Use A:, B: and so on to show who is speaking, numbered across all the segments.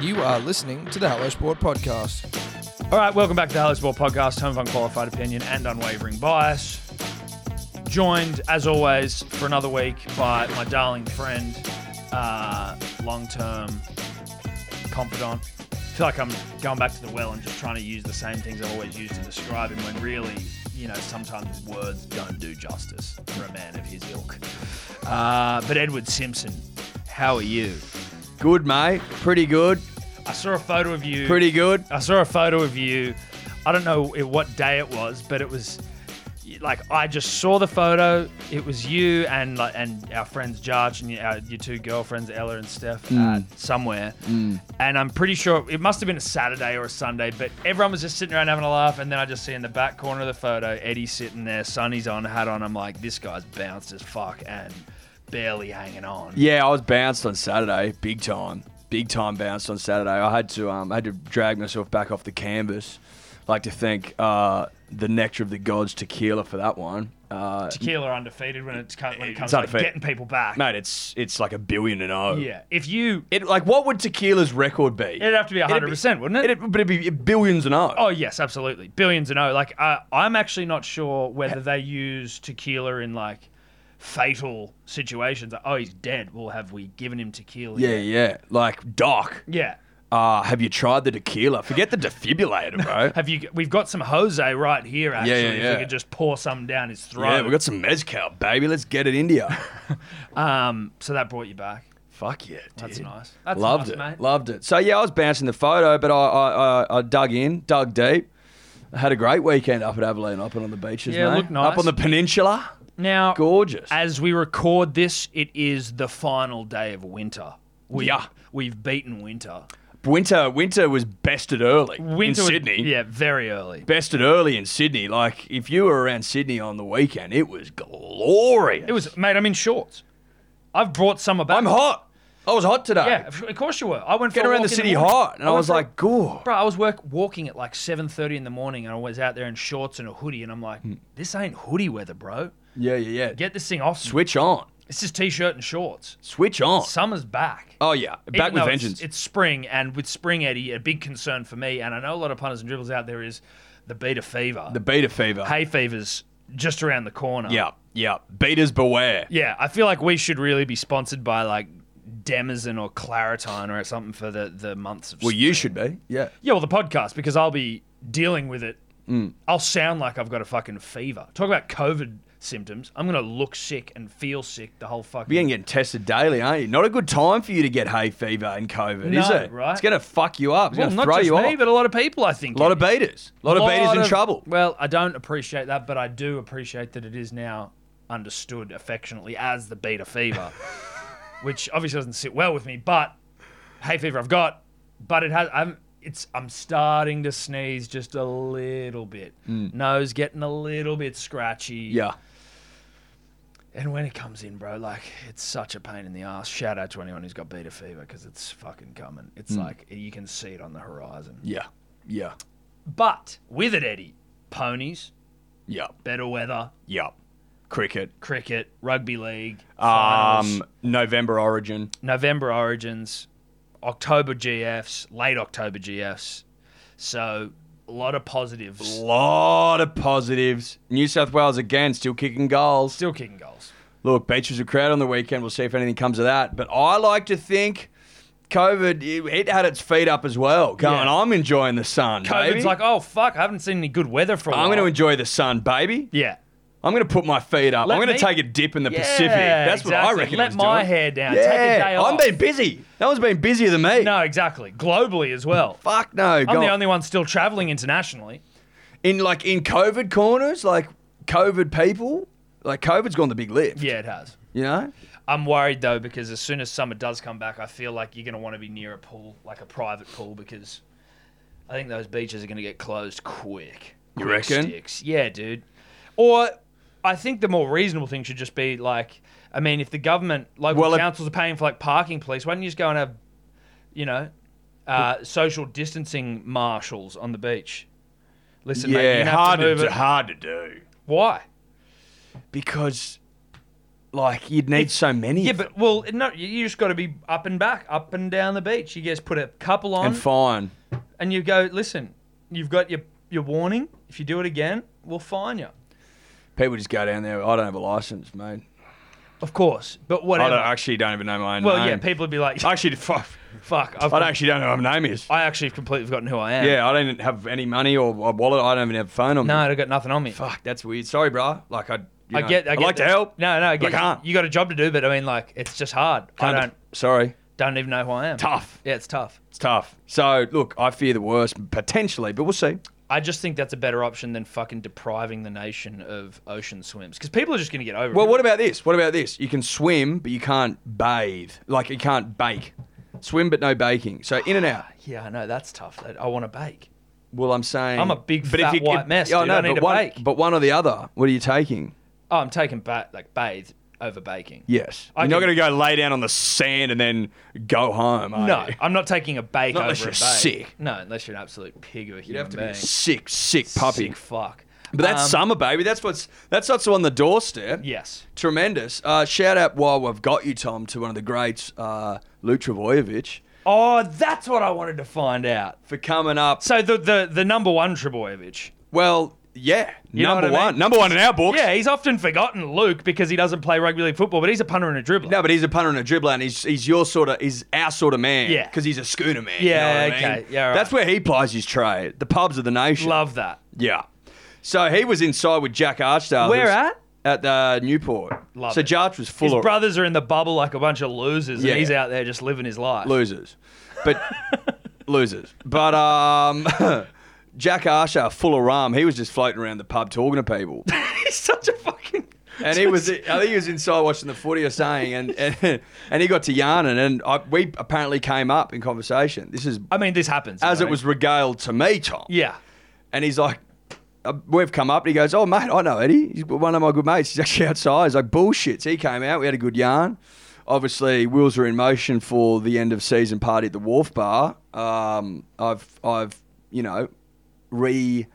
A: You are listening to the Hello Sport Podcast.
B: All right, welcome back to the Hello Sport Podcast, home of unqualified opinion and unwavering bias. Joined, as always, for another week by my darling friend, uh, long term confidant. I feel like I'm going back to the well and just trying to use the same things I've always used to describe him when really, you know, sometimes words don't do justice for a man of his ilk. Uh, but Edward Simpson, how are you?
C: Good, mate. Pretty good.
B: I saw a photo of you.
C: Pretty good.
B: I saw a photo of you. I don't know it- what day it was, but it was like I just saw the photo. It was you and like and our friends Jarge and your, our, your two girlfriends Ella and Steph uh,
C: Mm.
B: somewhere. And I'm pretty sure it must have been a Saturday or a Sunday, but everyone was just sitting around having a laugh. And then I just see in the back corner of the photo Eddie sitting there, sunny's on, hat on. I'm like, this guy's bounced as fuck and barely hanging on.
C: Yeah, I was bounced on Saturday, big time, big time bounced on Saturday. I had to, um, I had to drag myself back off the canvas. Like to thank uh, the nectar of the gods tequila for that one. Uh,
B: Tequila are undefeated when it's co- when it
C: It's
B: comes to like,
C: undefeated.
B: getting people back.
C: mate, it's it's like a billion and oh.
B: Yeah, if you
C: It like what would tequila's record be?
B: It'd have to be 100%, wouldn't it?
C: It'd, but it'd be billions and oh.
B: Oh yes, absolutely. Billions and oh. Like uh, I'm actually not sure whether they use tequila in like fatal situations. Like, oh, he's dead. Well, have we given him tequila?
C: Yeah,
B: yet?
C: yeah. Like Doc.
B: Yeah.
C: Uh, have you tried the tequila? Forget the defibrillator, bro.
B: Have you? We've got some Jose right here. Actually,
C: yeah,
B: if
C: yeah.
B: we could just pour some down his throat.
C: yeah, we got some mezcal, baby. Let's get it India.
B: Um. So that brought you back.
C: Fuck yeah, dude.
B: That's nice. That's
C: Loved
B: nice,
C: it.
B: mate.
C: Loved it. So yeah, I was bouncing the photo, but I, I, I, I dug in, dug deep. I had a great weekend up at Abilene, up and on the beaches,
B: Yeah,
C: mate.
B: looked nice.
C: Up on the peninsula,
B: Now,
C: gorgeous.
B: as we record this, it is the final day of winter. We,
C: Yeah.
B: We've beaten winter.
C: winter, winter was bested early
B: Winter
C: in
B: was-
C: Sydney.
B: yeah, very early.
C: bested early in Sydney. Like if you were around Sydney on the weekend, it was glorious.
B: It was, mate. I'm in shorts. I've brought summer back.
C: I'm hot. I was hot today.
B: Yeah, of of course you were. I went for
C: Get
B: a
C: around
B: walk Oh,
C: the
B: in
C: city
B: morning.
C: hot, and I,
B: went
C: was
B: for a-
C: like, "Gore."
B: bro, I was work walking at like 7:30 in the morning, and I was out there in shorts and a hoodie, and I'm like,
C: Hmm.
B: this ain't hoodie weather, bro.
C: Yeah, yeah, yeah.
B: Get this thing off.
C: Switch on.
B: It's just t-shirt and shorts.
C: Switch on.
B: Summer's back.
C: Oh yeah,
B: Even
C: back
B: though
C: with
B: it's-
C: vengeance.
B: It's, spring, and with spring, Eddie, a big concern for me, and I know a lot of punters and dribblers out there is the beta fever.
C: the beta fever.
B: hay fever's just around the corner.
C: Yeah, yeah. Beaters beware.
B: Yeah, I feel like we should really be sponsored by like Demazen or Claritin or something for the, the months of
C: Well, you should be. Yeah.
B: Yeah, well, the podcast because I'll be dealing with it.
C: Mm.
B: I'll sound like I've got a fucking fever. Talk about COVID symptoms. I'm gonna look sick and feel sick the whole fucking.
C: You're getting tested daily, aren't you? Not a good time for you to get hay fever and COVID, is
B: No,
C: it?
B: right.
C: It's going to fuck you up. It's
B: well,
C: going to
B: not
C: throw
B: just
C: you
B: me,
C: off.
B: but a lot of people. I think
C: a lot of beaters. A lot of beaters in
B: of-
C: trouble.
B: Well, I don't appreciate that, but I do appreciate that it is now understood affectionately as the beta fever, which obviously doesn't sit well with me. But hay fever, I've got, but it has. I'm. It's. I'm starting to sneeze just a little bit. Nose getting a little bit scratchy.
C: Hmm. Yeah.
B: And when it comes in, bro, like it's such a pain in the ass. Shout out to anyone who's got beta fever because it's fucking coming. It's
C: Hmm.
B: like you can see it on the horizon.
C: Yeah. Yeah.
B: But with it, Eddie, ponies,
C: Yeah.
B: better weather,
C: Yeah. Cricket.
B: cricket, rugby league, finals,
C: Um, November Origin.
B: November Origins, October GFs, late October GFs. So a lot of positives.
C: Lot of positives. New South Wales again, still kicking goals.
B: Still kicking goals.
C: Look, beaches were crowded on the weekend. We'll see if anything comes of that. But I like to think COVID, it, it had its feet up as well. Going,
B: Yeah.
C: I'm enjoying the sun.
B: COVID's
C: baby.
B: like, oh fuck, I haven't seen any good weather for a while.
C: I'm going to enjoy the sun, baby.
B: Yeah.
C: I'm going to put my feet up.
B: Let
C: I'm going
B: me-
C: to take a dip in the Pacific.
B: Yeah,
C: That's what I
B: exactly.
C: reckon. I
B: Let
C: was
B: my
C: doing.
B: hair down.
C: Yeah,
B: Take a day off.
C: I'm being busy. No one's been busier than me.
B: No, exactly. Globally as well.
C: Fuck no.
B: I'm
C: God.
B: the only one still traveling internationally.
C: in like in COVID corners, like COVID people, like COVID's gone the big lift.
B: Yeah, it has.
C: You know?
B: I'm worried though because as soon as summer does come back, I feel like you're going to want to be near a pool, like a private pool, because I think those beaches are going to get closed quick. Quick
C: You reckon?
B: Sticks. Yeah, dude. Or I think the more reasonable thing should just be like, I mean, if the government, local
C: Well, if-
B: councils are paying for like parking police, why don't you just go and have, you know, uh, social distancing marshals on the beach? Listen, mate, you
C: yeah,
B: have
C: hard
B: to move
C: to,
B: it.
C: hard to do
B: Why?
C: because Like you'd need so many.
B: Yeah, but well, no, you- you just got to be up and back, up and down the beach. You just put a couple on,
C: and fine.
B: and you go. Listen, you've got your your warning. If you do it again, we'll fine you.
C: People just go down there. I don't have a license, mate.
B: Of course, but
C: I
B: whatever.
C: don't, actually don't even know my own
B: well,
C: name.
B: yeah, people would be like,
C: Actually, fuck.
B: "Fuck, I've
C: I
B: com-
C: actually don't know what my name is.
B: I actually have completely forgotten who I am."
C: Yeah, I don't have any money or a wallet. I don't even have a phone on
B: no,
C: me.
B: I got nothing on me.
C: Fuck, that's weird. Sorry, bro. Like I, you
B: I
C: know,
B: get. I
C: I'd
B: get
C: like to
B: that.
C: help.
B: No, no, I
C: But
B: get.
C: I can't.
B: You got a job to do, but I mean, like, it's just hard. I don't
C: Sorry,
B: don't even know who I am.
C: tough.
B: Yeah, it's tough.
C: It's tough. So look, I fear the worst potentially, but we'll see.
B: I just think that's a better option than fucking depriving the nation of ocean swims because people are just going to get over
C: Well,
B: it.
C: what about this? What about this? You can swim, but you can't bathe. Like you can't bake. Swim, but no baking. So in and out.
B: Yeah, I know that's tough. That- I want to bake.
C: Well, I'm saying
B: I'm a big fat white mess,
C: Yeah, I
B: dude.
C: know,
B: I need
C: but
B: to
C: one,
B: bake.
C: But one or the other. What are you taking?
B: Oh, I'm taking ba- like bathe over baking.
C: Yes.
B: I
C: You're not
B: can-
C: going to go lay down on the sand and then go home. Are
B: No,
C: you?
B: I'm not taking a bake
C: Not
B: over
C: unless
B: a
C: you're
B: bake.
C: sick.
B: No, unless you're an absolute pig of a human
C: You'd have to be
B: being.
C: a sick, sick puppy.
B: Sick fuck.
C: But that's
B: Um,
C: summer, baby. That's what's that's what's on the doorstep.
B: Yes.
C: Tremendous. Uh, shout out while we've got you, Tom, to one of the greats, uh, Lou Travojevic,
B: Oh, that's what I wanted to find out.
C: for coming up.
B: So the the, the number one Trebojevic.
C: Well, yeah,
B: You know
C: number
B: what I
C: one,
B: mean?
C: number one in our books.
B: Yeah, he's often forgotten Luke because he doesn't play rugby league football, but he's a punter and a dribbler.
C: No, but he's a punter and a dribbler, and he's he's your sort of he's our sort of man.
B: Yeah.
C: because he's a schooner man.
B: Yeah,
C: you know what I mean?
B: okay, yeah, right.
C: That's where he plies his trade. The pubs of the nation.
B: Love that.
C: Yeah. So he was inside with Jack Archdale.
B: Where
C: who's-
B: at?
C: At the Newport.
B: Love
C: so
B: it.
C: Jarch was full
B: His
C: of
B: brothers are in the bubble like a bunch of losers,
C: Yeah.
B: and he's out there just living his life.
C: losers, but losers. But um, Jack Archer, full of rum, he was just floating around the pub talking to people,
B: he's such a fucking.
C: and he was. I think he was inside watching the footy or saying, and and, and he got to yarning, and I, we apparently came up in conversation. This is
B: I mean, this happens. you
C: as
B: know?
C: it was regaled to me, Tom.
B: Yeah.
C: And he's like, uh, we've come up. And he goes, oh, mate, I know Eddie. He's one of my good mates. He's actually outside. He's like, bullshit. So he came out. We had a good yarn. Obviously, wheels are in motion for the end of season party at the Wharf Bar. Um, I've, I've, you know, re.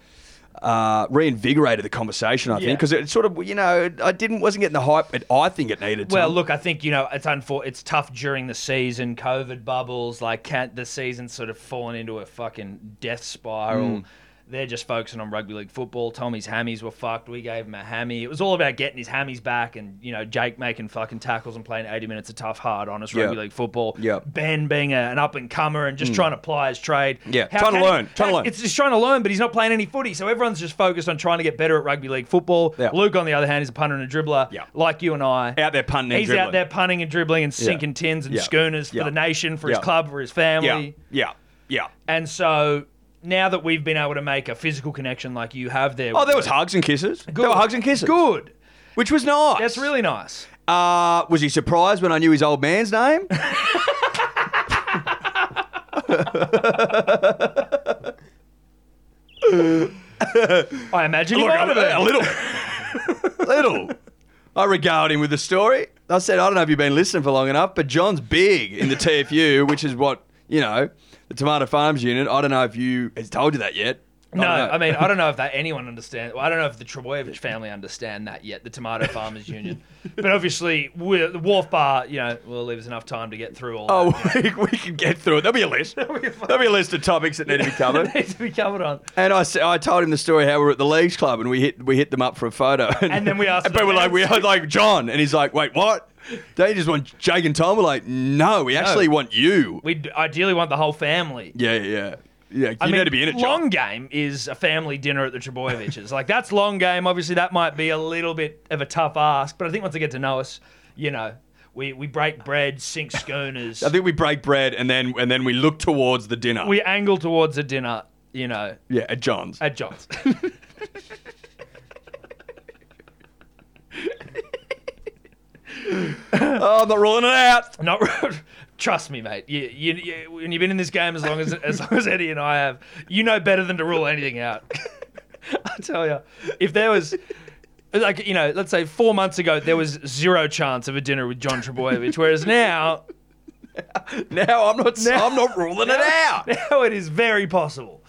C: Uh, reinvigorated the conversation, I
B: Yeah.
C: think, because it sort of, you know, I didn't wasn't getting the hype. It, I think it needed.
B: Well,
C: Tom.
B: look, I think you know it's unfor- It's tough during the season, COVID bubbles. Like, can't the season's sort of fallen into a fucking death
C: Hmm.
B: spiral. They're just focusing on rugby league football. Tommy's hammies were fucked. We gave him a hammy. It was all about getting his hammies back, and you know Jake making fucking tackles and playing eighty minutes of tough, hard, honest
C: Yeah.
B: rugby league football.
C: Yeah. Hmm.
B: Ben being a, an up and comer and just trying to apply his trade.
C: Yeah, trying to
B: can he-
C: learn, trying to
B: how-
C: learn.
B: It's just trying to learn, but he's not playing any footy, so everyone's just focused on trying to get better at rugby league football.
C: Yeah.
B: Luke, on the other hand, is a punter and a dribbler,
C: Yeah.
B: like you and I
C: out there punting, and
B: he's
C: dribbling.
B: out there punting and dribbling and sinking tins and
C: Yeah.
B: schooners for
C: Yeah.
B: the nation, for
C: Yeah.
B: his club, for his
C: yeah,
B: family.
C: yeah, yeah.
B: And so now that we've been able to make a physical connection like you have there,
C: Oh, there was hugs and kisses. There were hugs and kisses.
B: Good.
C: which was nice.
B: That's really nice.
C: Uh, was he surprised when I knew his old man's name?
B: I imagine you
C: Look,
B: might
C: a,
B: have been.
C: a little. little. I regaled him with the story. I said, I don't know if you've been listening for long enough, but John's big in the TFU, which is what, you know, the Tomato Farms unit. I don't know if you has told you that yet. I
B: No,
C: don't know.
B: I mean I don't know if that anyone understands. Well, I don't know if the Trebojevic family understand that yet. The Tomato Farmers Union, but obviously we're, the Wharf Bar, you know, will leave us enough time to get through all. that.
C: Oh, we, we can get through it. There'll be a list. There'll
B: be fine.
C: be a list of topics that need to be covered.
B: needs to be covered on.
C: And I, said, I told him the story how we were at the Leagues Club and we hit we hit them up for a photo. And,
B: then we asked
C: and people were like,
B: them
C: we are like John, and he's like, wait, what? They just want Jake and Tom. We're like, no, we actually want you.
B: We would ideally want the whole family.
C: yeah, yeah, yeah. yeah. You
B: I mean,
C: need to be in it, John.
B: Long game is a family dinner at the Trebojeviches. like that's long game. Obviously, that might be a little bit of a tough ask, but I think once they get to know us, you know, we we break bread, sink schooners,
C: I think we break bread and then and then we look towards the dinner.
B: we angle towards a dinner, you know,
C: yeah, at John's.
B: at John's.
C: oh, I'm not ruling it out.
B: Not trust me, mate. You, you, you when you've been in this game as long as as long as Eddie and I have, you know better than to rule anything out. I tell you, if there was. Like you know, let's say four months ago there was zero chance of a dinner with John Trebojevic, whereas now
C: Now I'm not. I'm not ruling it out.
B: Now it is very possible.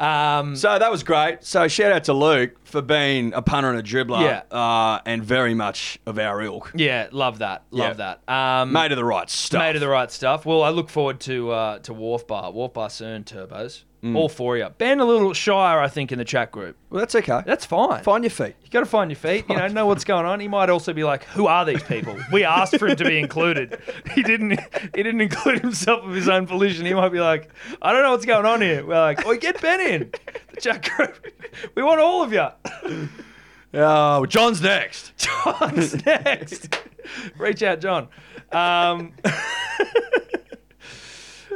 B: Um,
C: So that was great. So shout out to Luke for being a punter and a dribbler,
B: Yeah.
C: uh, and very much of our ilk.
B: Yeah, love that. Love
C: Yeah. oh.
B: that. Um,
C: Made of the right stuff.
B: Made of the right stuff. Well, I look forward to uh, to Wharf Bar, Wharf Bar CERN Turbos.
C: Mm.
B: All for you. Been a little shyer, I think, in the chat group.
C: Well, that's okay.
B: That's fine.
C: Find your feet.
B: You got to find your feet. You know, know what's going on. He might also be like, "Who are these people? We asked for him to be included. He didn't. He didn't include himself of his own volition. He might be like, "I don't know what's going on here." We're like, "Oh, get Ben in the chat group. We want all of you."
C: Oh, well, John's next.
B: John's next. Reach out, John. Um,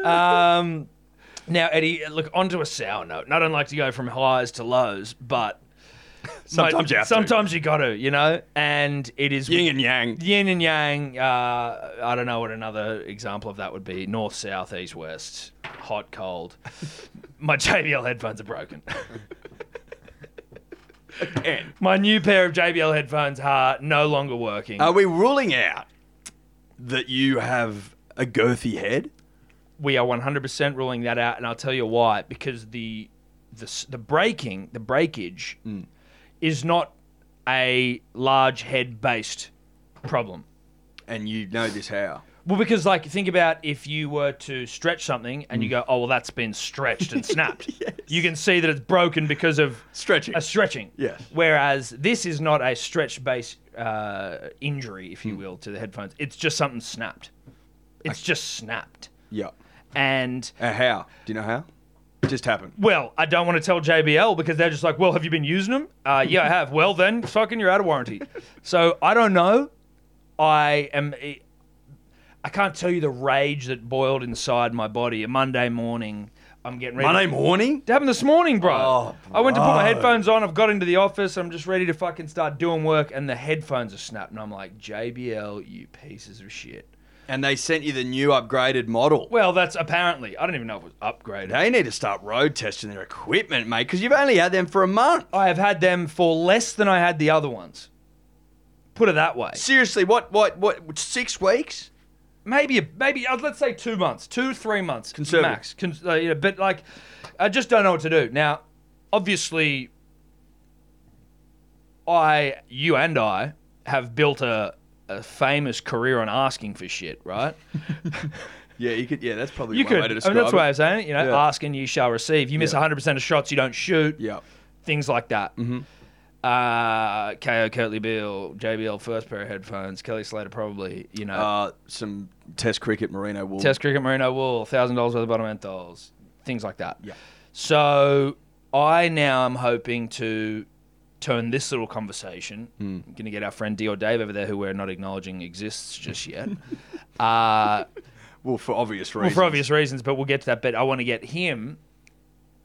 B: um, now, Eddie, look onto a sour note. And I don't like to go from highs to lows, but
C: Sometimes you have to.
B: sometimes you got to, you know. And it is
C: Yin and yang.
B: yin and yang. Uh, I don't know what another example of that would be. North, south, east, west. Hot, cold. My JBL headphones are broken.
C: And
B: My new pair of JBL headphones are no longer working.
C: are we ruling out that you have a girthy head?
B: we are 100% ruling that out and I'll tell you why because the the, s- the breaking the breakage
C: Mm.
B: is not a large head based problem
C: And you know this how.
B: well because like think about if you were to stretch something and you go oh well that's been stretched and snapped you can see that it's broken because of
C: Stretching.
B: a stretching
C: Yes.
B: whereas this is not a stretch based uh, injury if you will to the headphones it's just something snapped it's just snapped
C: yeah.
B: and
C: Uh, how? Do you know how? It just happened.
B: Well, I don't want to tell JBL because they're just like, well, have you been using them? Uh, yeah, I have. Well, then, fucking, you're out of warranty. so I don't know. I am. eh, I can't tell you the rage that boiled inside my body. A Monday morning, I'm getting ready.
C: Monday morning?
B: It happened this morning, bro.
C: Oh,
B: I went to put my
C: bro.
B: headphones on. I've got into the office. I'm just ready to fucking start doing work, and the headphones are snapped. And I'm like, JBL, you pieces of shit.
C: And they sent you the new upgraded model.
B: Well, that's apparently. I don't even know if it was upgraded.
C: They need to start road testing their equipment, mate, because you've only had them for a month.
B: I have had them for less than I had the other ones. Put it that way.
C: Seriously, what, what, what, six weeks?
B: Maybe, maybe uh, let's say two months, two, three months,
C: Conservative.
B: max. Con- uh, you know, but like, I just don't know what to do now. Obviously, I, you, and I have built a, a famous career on asking for shit, right?
C: Yeah, you could. Yeah, that's probably
B: You
C: one
B: could.
C: way to
B: I
C: describe
B: mean, that's
C: it.
B: why I'm saying it. You know,
C: Yeah.
B: ask and you shall receive. You miss
C: Yeah.
B: 100% of shots you don't shoot.
C: Yeah.
B: things like that.
C: Mm-hmm.
B: Uh, KO Kirtley Beale, JBL first pair of headphones, Kelly Slater probably, you know,
C: Uh, some Test cricket merino wool.
B: Test cricket merino wool, thousand dollars worth of bottom menthols, things like that.
C: Yeah.
B: So I now am hoping to turn this little conversation.
C: Hmm.
B: I'm gonna get our friend D or Dave over there, who we're not acknowledging exists just yet. uh,
C: Well, for obvious
B: well,
C: reasons.
B: for obvious reasons, but we'll get to that. But I want to get him,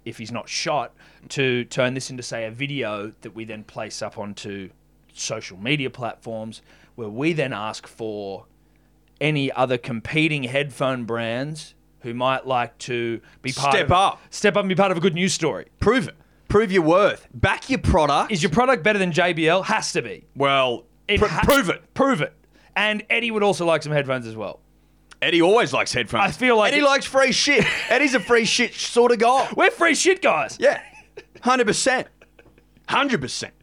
B: if he's not shot, to turn this into, say, a video that we then place up onto social media platforms where we then ask for any other competing headphone brands who might like to be part
C: Step
B: of,
C: up.
B: step up and be part of a good news story.
C: Prove it. Prove your worth. Back your product.
B: Is your product better than JBL? Has to be.
C: well, pr-
B: ha-
C: prove it.
B: Prove it. And Eddie would also like some headphones as well.
C: Eddie always likes headphones.
B: I feel like
C: Eddie
B: it-
C: likes free shit. Eddie's a free shit sort of guy.
B: We're free shit guys.
C: Yeah, hundred percent, hundred percent.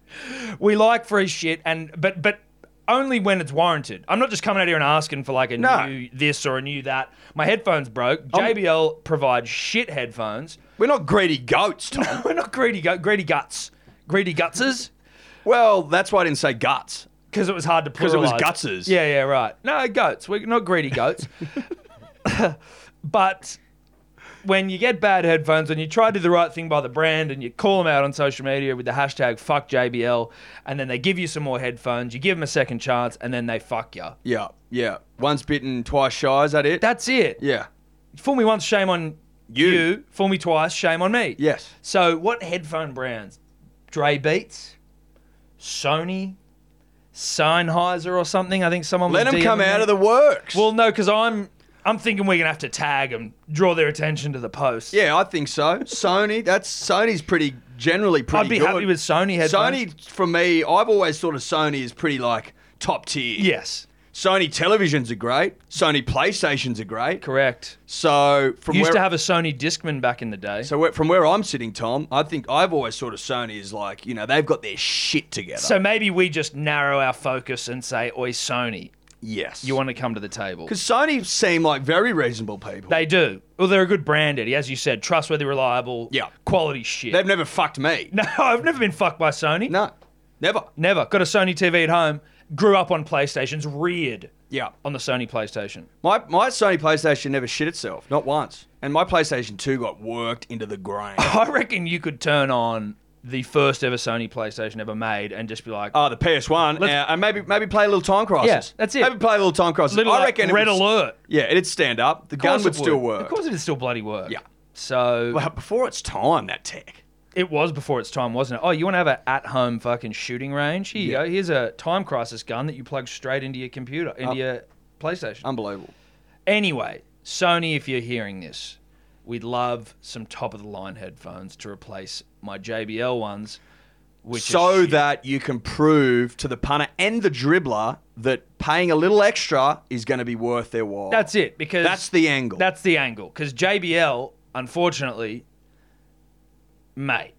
B: we like free shit and but but only when it's warranted. I'm not just coming out here and asking for like a
C: No.
B: new this or a new that. My headphones broke. JBL provides shit headphones.
C: We're not greedy goats, Tom.
B: We're not greedy gu- greedy guts. Greedy gutses
C: well, that's why I didn't say guts.
B: because it was hard to
C: 'Cause it was
B: pluralize.
C: gutses.
B: Yeah, yeah, right. No, goats. We're not greedy goats. but when you get bad headphones and you try to do the right thing by the brand and you call them out on social media with the hashtag fuck JBL and then they give you some more headphones, you give them a second chance and then they fuck you.
C: Yeah, yeah. Once bitten, twice shy. Is that it?
B: That's it.
C: yeah.
B: Fool me once, shame on you.
C: You.
B: Fool me twice, shame on me.
C: Yes.
B: So, what headphone brands? Dre Beats, Sony, Sennheiser, or something. I think someone
C: Let
B: was
C: them come
B: DMing
C: out
B: me.
C: of the works.
B: Well, no, because I'm I'm thinking we're gonna have to tag and draw their attention to the post.
C: yeah, I think so. Sony. That's Sony's pretty generally pretty.
B: I'd be
C: good.
B: happy with Sony headphones.
C: Sony for me. I've always thought of Sony as pretty like top tier.
B: yes.
C: Sony televisions are great. Sony PlayStations are great.
B: Correct.
C: So from
B: Used
C: where,
B: to have a Sony Discman back in the day.
C: so where, from where I'm sitting, Tom, I think I've always thought of Sony as like you know they've got their shit together.
B: So maybe we just narrow our focus and say, "Oi, Sony,
C: yes,
B: you want to come to the table?"
C: because Sony seem like very reasonable people.
B: They do. Well, they're a good brand, Eddie, as you said, trustworthy, reliable,
C: Yeah.
B: quality shit.
C: They've never fucked me.
B: no, I've never been fucked by Sony.
C: No, never.
B: Never. Got a Sony TV at home. Grew up on PlayStations. Reared
C: Yeah.
B: on the Sony PlayStation.
C: My, my Sony PlayStation never shit itself, not once. And my PlayStation 2 got worked into the grain.
B: I reckon you could turn on the first ever Sony PlayStation ever made and just be like,
C: Oh, the PS1,
B: Let's-
C: uh, and maybe maybe play a little Time Crisis.
B: Yeah, that's it.
C: Maybe play a little Time Crisis.
B: little
C: I
B: like
C: reckon it
B: red
C: would-
B: alert.
C: Yeah, it'd stand up. The
B: Of course
C: gun would
B: it
C: still
B: Of
C: work.
B: course, it'd still bloody work.
C: Yeah.
B: So
C: But before its time, that tech.
B: it was before its time, wasn't it? Oh, you want to have an at-home fucking shooting range? Here you
C: Yeah.
B: go. Here's a time crisis gun that you plug straight into your computer, into
C: Um,
B: your PlayStation.
C: Unbelievable.
B: Anyway, Sony, if you're hearing this, we'd love some top of the line headphones to replace my JBL ones, which
C: so
B: is shit.
C: that you can prove to the punter and the dribbler that paying a little extra is going to be worth their while.
B: that's it because
C: That's the angle.
B: that's the angle because JBL, unfortunately, mate,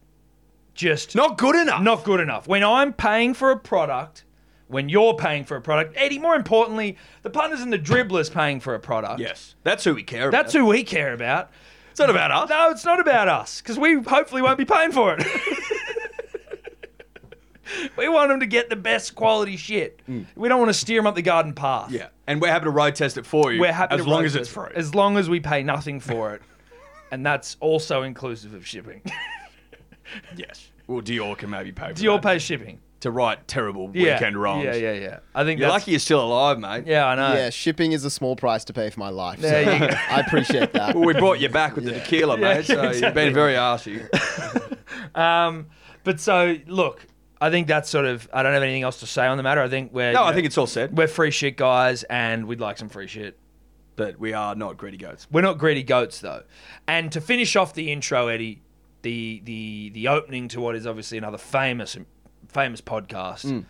B: just
C: not good enough.
B: not good enough. When I'm paying for a product, when you're paying for a product, Eddie, more importantly, the punters and the dribblers paying for a product.
C: Yes, that's who we care about.
B: That's who we care about.
C: It's not about us.
B: No, it's not about us because we hopefully won't be paying for it. we want them to get the best quality shit. We don't want to steer them up the garden path.
C: Mm. Yeah, and we're happy to road test it for you.
B: We're happy
C: as
B: to
C: long
B: road
C: as it's
B: test
C: free.
B: it, As long as we pay nothing for it. and that's also inclusive of shipping.
C: yes. Well, Dior can maybe pay. For
B: Dior
C: that.
B: pays shipping.
C: to write terrible
B: Yeah.
C: weekend wrongs.
B: Yeah, yeah, yeah. I think
C: You're
B: that's,
C: lucky you're still alive, mate.
B: Yeah, I know.
D: yeah, shipping is a small price to pay for my life. So
B: There you go.
D: I appreciate that.
C: Well, we brought you back with the tequila,
B: Yeah,
C: mate. So you've been very arsey.
B: Um, but so look, I think that's sort of. I don't have anything else to say on the matter. I think we're.
C: No,
B: you
C: I
B: know,
C: think it's all said.
B: we're free shit guys, and we'd like some free shit.
C: But we are not greedy goats.
B: We're not greedy goats though. And to finish off the intro, Eddie, the the the opening to what is obviously another famous famous podcast.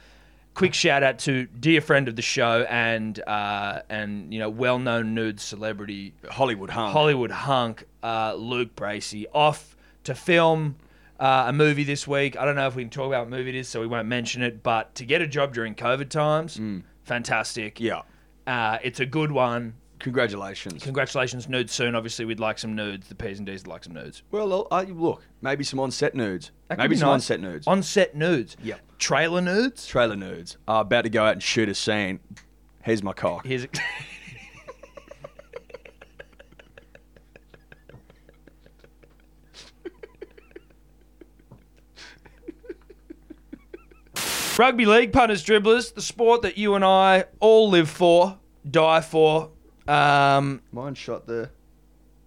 B: Quick shout out to dear friend of the show and uh, and you know well known nude celebrity
C: Hollywood, huh?
B: Hollywood hunk uh, Luke Bracey off to film uh, a movie this week. I don't know if we can talk about what movie it is, so we won't mention it. But to get a job during COVID times, fantastic.
C: yeah.
B: uh, it's a good one.
C: Congratulations.
B: Congratulations, nudes soon. Obviously, we'll we'd like some nudes. The P's and D's would like some nudes.
C: well, I, look, maybe some on-set nudes.
B: That could
C: Maybe
B: be
C: some
B: nice.
C: on-set nudes.
B: On-set nudes.
C: Yep.
B: Trailer nudes.
C: Trailer nudes. Are about to go out and shoot a scene. Here's my cock.
B: Here's. A- Rugby league punters, dribblers, the sport that you and I all live for, die for. Um,
C: Mine shot there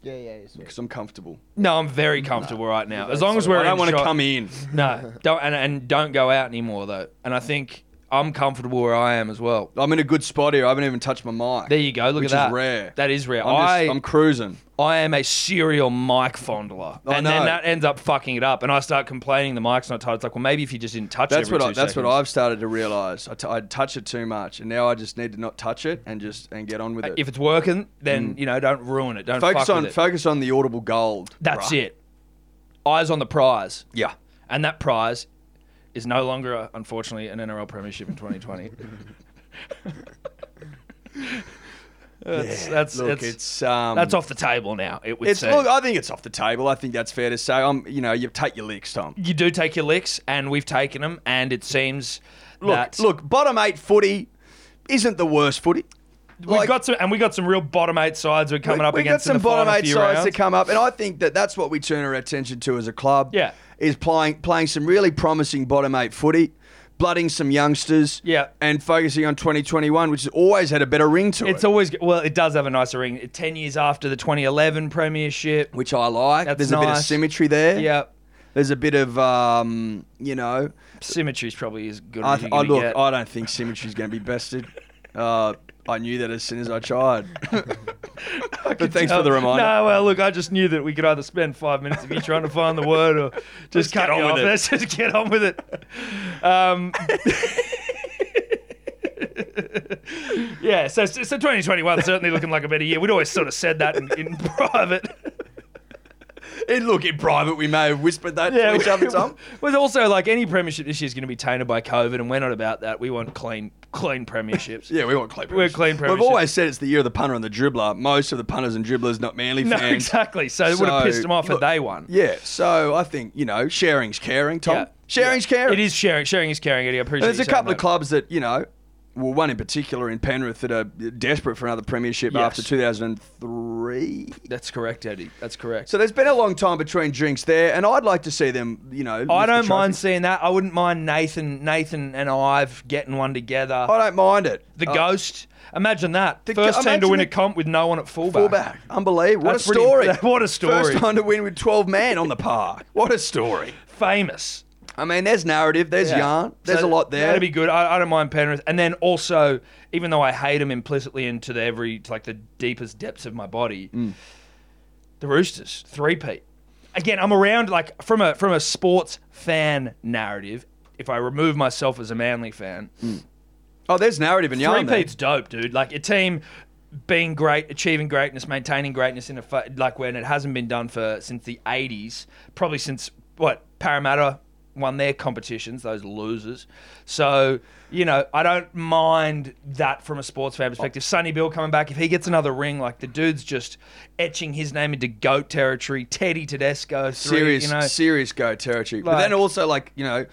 D: yeah, yeah, yeah.
C: because I'm comfortable.
B: no, I'm very comfortable right now. As long as we're
C: I don't
B: in
C: want to
B: shot-
C: come in.
B: No, don't and, and don't go out anymore though. And I think I'm comfortable where I am as well.
C: I'm in a good spot here. I haven't even touched my mic.
B: There you go. Look
C: Which
B: at
C: is
B: that.
C: rare.
B: That is rare.
C: I'm, just,
B: I
C: I'm cruising.
B: I am a serial mic fondler,
C: I
B: and then
C: know.
B: that ends up fucking it up, and I start complaining the mic's not tight. It's like, well, maybe if you just didn't touch it.
C: That's
B: every
C: what I,
B: two
C: that's what
B: seconds.
C: I've started to realise. I, t- I touch it too much, and now I just need to not touch it and just and get on with it.
B: Uh, If it's working, then you know, don't ruin it. Don't
C: Mm. focus
B: fuck
C: on
B: with it.
C: focus on the audible gold.
B: That's
C: bruh.
B: it. Eyes on the prize,
C: Yeah,
B: and that prize is no longer, uh, unfortunately, an NRL premiership in 2020. that's that's
C: look, it's,
B: it's-
C: um,
B: That's off the table now. It would
C: It's
B: seem.
C: look, I think it's off the table. I think that's fair to say. I'm, you know, you take your licks, Tom.
B: you do take your licks, and we've taken them, and it seems
C: Look,
B: that
C: look, bottom eight footy isn't the worst footy.
B: we've
C: Like-
B: got some, and we got some real bottom eight sides we're coming
C: we,
B: up
C: we
B: against.
C: got some
B: in the final
C: bottom eight
B: few
C: sides to
B: rounds.
C: come up, and I think that that's what we turn our attention to as a club.
B: Yeah.
C: is playing playing some really promising bottom eight footy, blooding some youngsters.
B: Yeah.
C: and focusing on 2021, which has always had a better ring to
B: It's
C: it,
B: always g- well. It does have a nicer ring. It- Ten years after the 2011 premiership.
C: which I like.
B: That's
C: There's a bit of
B: nice.
C: symmetry there.
B: Yeah,
C: there's a bit of um, you know.
B: symmetry's probably as good
C: I,
B: as you
C: I
B: can
C: look,
B: get.
C: I don't think symmetry's going to be bested. Uh, I knew that as soon as I tried. but thanks for the reminder.
B: No, well, look, I just knew that we could either spend five minutes of you trying to find the word or just cut
C: get on
B: you
C: with
B: off.
C: it.
B: Let's just get on with it. Um, yeah, so so 2021 certainly looking like a better year. We'd always sort of said that in, in private.
C: And look, in private, we may have whispered that to each other, Tom.
B: But also, like any premiership this year is going to be tainted by COVID, and we're not about that. We want clean, clean premierships.
C: Yeah, we want clean
B: We're
C: premierships.
B: clean
C: We've
B: premierships.
C: always said it's the year of the punter and the dribbler. Most of the punters and dribblers, not Manly
B: No,
C: fans.
B: exactly. So it would have
C: So,
B: pissed them off
C: look,
B: had they won.
C: Yeah, so I think, you know, sharing's caring, Tom.
B: Yeah.
C: Sharing's
B: Yeah.
C: caring.
B: It is sharing. Sharing is caring. Eddie. I appreciate.
C: There's
B: you
C: a
B: saying
C: couple of
B: that.
C: clubs that you know, well, one in particular in Penrith that are desperate for another premiership
B: Yes.
C: after 2003.
B: That's correct, Eddie. That's correct.
C: So there's been a long time between drinks there, and I'd like to see them. You know, lift
B: I
C: the
B: don't mind
C: trophy.
B: seeing that. I wouldn't mind Nathan, Nathan and I've getting one together.
C: I don't mind it.
B: the
C: Uh,
B: ghost. Imagine that.
C: The
B: First
C: go-
B: team to win a
C: imagine
B: comp with no one at fullback.
C: fullback, unbelievable. What
B: That's
C: a
B: pretty-
C: story!
B: what a story.
C: First time to win with 12 men on the park. What a story!
B: Famous.
C: I mean, there's narrative, there's
B: Yeah.
C: yarn, there's
B: So
C: a lot there.
B: That'd be good. I, I don't mind Penrith. And then also, even though I hate them implicitly into the every to like the deepest depths of my body,
C: Mm.
B: the Roosters three peat. Again, I'm around like from a from a sports fan narrative. If I remove myself as a Manly fan,
C: oh, there's narrative and yarn. there.
B: Three-peat's dope, dude. Like a team being great, achieving greatness, maintaining greatness in a fa- like when it hasn't been done for since the '80s, probably since what Parramatta won their competitions, those losers. So you know, I don't mind that from a sports fan perspective. Sonny Bill coming back, if he gets another ring, like the dude's just etching his name into goat territory. Teddy Tedesco, three,
C: serious,
B: you know,
C: serious go territory. but
B: Like-
C: then also, like you know,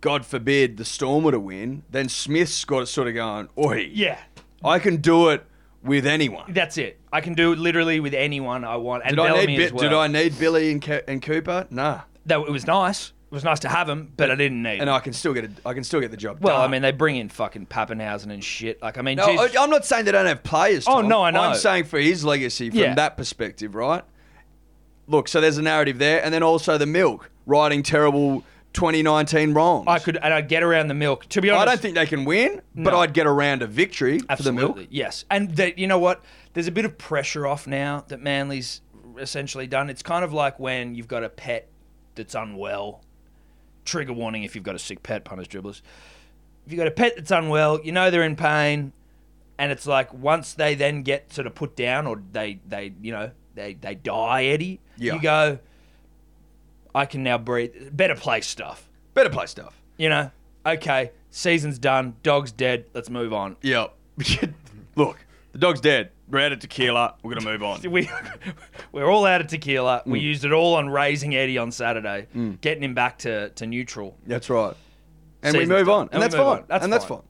C: God forbid the Storm were to win, then Smith's got it sort of going, oi,
B: yeah.
C: I can do it with anyone.
B: That's it. I can do it literally with anyone I want. And
C: Did I,
B: Bellamy
C: need,
B: as
C: Bi-
B: well.
C: did I need Billy and, Ca- and Cooper? Nah,
B: though it was nice. It was nice to have him, but I didn't need.
C: and I can still get a, I can still get the job.
B: well,
C: done.
B: I mean, they bring in fucking Pappenhausen and shit. Like, I mean,
C: No,
B: Jesus-
C: I, am not saying they don't have players.
B: Oh,
C: Tom.
B: no, I know.
C: I'm saying for his legacy from
B: Yeah.
C: that perspective, right? Look, so there's a narrative there, and then also the milk riding terrible 2019 wrongs.
B: I could and I'd get around the milk. To be
C: I
B: honest,
C: don't think they can win, but
B: No.
C: I'd get a round of victory
B: absolutely
C: for the milk.
B: yes. And that you know what? There's a bit of pressure off now that Manly's essentially done. It's kind of like when you've got a pet that's unwell. Trigger warning if you've got a sick pet, punters, dribblers. If you've got a pet that's unwell, you know they're in pain, and it's like once they then get sort of put down or they they you know they they die, Eddie.
C: Yeah.
B: You go. I can now breathe. Better play stuff.
C: Better play stuff.
B: you know, okay, season's done, dog's dead, let's move on.
C: Yep. Look, the dog's dead. We're out of tequila. We're gonna move on.
B: We, we're all out of tequila.
D: Mm.
B: We used it all on raising Eddie on Saturday, getting him back to, to neutral.
C: That's right. And we
B: Season's
C: move
B: done.
C: on, and,
B: And we
C: that's
B: move
C: fine.
B: on. That's
C: and that's
B: fine.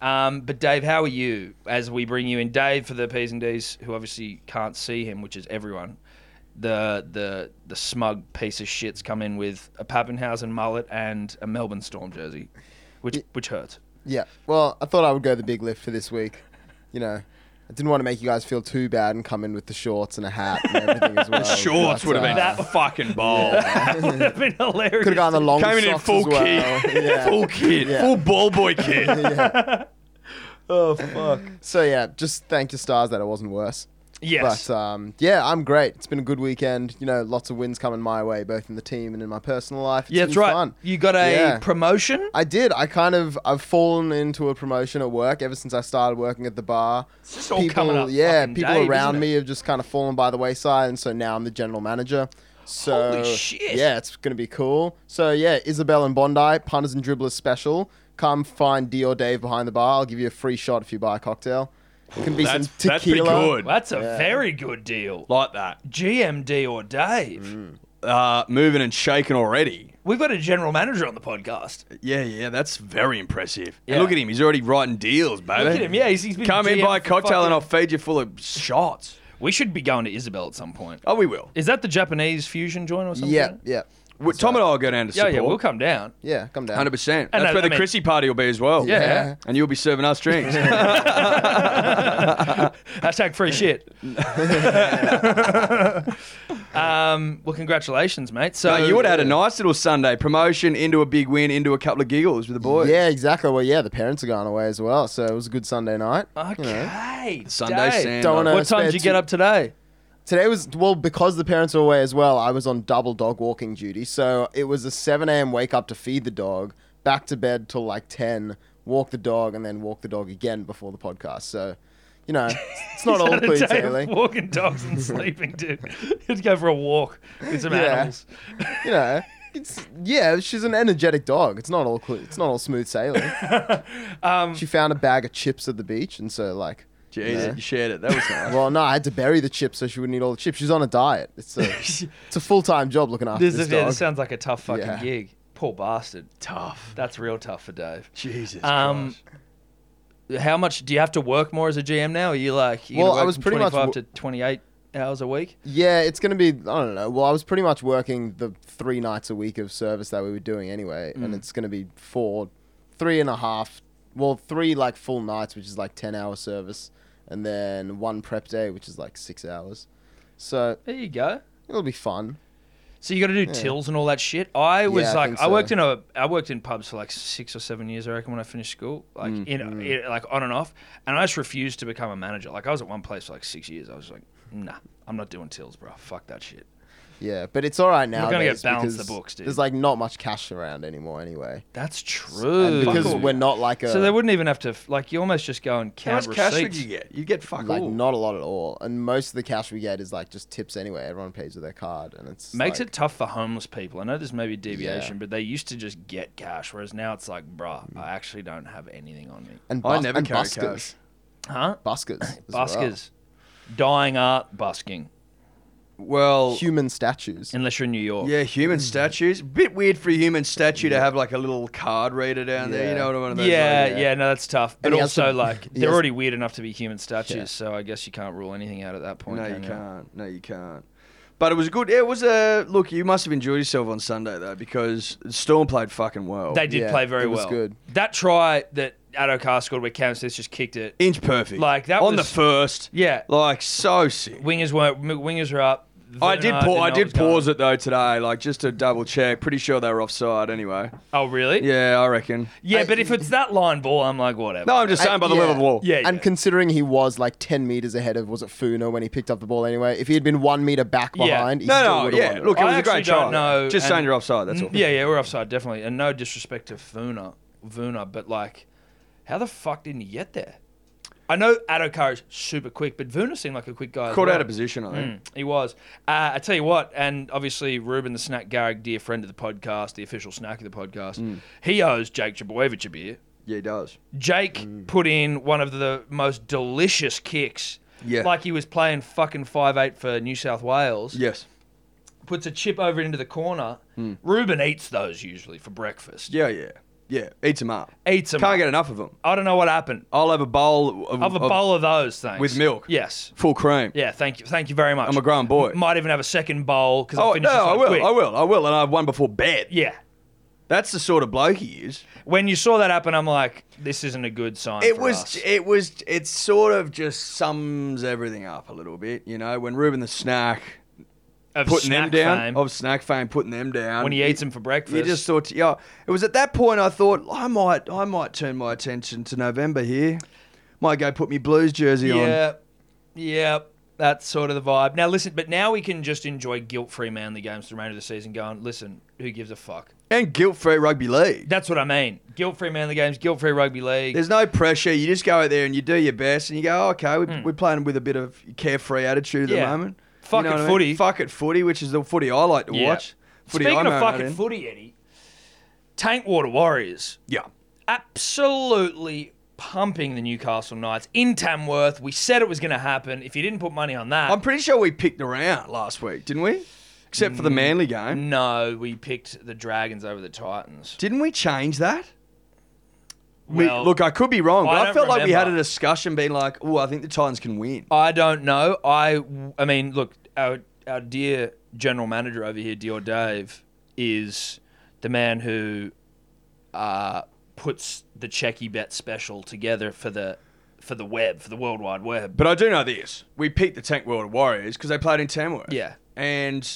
C: fine.
B: Um, but Dave, how are you as we bring you in? Dave for the P's and D's, who obviously can't see him, which is everyone. The the the smug piece of shits come in with a Pappenhausen mullet and a Melbourne Storm jersey, which which hurts.
D: Yeah. Well, I thought I would go the big lift for this week. You know, I didn't want to make you guys feel too bad and come in with the shorts and a hat and everything as well.
C: Shorts
D: But,
B: Oh,
C: would have been
D: uh,
C: that fucking bold.
B: That would have been hilarious.
D: Could have gone the long
C: Came in in
D: socks
C: full
D: as well.
C: kid,
D: Yeah.
C: full kid,
D: Yeah.
C: full ball boy kid.
B: Oh fuck.
D: So yeah, just thank your stars that it wasn't worse.
B: Yes.
D: But um, yeah, I'm great. It's been a good weekend. You know, lots of wins coming my way, both in the team and in my personal life. It's
B: yeah,
D: been
B: that's right.
D: Fun.
B: You got a
D: Yeah.
B: promotion.
D: I did. I kind of I've fallen into a promotion at work ever since I started working at the bar. It's
B: just all coming up
D: Yeah,
B: fucking
D: people
B: Dave, isn't
D: around
B: it?
D: me have just kind of fallen by the wayside, and so now I'm the general manager. So
B: Holy shit.
D: yeah, it's gonna be cool. So yeah, Isabel and Bondi punters and dribblers special. Come find D or Dave behind the bar. I'll give you a free shot if you buy a cocktail. It can be
C: That's-
D: some tequila.
C: that's pretty good.
B: Well, That's a very good deal.
C: like that.
B: GMD or Dave.
D: Mm.
C: Uh, moving and shaking already.
B: We've got a general manager on the podcast.
C: Yeah, yeah, that's very impressive. And
B: Yeah.
C: look at him; he's already writing deals, baby.
B: Look at him, yeah, he's- he's been
C: come in
B: GM
C: buy a
B: for
C: cocktail, and I'll
B: fucking-
C: feed you full of shots.
B: We should be going to Isabel at some point.
C: Oh, we will.
B: Is that the Japanese fusion joint or something?
D: Yeah, yeah,
C: We- Tom and I will go down to
B: Yeah,
C: support.
B: yeah, we'll come down.
D: yeah. Come down.
C: Hundred percent.
B: And
C: That's
B: I-
C: where
B: I
C: the
B: mean-
C: Chrissy party will be as well.
B: Yeah.
D: Yeah.
C: and you'll be serving us drinks.
B: Hashtag free shit. um, well, congratulations, mate. So
C: No, you would have had a nice little Sunday promotion into a big win into a couple of giggles with the boys.
D: Yeah, exactly. Well, yeah, the parents are gone away as well, so it was a good Sunday night. you know.
B: Okay.
C: Sunday
B: Dave.
C: Sand.
D: Don't wanna-
B: What time did you get up today?
D: Today was well because the parents were away as well. I was on double dog walking duty, so it was a seven a.m. wake up to feed the dog, back to bed till like ten, walk the dog, and then walk the dog again before the podcast. So, you know, it's not all
B: Had a
D: clean
B: day
D: sailing.
B: of walking dogs and sleeping, dude. You'd go for a walk with some
D: Yeah.
B: animals.
D: You know, it's yeah, she's an energetic dog. It's not all cle it's not all smooth sailing.
B: Um,
D: she found a bag of chips at the beach, and so like.
C: Jesus,
D: Yeah.
C: you shared it. That was nice.
D: Well, no, I had to bury the chips so she wouldn't eat all the chips. She's on a diet. It's a, it's a full time job looking after
B: This,
D: this,
B: is, yeah,
D: dog.
B: this sounds like a tough fucking
D: Yeah.
B: gig. Poor bastard.
C: Tough.
B: That's real tough for Dave.
C: Jesus.
B: Um,
C: Christ.
B: How much do you have to work more as a GM now? Are you like you
D: Well,
B: gonna
D: I
B: work
D: was
B: from
D: pretty much
B: 25
D: wo-
B: to 28 hours a week.
D: Yeah, it's going to be, I don't know. Well, I was pretty much working the three nights a week of service that we were doing anyway,
B: Mm.
D: and it's going to be four, three and a half, well, three like full nights, which is like 10 hour service, and then one prep day, which is like six hours. So
B: There you go.
D: it'll be fun.
B: So you got to do tills and all that shit. I was
D: Yeah, I
B: like,
D: think
B: I,
D: so.
B: worked in a, I worked in pubs for like six or seven years. I reckon when I finished school, like in,
D: Mm-hmm.
B: in- like on and off, and I just refused to become a manager. Like I was at one place for like six years. I was like, nah, I'm not doing tills, bro. Fuck that shit.
D: Yeah, but it's all right now.
B: gonna get balanced the books, dude.
D: There's like not much cash around anymore anyway.
B: That's
D: And
B: true.
D: because
C: all.
D: we're not like uh, a.
B: so they wouldn't even have to f- like you almost just go and
C: how
B: count
C: much cash did
B: receipts.
C: you get? You get fuck
D: like
C: all.
D: not a lot at all. And most of the cash we get is like just tips anyway. Everyone pays with their card, and it's
B: Makes
D: like-
B: it tough for homeless people. I know there's maybe deviation, but they used to just get cash, whereas now it's like,
C: Mm.
B: bruh, I actually don't have anything on me.
D: And
C: I
D: bus-
C: never
D: and
C: carry
D: buskers.
C: cash.
B: Huh?
D: Buskers. as well.
B: Buskers. Dying art busking.
C: Well,
D: Human statues.
B: Unless you're in New York.
C: yeah, human
B: Hmm.
C: statues. Bit weird for a human statue to have like a little card reader down there. You
D: Yeah.
C: know what I mean? Those,
B: Yeah,
C: like,
B: yeah, no, that's tough. But
D: And he has
B: also,
D: to-
B: like,
D: he
B: they're
D: has-
B: already weird enough to be human statues,
D: Yeah.
B: so I guess you can't rule anything out at that point.
C: No, you
B: can
C: can't. No, you can't. But it was a good. It was a look. You must have enjoyed yourself on Sunday though, because Storm played fucking well.
B: They did
D: Yeah,
B: play very
D: it was
B: well.
D: good.
B: That try that Addo Carr scored where Cam Smith just kicked it.
C: inch perfect.
B: Like, that
C: on
B: was-
C: the first.
B: Yeah.
C: Like so sick.
B: Wingers weren't. Wingers were up.
C: I did.
B: Vernon
C: Pa- I
B: know
C: did
B: what was
C: pause it though today, like just to double check. Pretty sure they were offside anyway.
B: going on. Oh, really?
C: Yeah, I reckon.
B: Yeah, but if it's that line ball, I'm like, whatever.
C: No, I'm just saying by the
D: yeah.
C: level of the wall.
B: Uh, Yeah,
D: and
B: yeah.
D: considering he was like 10 meters ahead of, was it Funa when he picked up the ball anyway? If he had been one meter back
B: Yeah.
D: behind, he still
C: No, no,
D: would have
C: yeah.
D: won.
C: Look, it
B: I
C: was a
B: actually
C: great
B: don't
C: try.
B: know,
C: Just
B: and- Mm,
C: saying you're offside. That's all.
B: Yeah, yeah, we're offside definitely, and no disrespect to Vuna, Vuna, but like, how the fuck didn't he get there? I know Adokar is super quick, but Vuna seemed like a quick guy. as
C: Caught
B: well.
C: out of position, I think.
B: Mm, he was. Uh, I tell you what, and obviously Ruben the Snack Garrick, dear friend of the podcast, the official snack of the podcast,
C: Mm.
B: he owes Jake Jaboyevich a beer.
C: Yeah, he does.
B: Jake
C: Mm.
B: put in one of the most delicious kicks.
C: Yeah.
B: Like he was playing fucking five eight for New South Wales
C: Yes.
B: puts a chip over into the corner.
C: Mm.
B: Ruben eats those usually for breakfast.
C: Yeah, yeah, yeah. Eats them up.
B: Eats 'em
C: Can't
B: up.
C: get enough of them.
B: I don't know what happened.
C: I'll have a bowl of,
B: I have a
C: of
B: bowl of those things
C: with milk.
B: Yes.
C: full cream.
B: Yeah. Thank you. Thank you very much.
C: I'm a grown boy.
B: Might even have a second bowl because I
C: Oh no,
B: finished this
C: I
B: one
C: will.
B: quick.
C: I will. I will. And I've won before bed.
B: Yeah.
C: That's the sort of bloke he is.
B: When you saw that happen, I'm like, this isn't a good sign.
C: It
B: for
C: was.
B: us.
C: It was. It sort of just sums everything up a little bit. You know, when Ruben the snack
B: of
C: putting them
B: snack
C: down
B: fame,
C: of snack fame, putting them down
B: when he eats them for breakfast.
C: You just thought, yeah. It was at that point I thought I might, I might turn my attention to November here. Might go put me Blues jersey on.
B: Yeah. Yeah. That's sort of the vibe. Now listen, but now we can just enjoy guilt-free manly games the remainder of the season. Going, listen, who gives a fuck?
C: And guilt-free rugby league.
B: That's what I mean. Guilt free manly games, guilt free rugby league.
C: There's no pressure. You just go out there and you do your best, and you go, oh, okay, we, we're playing with a bit of carefree attitude at
B: Hmm. Yeah.
C: the moment.
B: Fuck it
C: what I mean?
B: footy.
C: Fuck it footy, which is the footy I like to
B: Yeah.
C: watch. Footy
B: Speaking
C: I'm
B: of
C: out
B: fucking
C: in.
B: footy, Eddie, Tank Water Warriors
C: yeah,
B: absolutely pumping the Newcastle Knights in Tamworth. We said it was going to happen. If you didn't put money on that,
C: I'm pretty sure we picked around last week, didn't we? Except
B: Mm.
C: for the Manly game,
B: no, we picked the Dragons over the Titans.
C: didn't we change that? We-
B: Well,
C: look, I could be wrong,
B: I
C: but I,
B: don't
C: felt like we had a
B: remember.
C: discussion being like, oh, I think the Titans can win.
B: I don't know. I, I mean, look, our our dear general manager over here, dear Dave, is the man who uh, puts the checky bet special together for the for the web for the World Wide Web.
C: But I do know this. We picked the Tank World Warriors because they played in Tamworth.
B: Yeah.
C: And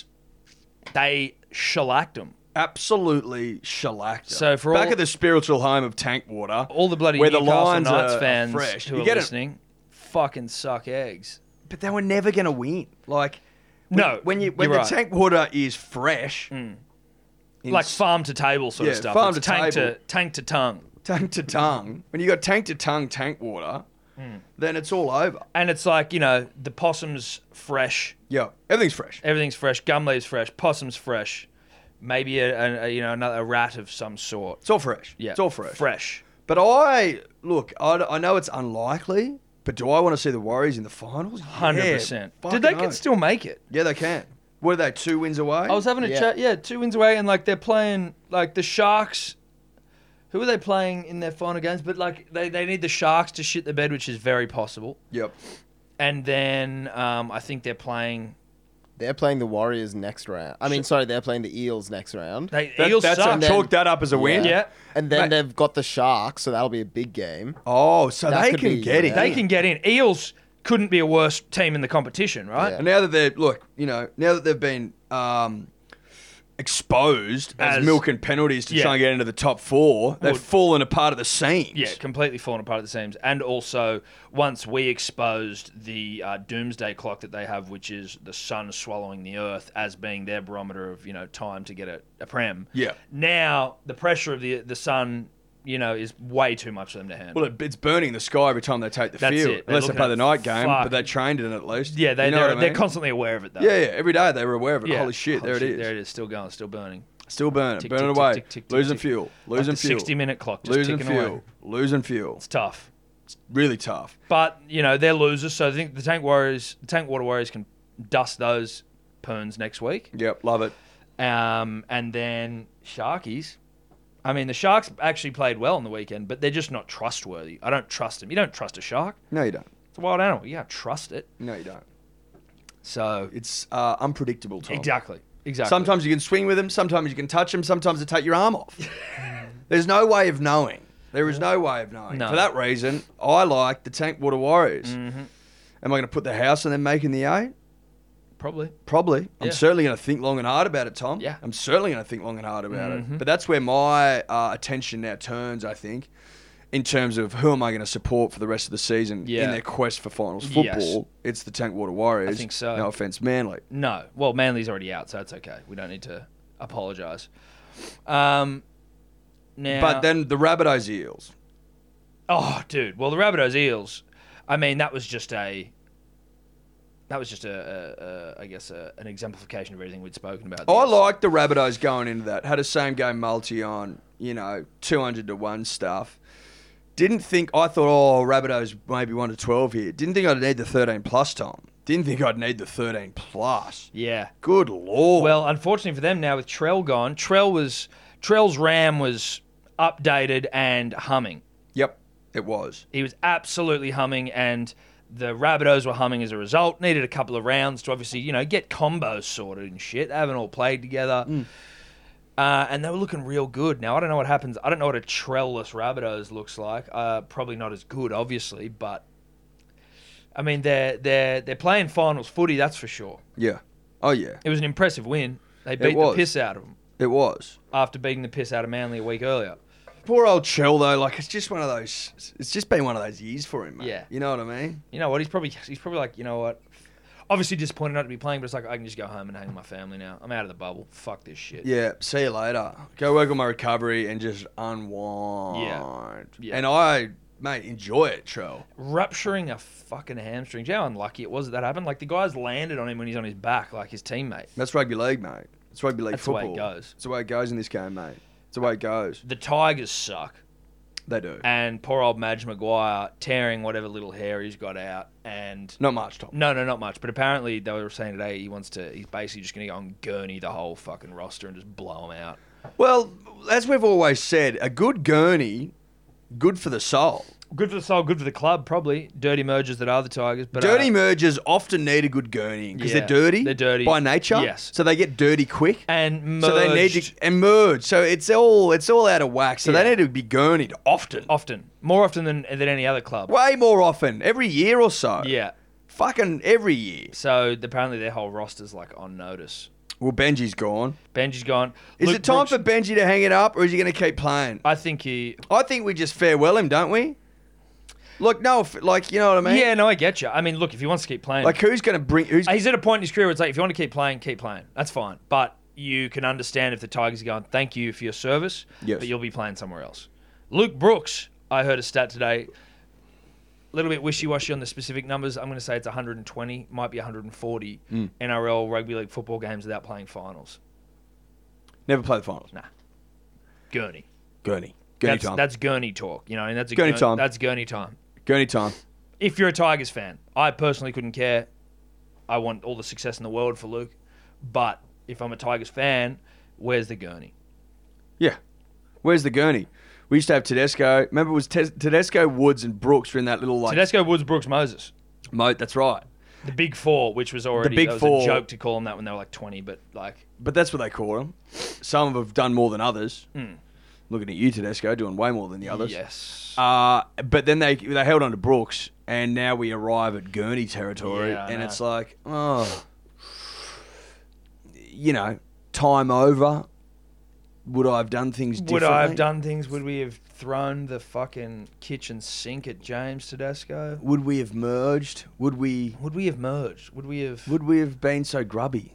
B: They shellacked them.
C: absolutely shellacked. them.
B: So for
C: Back
B: all-
C: at the spiritual home of Tank Water.
B: All the bloody
C: where the
B: Newcastle
C: lines
B: Knights
C: are
B: fans
C: fresh.
B: who
C: You
B: are
C: get it.
B: listening fucking suck eggs.
C: But they were never going to win. Like, when,
B: No,
C: When, you, when
B: you're
C: the
B: right. Hmm.
C: Tank Water is fresh. in
B: Like
C: s-
B: farm to table sort of
C: Yeah,
B: stuff.
C: farm
B: It's
C: to
B: tank
C: table.
B: to tank to tongue.
C: tank to tongue, when you got tank to tongue tank water,
B: Hmm.
C: then it's all over.
B: And it's like, you know, the possum's fresh,
C: Yeah, everything's fresh.
B: everything's fresh, gum leaves fresh, possum's fresh, maybe a, a, a you know another a rat of some sort.
C: It's all fresh.
B: Yeah,
C: it's all fresh.
B: Fresh.
C: But I look, I, I know it's unlikely, but do I want to see the Warriors in the finals?
B: Hundred
C: Yeah,
B: percent.
C: fucking
B: Did they
C: oath.
B: can still make it?
C: Yeah, they can. What are they? Two wins away.
B: I was having a
D: Yeah.
B: chat. Yeah, two wins away, and like they're playing like the Sharks. Who are they playing in their final games? But like they, they need the Sharks to shit the bed, which is very possible.
C: Yep.
B: And then um, I think they're playing.
D: They're playing the Warriors next round. I mean, sorry, they're playing the Eels next round.
B: They,
C: That-
B: Eels
C: that's
B: suck.
D: a
C: chalk that up as a win.
B: Yeah. Yeah.
D: And then
B: Mate.
D: they've got the Sharks, so that'll be a big game.
C: Oh, so
D: That
C: they
D: could
C: can
D: be-
C: get it.
B: They can get in. Eels couldn't be a worse team in the competition, right?
D: Yeah.
C: And now that they're look, you know, now that they've been um, exposed as,
B: As-
C: milk and penalties to
B: Yeah.
C: try and get into the top four, they've
B: Well-
C: fallen apart at the seams.
B: Yeah, completely fallen apart at the seams. And also, once we exposed the uh, doomsday clock that they have, which is the sun swallowing the earth as being their barometer of you know time to get a, a prem.
C: Yeah.
B: Now the pressure of the the sun, you know, is way too much for them to handle.
C: Well, it, it's burning the sky every time they take the
B: That's
C: field,
B: it. They're
C: unless they
B: looking
C: play
B: at,
C: the night game. But
B: "Fuck."
C: they trained in it at least.
B: yeah, they
C: You know
B: they're,
C: what I
B: they're
C: mean?
B: constantly aware of it though.
C: Yeah, yeah. Every day they were aware of it.
B: Yeah.
C: Holy shit!
B: Holy
C: there it is.
B: There it is. Still going. Still burning.
C: Still burning,
B: Tick,
C: burning
B: tick,
C: away,
B: tick, tick, tick, tick,
C: losing
B: tick.
C: fuel,
B: Like
C: losing
B: the
C: fuel,
B: 60 minute clock just
C: losing
B: ticking away.
C: fuel, losing fuel.
B: It's tough.
C: It's really tough.
B: But you know they're losers, so I think the tank warriors, the tank water warriors, can dust those perns next week.
C: Yep, love it.
B: Um, and then Sharkies. I mean, the Sharks actually played well on the weekend, but they're just not trustworthy. I don't trust them. You don't trust a shark.
C: No, you don't.
B: It's a wild animal. You can't trust it.
C: No, you don't.
B: So
C: It's uh, unpredictable. Tom.
B: exactly, exactly.
C: Sometimes you can swing with them. Sometimes you can touch them. Sometimes they take your arm off. There's no way of knowing. There is no way of knowing.
B: No. Mm.
C: For that reason, I like the Tank Water Warriors.
B: Mm-hmm.
C: Am I going to put the house on them making the eight?
B: probably.
C: Probably. I'm
B: Yeah.
C: certainly going to think long and hard about it, Tom.
B: Yeah. Mm-hmm.
C: I'm certainly going to think long and hard about it. But that's where my uh, attention now turns, I think, in terms of who am I going to support for the rest of the season in
B: Yeah.
C: their quest for finals football.
B: Yes.
C: It's the Tank Water Warriors.
B: I think so.
C: No offense, Manly.
B: No. Well, Manly's already out, so that's okay. We don't need to apologise. Um, now,
C: But then the Rabbitohs Eels.
B: oh, dude. Well, the Rabbitohs Eels. I mean, that was just a. That was just a, a, a I guess, a, an exemplification of everything we'd spoken about.
C: Oh, I
B: Yes.
C: like the Rabbitohs going into that. Had a same game multi on, you know, 200 to 1 stuff. Didn't think, I thought, oh, Rabbitohs maybe 1 to 12 here. Didn't think I'd need the 13 plus, Tom. Didn't think I'd need the 13 plus.
B: Yeah.
C: Good lord.
B: Well, unfortunately for them now with Trell gone, Trell was Trell's RAM was updated and humming.
C: yep, it was.
B: He was absolutely humming and the Rabbitohs were humming as a result. Needed a couple of rounds to obviously, you know, get combos sorted and shit. They haven't all played together. Uh, and they were looking real good. Now, I don't know what happens. I don't know what a Trell-less Rabbitohs looks like. Uh, probably not as good, obviously, but I mean, they're, they're, they're playing finals footy, that's for sure.
C: Yeah. Oh yeah,
B: It was an impressive win. They beat the
C: was.
B: piss out of them
C: it was.
B: after beating the piss out of Manly a week earlier.
C: Poor old Chell though, like it's just one of those. It's just been one of those years for him, mate.
B: Yeah.
C: You know what I mean?
B: You know what? He's probably he's probably like, you know what? Obviously disappointed not to be playing, but it's like I can just go home and hang with my family now. I'm out of the bubble. Fuck this shit.
C: Yeah. See you later. Go work on my recovery and just unwind.
B: Yeah.
C: And I, mate, enjoy it, Chell.
B: Rupturing a fucking hamstring. Do you know how unlucky it was that that happened? Like the guys landed on him when he's on his back, like his teammate.
C: That's rugby league, mate. It's rugby league
B: That's the way it
C: football.
B: goes. Uh,
C: It's the way it goes in this game, mate. It's the way it goes.
B: The Tigers suck,
C: They do.
B: and poor old Madge Maguire tearing whatever little hair he's got out, and
C: Not much, Tom.
B: No, no, not much. But apparently they were saying today he wants to. He's basically just going to go and gurney the whole fucking roster and just blow them out.
C: Well, as we've always said, a good gurney, good for the soul.
B: Good for the soul, good for the club, probably. Dirty mergers that are the Tigers, but
C: dirty
B: uh,
C: mergers often need a good gurney because
B: Yeah,
C: they're dirty.
B: they're dirty.
C: by nature.
B: Yes.
C: So they get dirty quick.
B: and
C: so they need
B: merged
C: to and merge. So it's all it's all out of whack. So they
B: Yeah.
C: need to be gurneyed often,
B: often, more often than than any other club.
C: way more often, every year or so.
B: Yeah.
C: Fucking every year.
B: So apparently their whole roster's like on notice.
C: Well, Benji's gone.
B: Benji's gone.
C: Is
B: Luke
C: it time
B: Brooks-
C: for Benji to hang it up, or is he going to keep playing?
B: I think he.
C: I think we just farewell him, don't we? Look, no, if- like you know what I mean.
B: Yeah, no, I get you. I mean, look, if he wants to keep playing,
C: Like who's going to bring? Who's
B: he's at a point in his career where it's like if you want to keep playing, keep playing. That's fine. But you can understand if the Tigers are going, thank you for your service,
C: Yes.
B: but you'll be playing somewhere else. Luke Brooks, I heard a stat today. A little bit wishy-washy on the specific numbers. I'm going to say it's 120, might be 140
C: Mm.
B: NRL rugby league football games without playing finals.
C: Never played the finals.
B: Nah, gurney.
C: Gurney. Gurney
B: that's,
C: time.
B: That's gurney talk, you know, and that's a
C: Gurney
B: Gur-
C: time.
B: That's gurney time.
C: Gurney time.
B: If you're a Tigers fan, I personally couldn't care. I want all the success in the world for Luke, but if I'm a Tigers fan, where's the gurney?
C: Yeah. Where's the gurney? We used to have Tedesco. Remember, it was Tes Tedesco, Woods, and Brooks were in that little like
B: Tedesco, Woods, Brooks, Moses,
C: moat. That's right.
B: the big four, which was already
C: big
B: that was
C: four.
B: a joke to call them that when they were like 20, but like
C: But that's what they call them. Some have done more than others.
B: Hmm.
C: Looking at you, Tedesco, doing way more than the others.
B: yes,
C: Uh, but then they they held on to Brooks, and now we arrive at Gurney territory,
B: Yeah, I
C: and
B: know.
C: it's like, oh, you know, time over. Would I have done things
B: would
C: differently?
B: I have done things? Would we have thrown the fucking kitchen sink at James Tedesco?
C: Would we have merged? Would we?
B: Would we have merged? Would we have
C: Would we have been so grubby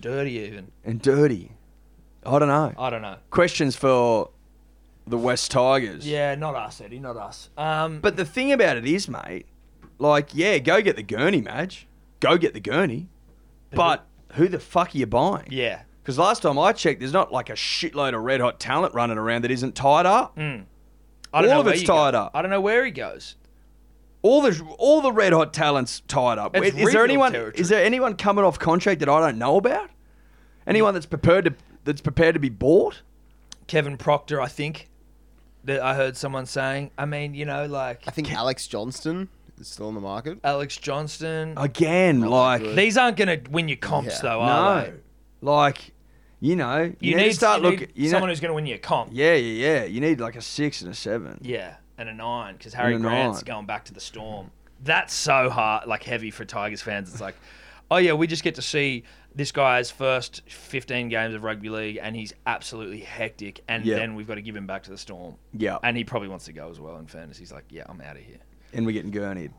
B: dirty even?
C: and dirty? I don't know.
B: I don't know.
C: Questions for the West Tigers.
B: Yeah, not us, Eddie, not us. Um,
C: But the thing about it is, mate, like, yeah, go get the gurney, Madge. Go get the gurney. But who the fuck are you buying?
B: yeah,
C: Because last time I checked, there's not like a shitload of red hot talent running around that isn't tied up.
B: Mm. I don't
C: All
B: know
C: of
B: where
C: it's
B: you go.
C: tied up.
B: I don't know where he goes.
C: All the all the red hot talents tied up.
B: It's
C: is is there
B: rebuild
C: anyone
B: territory.
C: is there anyone coming off contract that I don't know about? Anyone that's prepared to that's prepared to be bought?
B: Kevin Proctor, I think that I heard someone saying. I mean, you know, like
D: I think Alex Johnston is still on the market.
B: Alex Johnston.
C: Again, like
D: good.
B: These aren't going to win you comps,
D: Yeah.
B: though, are
C: Oh, no,
B: they?
C: like you know, you,
B: You,
C: need, to start
B: you need
C: looking. You know,
B: someone who's going to win you a comp.
C: yeah, yeah, yeah. You need like a six and a seven.
B: Yeah, and a nine because Harry
C: And a
B: Grant's
C: nine.
B: going back to the Storm. That's so hard, like heavy for Tigers fans. It's like, oh yeah, we just get to see this guy's first 15 games of rugby league, and he's absolutely hectic. And
C: Yeah.
B: then we've got to give him back to the Storm.
C: Yeah.
B: and he probably wants to go as well. In fairness, he's like, yeah, I'm out of here.
C: and we're getting gurneyed.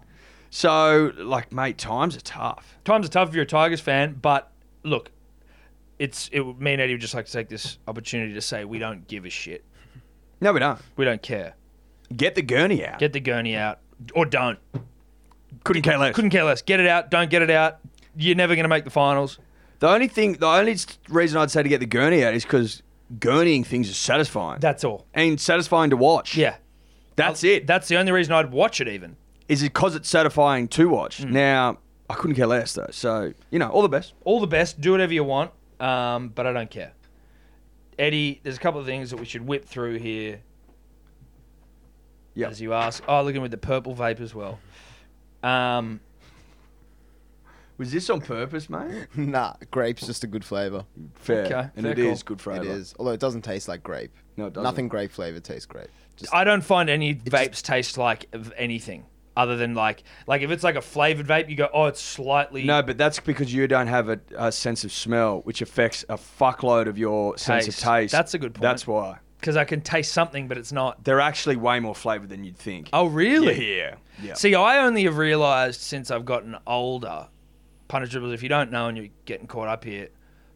C: So, like, mate, times are tough.
B: Times are tough if you're a Tigers fan, but look, it's it. Me and Eddie would just like to take this opportunity to say we don't give a shit.
C: No, we don't.
B: We don't care.
C: Get the gurney out.
B: Get the gurney out or don't.
C: couldn't care less.
B: Couldn't care less. Get it out. Don't get it out. You're never going to make the finals.
C: The only thing, the only s- reason I'd say to get the gurney out is because gurneying things is satisfying
B: That's all.
C: and satisfying to watch.
B: Yeah.
C: that's it. That
B: That's the only reason I'd watch it even.
C: is it because it's satisfying to watch.
B: Mm.
C: Now, I couldn't care less though. So, you know, all the best.
B: All the best. Do whatever you want. Um, but I don't care. Eddie, there's a couple of things that we should whip through here.
C: Yep.
B: As you ask. Oh, looking with the purple vape as well. Um,
C: Was this on purpose, mate?
D: nah, grape's just a good flavor.
C: Fair.
B: Okay,
C: and
B: fair
C: it is
B: call.
C: good
D: It
C: flavor.
D: is, although it doesn't taste like grape.
C: No, it doesn't.
D: Nothing grape flavor tastes grape. Just
B: I don't find any vapes taste like of anything other than like like if it's like a flavored vape, you go, oh, it's slightly
C: No, but that's because you don't have a, a sense of smell, which affects a fuckload of your sense of
B: Taste.
C: taste.
B: That's a good point.
C: That's why.
B: because I can taste something, but it's not.
C: They're actually way more flavored than you'd think.
B: Oh, really?
C: Yeah. yeah.
B: See, I only have realised since I've gotten older, Punish Dribbles, if you don't know and you're getting caught up here,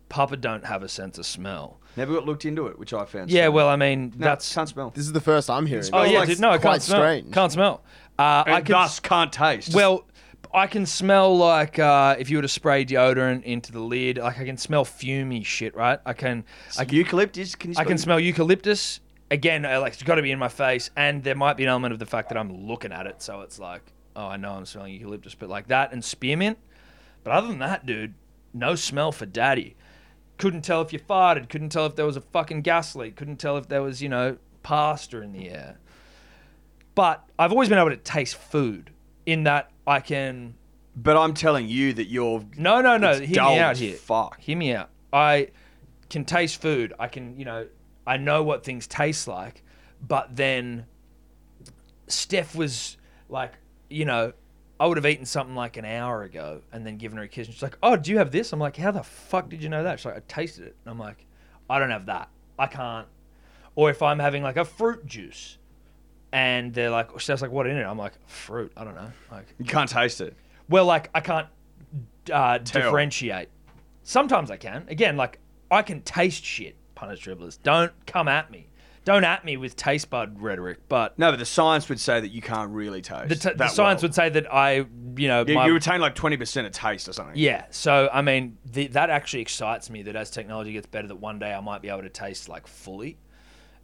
B: Papa don't have a sense of smell.
C: Never got looked into it, which I found.
B: Yeah,
C: strange.
B: well, I mean,
C: no,
B: that's.
C: can't smell.
D: this is the first I'm hearing.
B: oh,
D: about
B: yeah,
D: it.
B: dude, no, I
D: quite
B: can't smell.
D: strange.
B: Can't smell. Uh, I
C: And
B: can,
C: thus can't taste.
B: well, I can smell like uh, if you were to spray deodorant into the lid, like I can smell fumey shit, right? I can. I can,
C: eucalyptus. Can you?
B: I can smell eucalyptus. Again, uh, like it's got to be in my face, and there might be an element of the fact that I'm looking at it, so it's like, oh, I know I'm smelling eucalyptus, but like that and spearmint. But other than that, dude, no smell for daddy. Couldn't tell if you farted. Couldn't tell if there was a fucking gas leak. Couldn't tell if there was, you know, pasta in the air. But I've always been able to taste food in that I can.
C: But I'm telling you that you're.
B: No, no, no.
C: It's
B: hear
C: dull
B: me out
C: as
B: here.
C: fuck.
B: Hear me out. I can taste food. I can, you know, I know what things taste like. But then Steph was like, you know, I would have eaten something like an hour ago and then given her a kiss. And she's like, oh, do you have this? I'm like, how the fuck did you know that? She's like, I tasted it. And I'm like, I don't have that. I can't. Or if I'm having like a fruit juice and they're like, Steph's like, what in it? I'm like, fruit. I don't know. Like,
C: You can't taste it.
B: well, like I can't uh, differentiate. Sometimes I can. Again, like I can taste shit. Punish dribblers, don't come at me. Don't at me with taste bud rhetoric, but
C: No, but the science would say that you can't really taste.
B: the, t- the
C: that
B: science
C: well.
B: would say that I, you know,
C: You,
B: my-
C: you retain like twenty percent of taste or something.
B: yeah. So I mean, the, that actually excites me that as technology gets better, that one day I might be able to taste like fully,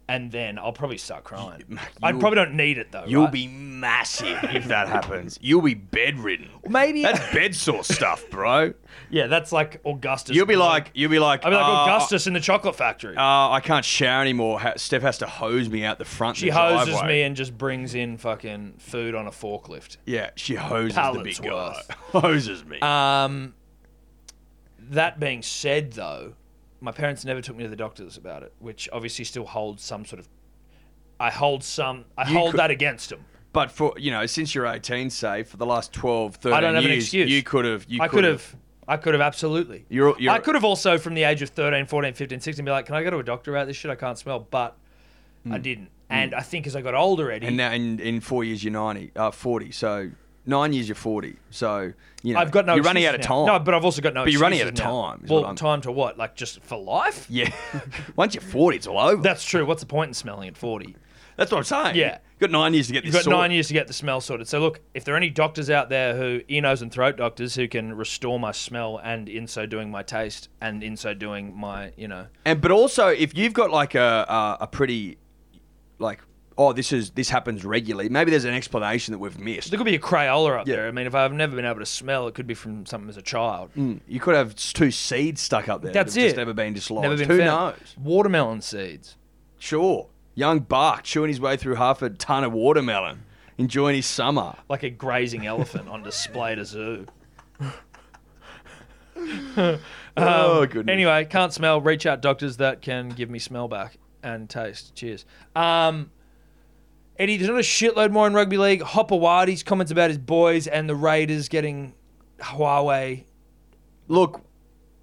B: and then I'll probably start crying. I
C: you'll-
B: probably don't need it though.
C: You'll
B: right?
C: be massive if that happens. You'll be bedridden.
B: maybe.
C: That's bed sore stuff, bro.
B: yeah, that's like Augustus.
C: You'll be like, you'll be like,
B: I'll be like "Oh,
C: "Uh,
B: Augustus in the chocolate factory.
C: uh, I can't shower anymore. Ha- Steph has to hose me out the front.
B: she
C: of the
B: hoses
C: driveway.
B: me and just brings in fucking food on a forklift.
C: Yeah, she hoses the
B: Pallets
C: big guy.
B: worth.
C: hoses me.
B: Um, that being said, though, my parents never took me to the doctors about it, which obviously still holds some sort of. I hold some. I
C: You
B: hold
C: could-
B: that against them.
C: but for you know, since you're 18, say for the last 12, 13
B: I don't have an
C: years,
B: excuse.
C: you could have. You
B: I could have. I could have absolutely.
C: You're- you're-
B: I could have also, from the age of 13, 14, 15, 16, be like, can I go to a doctor about this shit? I can't smell. But I didn't. And I think as I got older, Eddie,
C: Hmm. And now in, in four years, you're 90, uh, 40. So nine years, you're 40. So you know,
B: I've got no.
C: You're running out of
B: excuses
C: time.
B: now. No, but I've also got no.
C: But you're running out of
B: excuses now.
C: time is what
B: Well,
C: I'm-
B: time to what? Like just for life?
C: yeah, once you're 40, it's all over.
B: That's true. What's the point in smelling at 40?
C: That's what I'm saying.
B: Yeah.
C: You've got nine years to get
B: You've
C: this
B: got nine years to get the smell sorted. So look, if there are any doctors out there who enos and throat doctors who can restore my smell and in so doing my taste and in so doing my you know
C: And but also, if you've got like a a, a pretty like. Oh, this is this happens regularly. Maybe there's an explanation that we've missed.
B: there could be a Crayola up
C: Yeah.
B: there. I mean, if I've never been able to smell, it could be from something as a child.
C: You could have s- two seeds stuck up there.
B: That's
C: that have
B: it.
C: Just Mm. never been dislodged.
B: Never been
C: Who
B: found.
C: knows?
B: Watermelon seeds.
C: Sure. Young Bark chewing his way through half a ton of watermelon, enjoying his summer.
B: like a grazing elephant on display at a zoo.
C: oh goodness.
B: Um, Anyway, can't smell. Reach out doctors that can give me smell back and taste. Cheers. Um, Eddie, there's not a shitload more in rugby league. Hopawadi's comments about his boys and the Raiders getting Huawei.
C: look,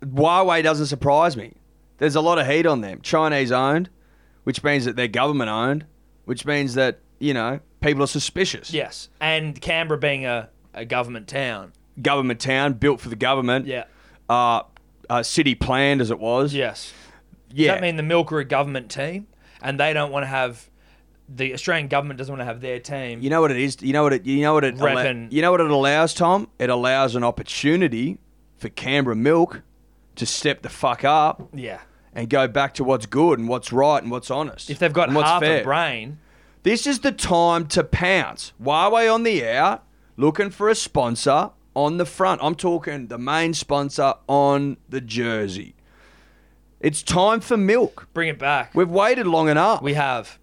C: Huawei doesn't surprise me. There's a lot of heat on them. Chinese owned, which means that they're government owned, which means that you know people are suspicious.
B: Yes, and Canberra being a, a government town.
C: Government town built for the government.
B: Yeah.
C: Uh, uh, city planned as it was.
B: Yes. Does
C: Yeah.
B: that mean the Milk are a government team, and they don't want to have the Australian government doesn't want to have their team?
C: You know what it is. You know what it. You know what it. allo-
B: Reckon-
C: you know what it allows, Tom. It allows an opportunity for Canberra Milk to step the fuck up
B: yeah.
C: and go back to what's good and what's right and what's honest.
B: If they've got
C: and what's
B: half
C: fair.
B: a brain,
C: This is the time to pounce. Huawei on the out, looking for a sponsor on the front. I'm talking the main sponsor on the jersey. It's time for milk.
B: bring it back.
C: We've waited long enough.
B: We have.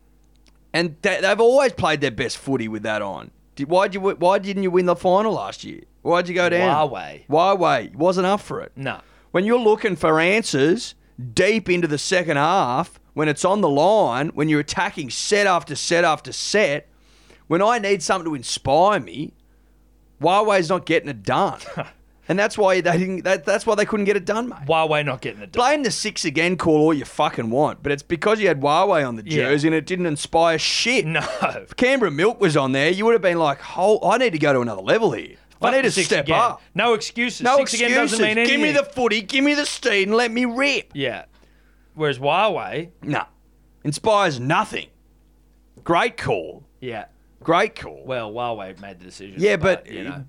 C: And they, they've always played their best footy with that on. Did, why'd you, why didn't you win the final last year? Why'd you go down?
B: Huawei.
C: Huawei wasn't up for it.
B: No.
C: When you're looking for answers deep into the second half, when it's on the line, when you're attacking set after set after set, when I need something to inspire me, Huawei's not getting it done. and that's why they didn't, that, that's why they couldn't get it done, mate.
B: Huawei not getting it done.
C: Blame the six again call all you fucking want, but it's because you had Huawei on the
B: Yeah.
C: jersey and it didn't inspire shit.
B: No.
C: If Canberra Milk was on there, you would have been like, "Hol- I need to go to another level here. I need to
B: Six
C: step
B: again.
C: up.
B: No excuses.
C: No
B: Six
C: excuses.
B: again doesn't mean anything.
C: give me the footy, give me the steed, and let me rip.
B: Yeah. Whereas Huawei,
C: No. Inspires nothing. Great call.
B: yeah.
C: Great call.
B: Well, Huawei made the decision.
C: yeah, but,
B: you know.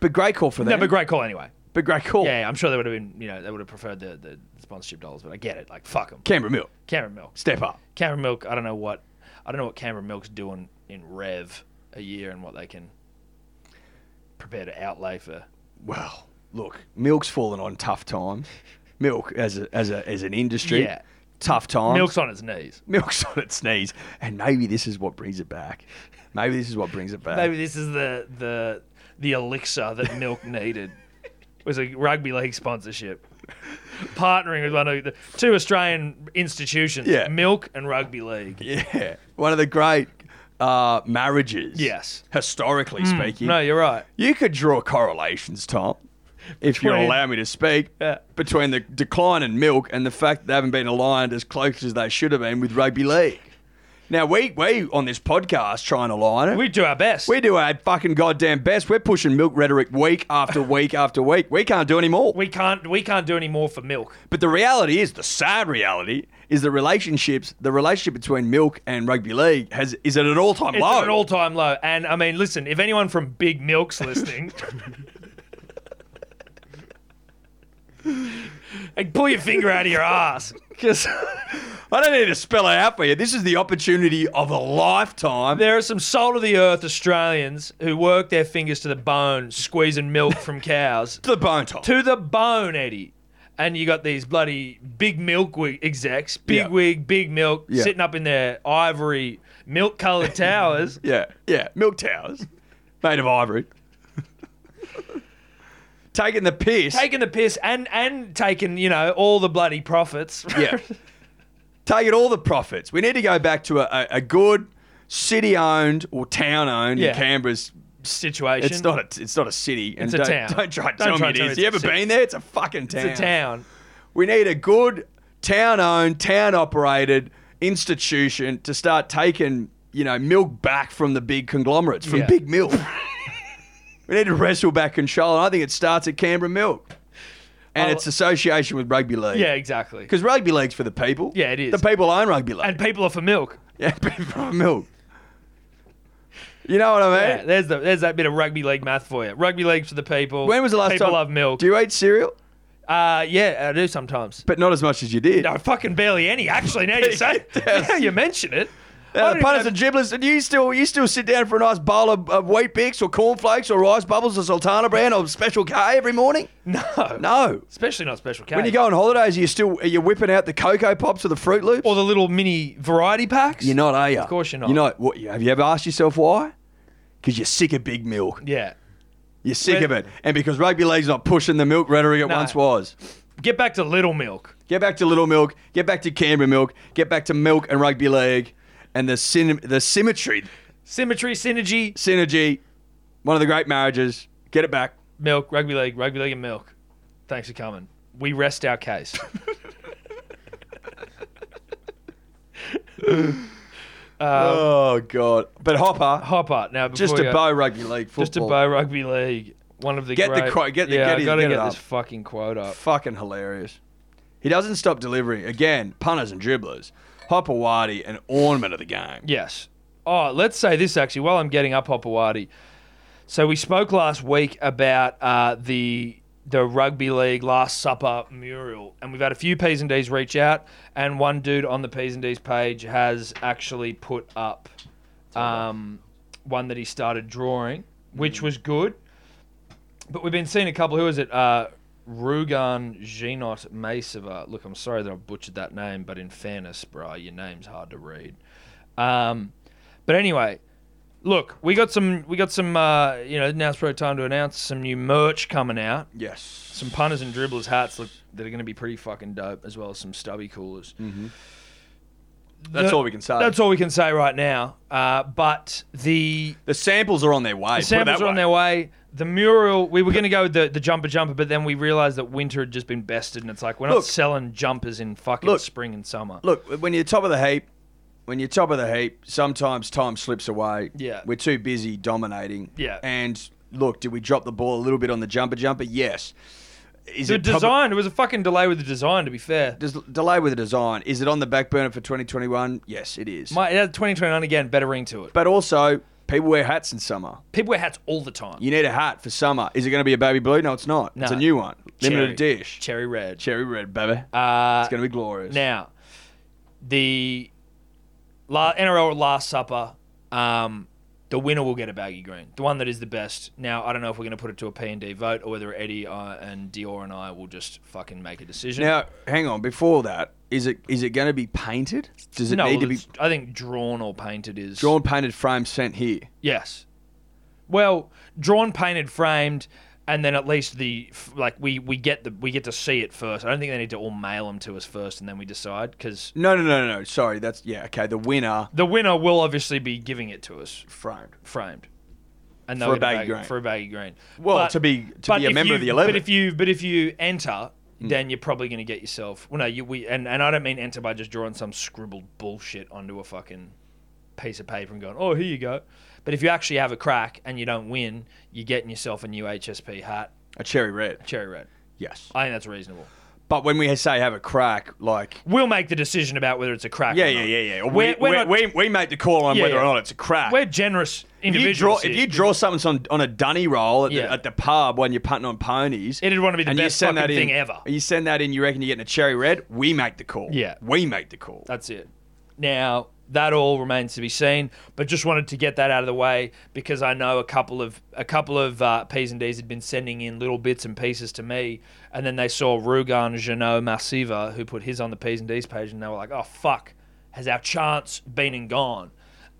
C: but great call for them.
B: No, but great call anyway.
C: But great call.
B: Yeah, yeah, I'm sure they would have been, you know, they would have preferred the, the sponsorship dollars, but I get it. Like, fuck them.
C: Canberra Milk,
B: Cameron Milk.
C: step up.
B: Cameron Milk, I don't know what, I don't know what Cameron Milk's doing in Rev a year and what they can prepare to outlay for.
C: Well, look, Milk's fallen on tough times. Milk as a, as a, as an industry,
B: Yeah.
C: tough times.
B: Milk's on its knees.
C: Milk's on its knees, and maybe this is what brings it back. Maybe this is what brings it back.
B: Maybe this is the the the elixir that milk needed was a rugby league sponsorship, partnering with one of the two Australian institutions,
C: Yeah.
B: milk and rugby league.
C: Yeah, one of the great uh, marriages.
B: Yes. Hmm.
C: historically speaking.
B: No, you're right.
C: You could draw correlations, Tom, if you'll
B: Between-
C: allow me to speak,
B: Yeah.
C: between the decline in milk and the fact that they haven't been aligned as close as they should have been with rugby league. Now, we, we on this podcast try and align it.
B: We do our best.
C: we
B: We,
C: do our fucking goddamn best. We're pushing milk rhetoric week after week after week. We can't do any more.
B: can't we can't do any more for milk.
C: But the reality is, the sad reality is the relationships, the relationship between milk and rugby league has is at an all time
B: It's
C: low.
B: at an all time low. And I mean, listen, if anyone from Big Milk's listening, like pull your finger out of your ass. Because
C: I don't need to spell it out for you. This is the opportunity of a lifetime.
B: there are some salt of the earth Australians who work their fingers to the bone squeezing milk from cows
C: to the bone top.
B: to the bone, Eddie. And you got these bloody big milk wig execs, big
C: Yeah.
B: wig, big milk,
C: Yeah.
B: sitting up in their ivory milk coloured towers.
C: Yeah, yeah. Milk towers made of ivory. Taking the piss.
B: taking the piss and and taking you know all the bloody profits.
C: yeah. Taking all the profits. We need to go back to a, a, a good city owned or town owned
B: Yeah.
C: in Canberra's.
B: situation.
C: It's not a it's not a city. And
B: It's a
C: don't,
B: town.
C: Don't try to
B: Don't
C: tell
B: try
C: me it
B: to tell me it's
C: is.
B: a
C: You ever
B: city.
C: been there? It's a fucking town.
B: It's a town.
C: We need a good town owned, town operated institution to start taking, you know, milk back from the big conglomerates, from
B: Yeah.
C: big milk. we need to wrestle back control. And I think it starts at Canberra Milk and
B: I'll-
C: its association with rugby league.
B: Oh. Yeah, exactly.
C: Because rugby league's for the people.
B: Yeah, it is.
C: The people own rugby league.
B: And people are for milk.
C: yeah, people own milk. You know what I
B: Yeah,
C: mean?
B: there's the there's that bit of rugby league math for you. Rugby league's for the people.
C: when was the last
B: people
C: time?
B: People love milk.
C: Do you eat cereal?
B: uh, yeah, I do sometimes.
C: But not as much as you did. Uh,
B: No, fucking barely any. Actually, now you say,
C: Yes.
B: now you mention it. I
C: Uh,
B: don't
C: the
B: even
C: punters
B: know-
C: and dribblers, and you still you still sit down for a nice bowl of, of wheat bix or cornflakes or rice bubbles or sultana brand or special K every morning?
B: no,
C: No.
B: especially not special case.
C: When you go on holidays, are you still are you whipping out the cocoa pops or the fruit loops?
B: or the little mini variety packs.
C: you're not, are you? Of
B: course you're not.
C: You're not. What, have you ever asked yourself why? Because you're sick of big milk.
B: Yeah.
C: You're sick
B: When-
C: of it, and because rugby league's not pushing the milk rhetoric it
B: No.
C: once was.
B: Get back to little milk.
C: Get back to Little Milk. Get back to Canberra Milk. Get back to milk and rugby league, and the syn- the symmetry,
B: Symmetry, synergy,
C: synergy. One of the great marriages. Get it back.
B: milk, rugby league, rugby league, and milk. Thanks for coming. We rest our case. uh,
C: Oh God! But Hopper,
B: Hopper. Now, before
C: just
B: we
C: a
B: go-
C: bow rugby league football.
B: just a bow rugby league. One of the
C: Get the
B: great-
C: quote- get the-
B: yeah,
C: get
B: I
C: his-
B: gotta
C: get
B: get,
C: it
B: this
C: up.
B: fucking quote up.
C: Fucking hilarious. He doesn't stop delivering. Again, punters and dribblers. Hopper Wadi, an ornament of the game.
B: Yes. Oh, let's say this actually while I'm getting up Hopawati. So we spoke last week about uh, the the rugby league Last Supper mural, and we've had a few P's and D's reach out, and one dude on the P's and D's page has actually put up um, one that he started drawing, which was good. But we've been seeing a couple. Who is it? Uh, Rugan Ginot Meseva. Look, I'm sorry that I butchered that name, but in fairness, bruh, your name's hard to read. Um, but anyway, look, we got some, we got some, uh, you know, now's probably time to announce some new merch coming out.
C: Yes.
B: Some punters and dribblers hats look that are going to be pretty fucking dope, as well as some stubby coolers.
C: That's
B: The-
C: Mm-hmm. all we can say.
B: That's all we can say right now. Uh, but the
C: the samples are on their way.
B: the samples are on their way. The mural, we were going to go with the, the jumper jumper, but then we realized that winter had just been bested, and it's like we're not
C: Look.
B: selling jumpers in fucking
C: Look.
B: spring and summer.
C: Look, when you're top of the heap, when you're top of the heap, sometimes time slips away.
B: Yeah.
C: We're too busy dominating.
B: Yeah.
C: And look, did we drop the ball a little bit on the jumper jumper? Yes. Is
B: the
C: it prob-
B: design, it was a fucking delay with the design, to be fair.
C: Does delay with the design. Is it on the back burner for 2021? Yes, it is.
B: My, it had 2029 again, better ring to it.
C: but also, people wear hats in summer.
B: People wear hats all the time.
C: You need a hat for summer. Is it going to be a baby blue? No, it's not. It's a
B: No.
C: new one.
B: Cherry.
C: Limited dish.
B: Cherry red.
C: Cherry red, baby.
B: Uh,
C: it's going to be glorious.
B: Now, the la- NRL Last Supper, um, the winner will get a baggy green, the one that is the best. Now, I don't know if we're going to put it to a P&D vote or whether Eddie uh, and Dior and I will just fucking make a decision.
C: now, hang on. Before that, is it is it going to be painted? Does it
B: no,
C: need to
B: well,
C: be
B: it's- I think drawn or painted is
C: drawn, painted, frame sent here?
B: Yes. Well, drawn, painted, framed, and then at least the f- like we we get the we get to see it first. I don't think they need to all mail them to us first, and then we decide because
C: No, no, no, no, no. Sorry, that's yeah. Okay, the winner
B: the winner will obviously be giving it to us
C: framed.
B: framed. And
C: For
B: they'll
C: a
B: get
C: baggy green.
B: for a baggy green.
C: Well, to be- to
B: but
C: be a
B: if you,
C: member of the Hmm. 11.
B: But if you but if you enter, then you're probably going to get yourself. Well, no, you we and, and I don't mean enter by just drawing some scribbled bullshit onto a fucking piece of paper and going, oh, here you go. But if you actually have a crack and you don't win, you're getting yourself a new HSP hat,
C: A cherry red.
B: cherry red.
C: Yes.
B: I think that's reasonable.
C: But when we say have a crack, like
B: We'll make the decision about whether it's a crack.
C: yeah,
B: or
C: yeah,
B: not.
C: yeah, yeah. We
B: We're, we're
C: we-
B: not-
C: we, we make the call on
B: Yeah,
C: whether or
B: yeah.
C: not it's a crack.
B: we're generous
C: if you draw
B: individuals.
C: if
B: here.
C: you draw something on, on a dunny roll at,
B: Yeah.
C: the, at the pub when you're punting on ponies,
B: It'd wanna be the
C: and you
B: best
C: send
B: fucking
C: that in-
B: thing ever.
C: You send that in, you reckon you're getting a cherry red? We make the call.
B: Yeah.
C: we make the call.
B: That's it. Now, that all remains to be seen, but just wanted to get that out of the way because I know a couple of a couple of uh, P's and D's had been sending in little bits and pieces to me, and then they saw Rugan Janot Massiva, who put his on the P's and D's page, and they were like, "Oh fuck, has our chance been and gone?"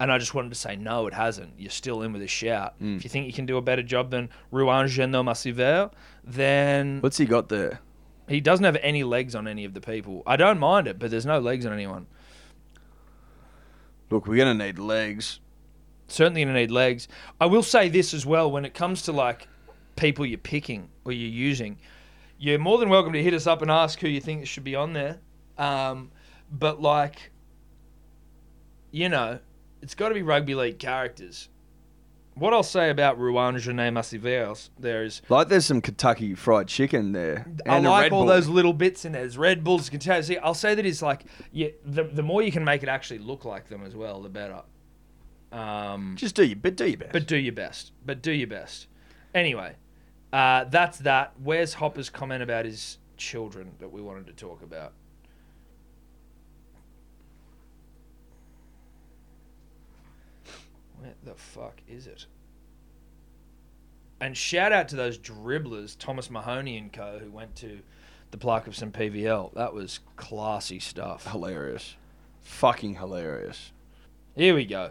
B: And I just wanted to say, no, it hasn't. You're still in with a shout. If you think you can do a better job than Ruan Janot Massiva, then
C: What's he got there?
B: he doesn't have any legs on any of the people. I don't mind it, but there's no legs on anyone.
C: Look, we're gonna need legs.
B: certainly going to need legs. I will say this as well when it comes to like people you're picking or you're using, you're more than welcome to hit us up and ask who you think should be on there. Um, but like, you know, it's got to be rugby league characters. What I'll say about Ruan Jene Massiveros there is
C: Like there's some Kentucky Fried Chicken there, and
B: I
C: a
B: like
C: Red
B: all
C: Bull.
B: those little bits in there. There's Red Bulls, can tell. See, I'll say that it's like, yeah, the, the more you can make it actually look like them as well, the better. Um,
C: Just do your bit, do your best.
B: But do your best. But do your best. Anyway, uh, that's that. Where's Hopper's comment about his children that we wanted to talk about? Where the fuck is it? And shout out to those dribblers, Thomas Mahoney and co, who went to the Parkinson PVL. That was classy stuff.
C: hilarious, fucking hilarious.
B: Here we go.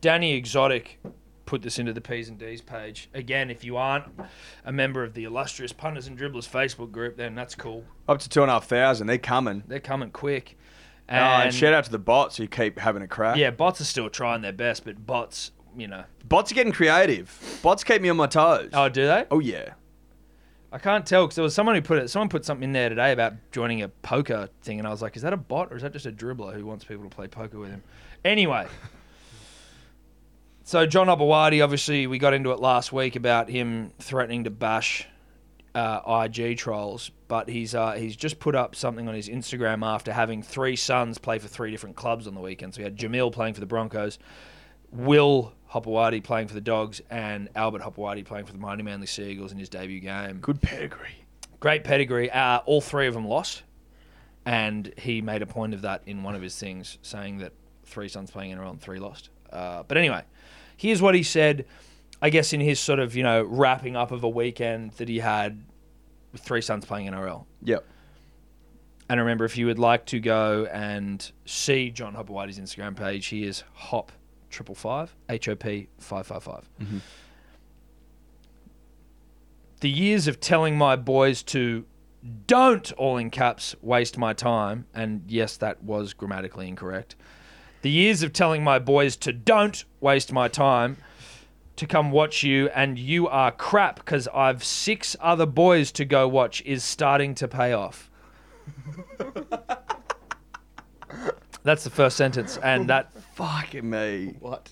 B: Danny Exotic put this into the P's and D's page. Again, if you aren't a member of the illustrious Punters and Dribblers Facebook group, then that's cool.
C: Up to two and a half thousand. They're coming.
B: They're coming quick.
C: Oh, And,
B: And,
C: shout out to the bots who keep having a crack.
B: yeah, bots are still trying their best, but bots, you know.
C: bots are getting creative. Bots keep me on my toes.
B: Oh, do they?
C: oh yeah.
B: I can't tell because there was someone who put it. Someone put something in there today about joining a poker thing, and I was like, "Is that a bot or is that just a dribbler who wants people to play poker with him?" Anyway, so John Obawadi, obviously, we got into it last week about him threatening to bash uh, IG trolls, but he's uh, he's just put up something on his Instagram after having three sons play for three different clubs on the weekend. So he had Jamil playing for the Broncos, Will Hopawadi playing for the Dogs, and Albert Hopawadi playing for the Mighty Manly Seagulls in his debut game
C: Good pedigree.
B: great pedigree. Uh, all three of them lost, and he made a point of that in one of his things, saying that three sons playing in a row and three lost. Uh, but anyway, here's what he said. I guess in his sort of you know wrapping up of a weekend that he had with three sons playing NRL.
C: Yep.
B: And remember, if you would like to go and see John Hopperwhite's Instagram page, he is hop triple five h o p five five five. The years of telling my boys to don't all in caps waste my time, and yes, that was grammatically incorrect. The years of telling my boys to don't waste my time to come watch you, and you are crap because I've six other boys to go watch is starting to pay off. That's the first sentence, and that
C: Fucking me.
D: What?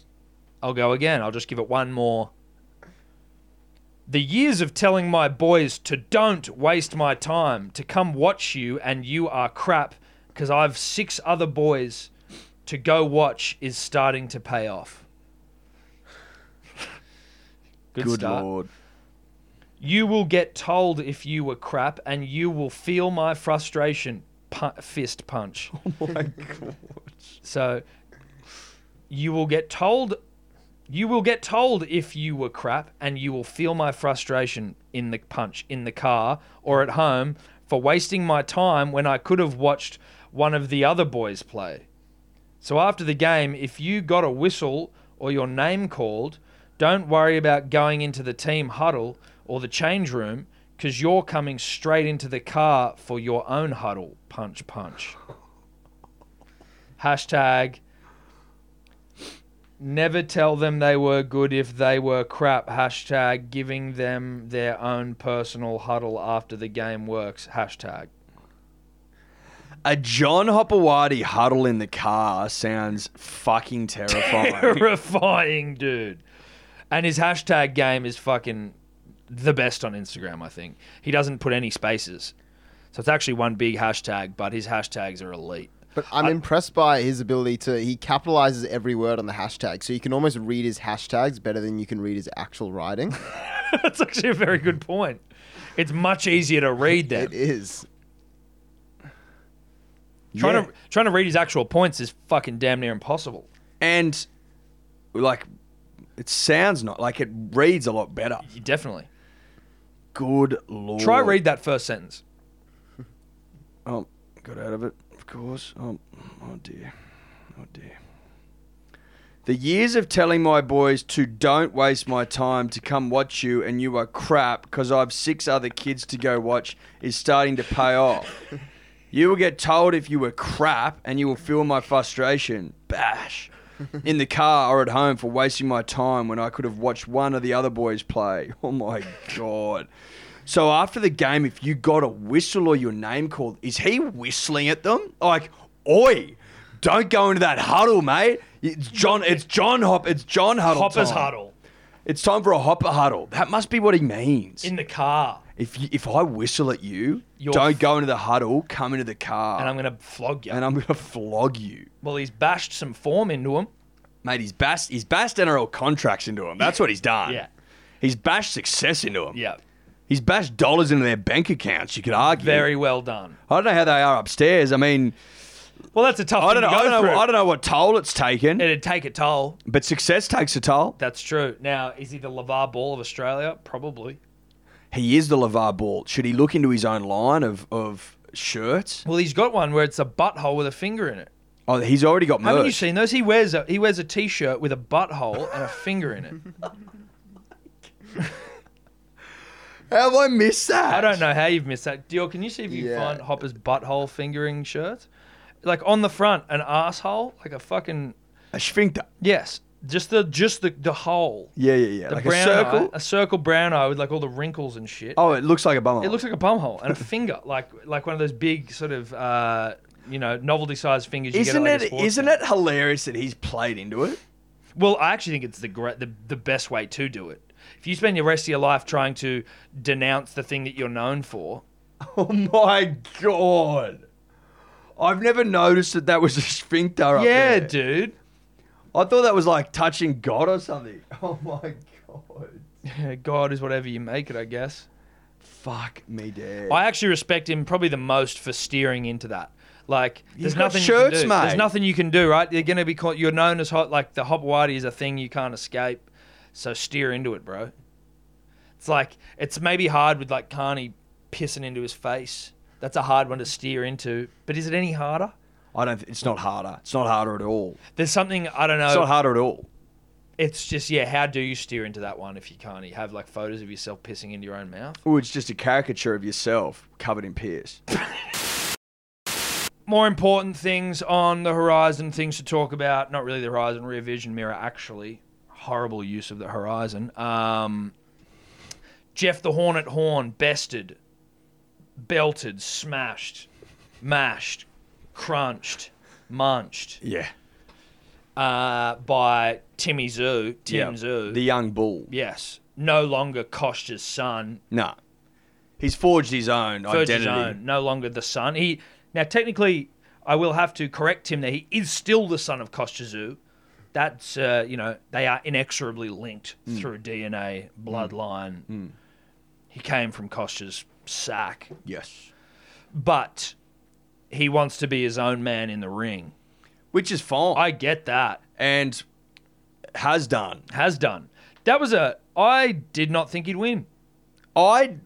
B: I'll go again. I'll just give it one more. The years of telling my boys to don't waste my time to come watch you, and you are crap because I've six other boys to go watch is starting to pay off. Good,
C: Good
B: start.
C: lord.
B: You will get told if you were crap, and you will feel my frustration. Pu- fist punch.
C: Oh My God.
B: So you will get told you will get told if you were crap and you will feel my frustration in the punch in the car or at home for wasting my time when I could have watched one of the other boys play. So after the game, if you got a whistle or your name called, don't worry about going into the team huddle or the change room because you're coming straight into the car for your own huddle. Punch, punch. Hashtag never tell them they were good if they were crap. Hashtag giving them their own personal huddle after the game works. Hashtag.
C: A John Hopperwadi huddle in the car sounds fucking terrifying.
B: Terrifying, dude. And his hashtag game is fucking the best on Instagram, I think. He doesn't put any spaces. So it's actually one big hashtag, but his hashtags are elite.
D: But I'm impressed by his ability to. He capitalizes every word on the hashtag, so you can almost read his hashtags better than you can read his actual writing.
B: That's actually a very good point. It's much easier to read them.
D: it is.
B: Trying to trying to read his actual points is fucking damn near impossible.
C: and like it sounds not like it reads a lot better.
B: You definitely.
C: Good lord.
B: Try read that first sentence.
C: Um, got out of it, of course. Um, oh dear, oh dear. The years of telling my boys to don't waste my time to come watch you and you are crap because I've six other kids to go watch is starting to pay off. You will get told if you were crap and you will feel my frustration, bash, in the car or at home for wasting my time when I could have watched one of the other boys play. Oh my God. So after the game, if you got a whistle or your name called, is he whistling at them? Like, oi, don't go into that huddle, mate. It's John. It's John Hop. It's John Huddle.
B: Hopper's
C: time.
B: huddle
C: It's time for a hopper huddle. That must be what he means.
B: in the car,
C: if you, if I whistle at you,
B: You're
C: don't
B: f-
C: go into the huddle. Come into the car,
B: and I'm gonna flog you.
C: and I'm gonna flog you,
B: well, he's bashed some form into him.
C: mate. He's bashed. He's bashed NRL contracts into him. That's what he's done.
B: Yeah.
C: He's bashed success into him.
B: Yeah,
C: He's bashed dollars into their bank accounts. You could argue.
B: very well done.
C: I don't know how they are upstairs. I mean,
B: Well, that's a tough.
C: I don't know.
B: thing
C: I
B: To go
C: don't know.
B: through.
C: I don't know what toll it's taken,
B: It'd take a toll.
C: but success takes a toll.
B: That's true. Now, is he the LeVar Ball of Australia? Probably.
C: He is the Levar Ball. Should he look into his own line of of shirts?
B: Well, he's got one where it's a butthole with a finger in it.
C: Oh, he's already got merged.
B: Haven't you seen those? He wears a he wears a t-shirt with a butthole and a finger in it.
C: How have I missed that?
B: I don't know how you've missed that. Dior, can you see if you
D: Yeah.
B: find Hopper's butthole fingering shirt? Like on the front, an asshole, like a fucking
C: A sphincter.
B: yes, just the just the the hole,
C: Yeah, yeah, yeah.
B: the
C: like a
B: brown
C: circle.
B: eye, a circle brown eye with like all the wrinkles and shit.
C: Oh, it looks like a bummer.
B: It looks like a bum hole and a finger, like like one of those big sort of uh, you know novelty sized fingers. You
C: Isn't
B: get at, like,
C: it?
B: a sports
C: Isn't
B: game.
C: it hilarious that he's played into it?
B: Well, I actually think it's the great, the, the best way to do it. If you spend your rest of your life trying to denounce the thing that you're known for,
C: Oh my god! I've never noticed that that was a sphincter up
B: yeah,
C: there.
B: dude,
C: I thought that was like touching God or something. Oh my god!
B: God is whatever you make it, I guess.
C: Fuck me, dad.
B: I actually respect him probably the most for steering into that. Like, there's
C: got
B: nothing
C: shirts,
B: you can do. There's
C: mate.
B: nothing you can do, right? You're gonna be caught. You're known as hot. Like the hop whitey is a thing you can't escape. So steer into it, bro. It's like it's maybe hard with like Carney pissing into his face. That's a hard one to steer into. But is it any harder?
C: I don't. It's not harder. It's not harder at all.
B: There's something I don't know.
C: It's
B: It's,
C: not harder at all.
B: just yeah. How do you steer into that one if you can't? You have like photos of yourself pissing into your own mouth.
C: Ooh, it's just a caricature of yourself covered in piss.
B: More important things on the horizon. Things to talk about. Not really the horizon. Rear vision mirror. Actually, horrible use of the horizon. Um, Jeff the Hornet Horn bested, belted, smashed, mashed, crunched, munched
C: Yeah.
B: uh, by Timmy Zoo. Tim Zoo.
C: The young bull.
B: yes. No longer Kosta's son.
C: No. He's forged his own
B: Forged his
C: identity.
B: own, no longer the son. He now technically, I will have to correct him there. He is still the son of Kostazu. That's uh, you know they are inexorably linked through DNA bloodline. He came from Kosta's sack,
C: Yes.
B: but he wants to be his own man in the ring.
C: Which is fine.
B: I get that.
C: and has done.
B: Has done. That was a. I did not think he'd win.
C: I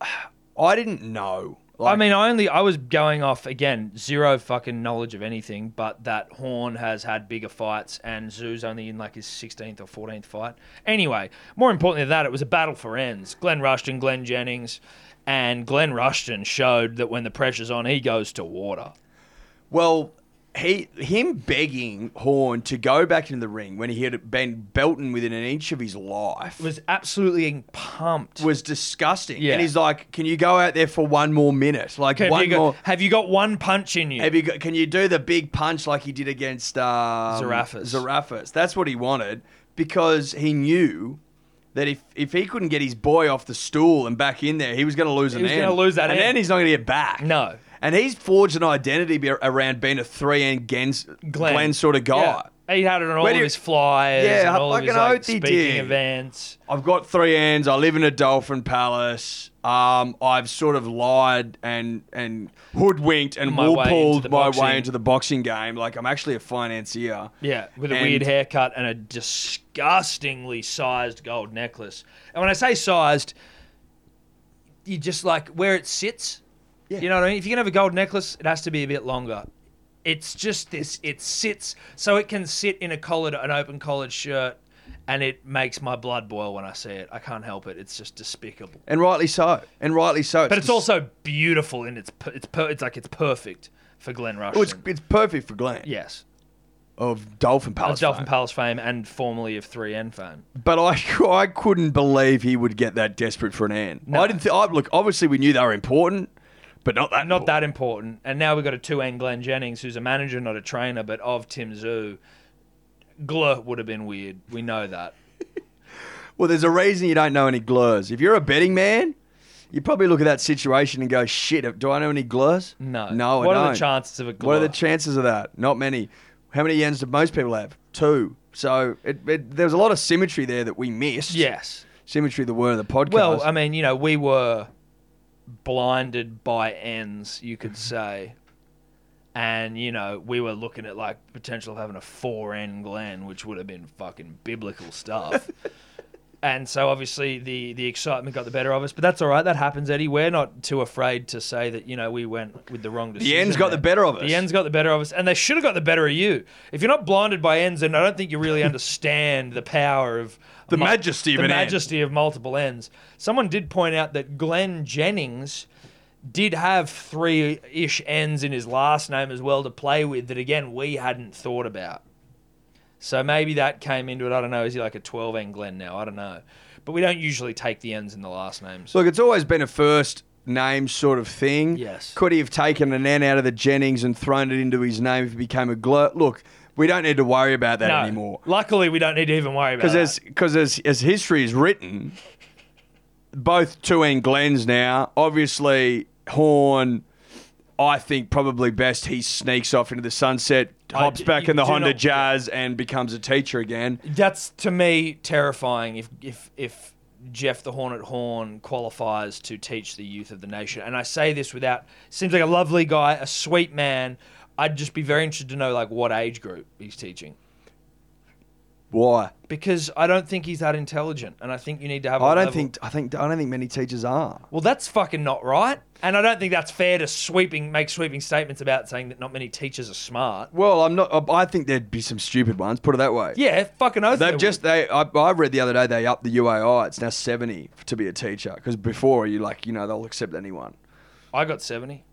C: I didn't know. Like,
B: I mean, I only I was going off again zero fucking knowledge of anything, but that Horn has had bigger fights, and Zoo's only in like his sixteenth or fourteenth fight. Anyway, more importantly than that, it was a battle for ends. Glenn Rushton, Glenn Jennings, and Glenn Rushton showed that when the pressure's on, he goes to water.
C: well, he him begging Horn to go back into the ring when he had been belting within an inch of his life
B: It was absolutely pumped.
C: was disgusting.
B: Yeah.
C: And he's like, "Can you go out there for one more minute? Like
B: Have,
C: one
B: you got,
C: more?
B: have you got one punch in you?
C: Have you got, can you do the big punch like he did against um,
B: Zarafas.
C: Zarafas. That's what he wanted because he knew that if, if he couldn't get his boy off the stool and back in there, he was going to lose an
B: was
C: end.
B: gonna lose that
C: and
B: end.
C: then he's not going to get back.
B: No.
C: And he's forged an identity be- around being a three and Glenn,
B: Glenn.
C: Glenn sort of guy.
B: Yeah. He had it on all
C: Where
B: of
C: do you-
B: his flyers
C: Yeah,
B: and all of his
C: fucking
B: like,
C: oath he
B: speaking
C: did.
B: events.
C: I've got three ends. I live in a dolphin palace. Um, I've sort of lied and and hoodwinked and
B: My way
C: wool
B: into the
C: pulled my
B: boxing.
C: way into the boxing game. Like I'm actually a financier.
B: Yeah, with a
C: And-
B: weird haircut and a disgustingly sized gold necklace. And when I say sized, you just like where it sits.
C: Yeah.
B: You know what I mean? If you're gonna have a gold necklace, it has to be a bit longer. It's just this. It sits so it can sit in a collared, an open collared shirt, and it makes my blood boil when I see it. I can't help it. It's just despicable.
C: and rightly so. And rightly so.
B: But it's
C: just-
B: also beautiful and it's per, it's per, it's like it's perfect for Glenn Rushton.
C: Oh, it's, it's perfect for Glenn
B: yes,
C: of Dolphin
B: Palace
C: Palace.
B: Dolphin
C: fame.
B: Palace fame and formerly of 3N fame.
C: But I, I couldn't believe he would get that desperate for an end.
B: No.
C: I didn't. Th- I, look, obviously we knew they were important, but not that.
B: Not that important. And now we've got a 2N Glenn Jennings who's a manager, not a trainer, but of Tim Zoo. Glur would have been weird. We know that.
C: Well, there's a reason you don't know any glurs. If you're a betting man, you probably look at that situation and go, "Shit, do I know any glurs?"
B: No.
C: No, I
B: What are
C: don't.
B: the chances of a glur?
C: What are the chances of that? Not many. How many yens do most people have? Two. So it, it, there was a lot of symmetry there that we missed.
B: yes.
C: Symmetry, the word of the podcast.
B: Well, I mean, you know, we were blinded by ends, you could
C: Mm-hmm.
B: say. And, you know, we were looking at like potential of having a four N Glen, which would have been fucking biblical stuff. and so obviously the the excitement got the better of us, but that's all right. That happens, Eddie. We're not too afraid to say that, you know, we went with the wrong decision.
C: ends got
B: there.
C: the better of us.
B: The ends got the better of us, and they should have got the better of you. If you're not blinded by ends, then I don't think you really understand the power of
C: The majesty of
B: the
C: an end.
B: majesty of multiple ends. Someone did point out that Glenn Jennings did have three ish ends in his last name as well to play with that again we hadn't thought about. So maybe that came into it. I don't know. Is he like a twelve end Glenn now? I don't know. But we don't usually take the ends in the last names.
C: Look, it's always been a first name sort of thing.
B: Yes.
C: Could he have taken an N out of the Jennings and thrown it into his name if he became a glur? Look, we don't need to worry about that
B: no.
C: anymore.
B: Luckily, we don't need to even worry about
C: Because
B: that.
C: as, cause as, as history is written, both two and Glens now, obviously, Horn, I think probably best he sneaks off into the sunset,
B: I
C: hops
B: d-
C: back
B: you
C: in the
B: do
C: Honda
B: not-
C: Jazz, and becomes a teacher again.
B: That's to me terrifying. If if if Jeff the Hornet Horn qualifies to teach the youth of the nation, and I say this without seems like a lovely guy, a sweet man. I'd just be very interested to know like what age group he's teaching
C: Why?
B: because I don't think he's that intelligent, and I think you need to have. I
C: I don't think I think I don't think many teachers are.
B: Well, that's fucking not right, and I don't think that's fair to sweeping make sweeping statements about saying that not many teachers are smart.
C: Well, I'm not. I I think there'd be some stupid ones. Put it that way.
B: Yeah, fucking oath. they
C: They've
B: would.
C: just they. I, I read the other day they upped the UAI. It's now seventy to be a teacher because before you like you know they'll accept anyone.
B: I got seventy.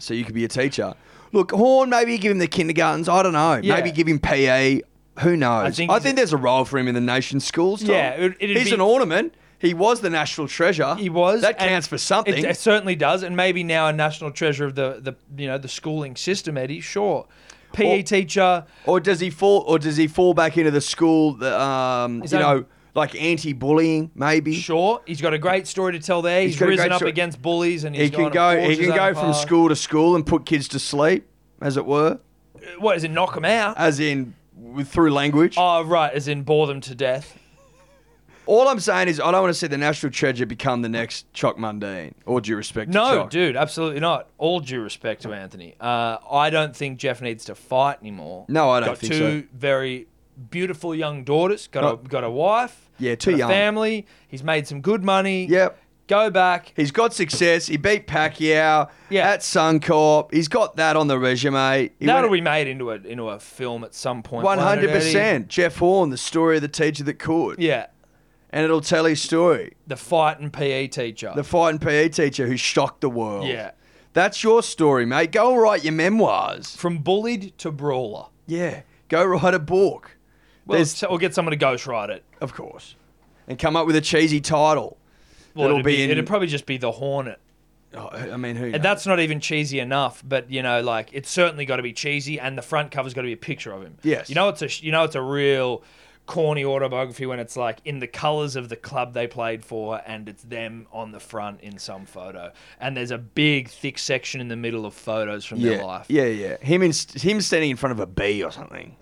C: So you could be a teacher. Look, Horn. Maybe give him the kindergartens. I don't know.
B: Yeah.
C: Maybe give him PE. Who knows?
B: I
C: I
B: think
C: think,
B: he's a-
C: there's a role for him in the nation's schools. Tom.
B: Yeah, it- it'd
C: he's
B: be-
C: an ornament. He was the national treasure.
B: He was.
C: That
B: and
C: counts for something.
B: It, it certainly does, and maybe now a national treasure of the, the you know the schooling system, Eddie. Sure, PE
C: Or-
B: teacher.
C: Or does he fall? Or does he fall back into the school? The um, you
B: that-
C: know, like anti-bullying, maybe.
B: Sure, he's got a great story to tell there. He's,
C: got a
B: risen
C: great
B: up
C: story.
B: against bullies, and he's
C: He can
B: gone and
C: go.
B: forged
C: He
B: his
C: can
B: own
C: go from
B: path.
C: school to school and put kids to sleep, as it were,
B: What is it? Knock them out.
C: as in with, through language.
B: Oh right, as in bore them to death.
C: All I'm saying is, I don't want to see the national treasure become the next Chuck Mundine. All due respect.
B: No,
C: to Chuck.
B: dude, absolutely not. All due respect to Anthony. Uh, I don't think Jeff needs to fight anymore.
C: No, I don't
B: got
C: think
B: two
C: so.
B: very beautiful young daughters. Got
C: Oh.
B: a got a wife.
C: Yeah, too
B: got a
C: young.
B: family. He's made some good money.
C: Yep.
B: Go back.
C: He's got success. He beat Pacquiao
B: Yeah.
C: at Suncorp. He's got that on the resume. He
B: That'll be
C: went-
B: made into a into a film at some point. won't it,
C: 100%.
B: Eddie?
C: Jeff Horn, the story of the teacher that could.
B: Yeah,
C: And it'll tell his story.
B: the fight and PE teacher.
C: The fighting PE teacher who shocked the world.
B: Yeah.
C: That's your story, mate. Go and write your memoirs.
B: From bullied to brawler.
C: Yeah. Go write a book.
B: Well,
C: There's-
B: so we'll get someone to ghostwrite it.
C: Of course. And come up with a cheesy title.
B: Well,
C: It'll
B: it'd
C: be in-
B: it'd probably just be the Hornet,
C: Oh, I mean, who?
B: and
C: knows?
B: that's not even cheesy enough. But you know, like it's certainly got to be cheesy, and the front cover's got to be a picture of him.
C: Yes.
B: You know, it's a sh- you know, it's a real corny autobiography when it's like in the colors of the club they played for and it's them on the front in some photo and there's a big thick section in the middle of photos from
C: yeah,
B: their life
C: yeah, yeah. Him in, him standing in front of a bee or something.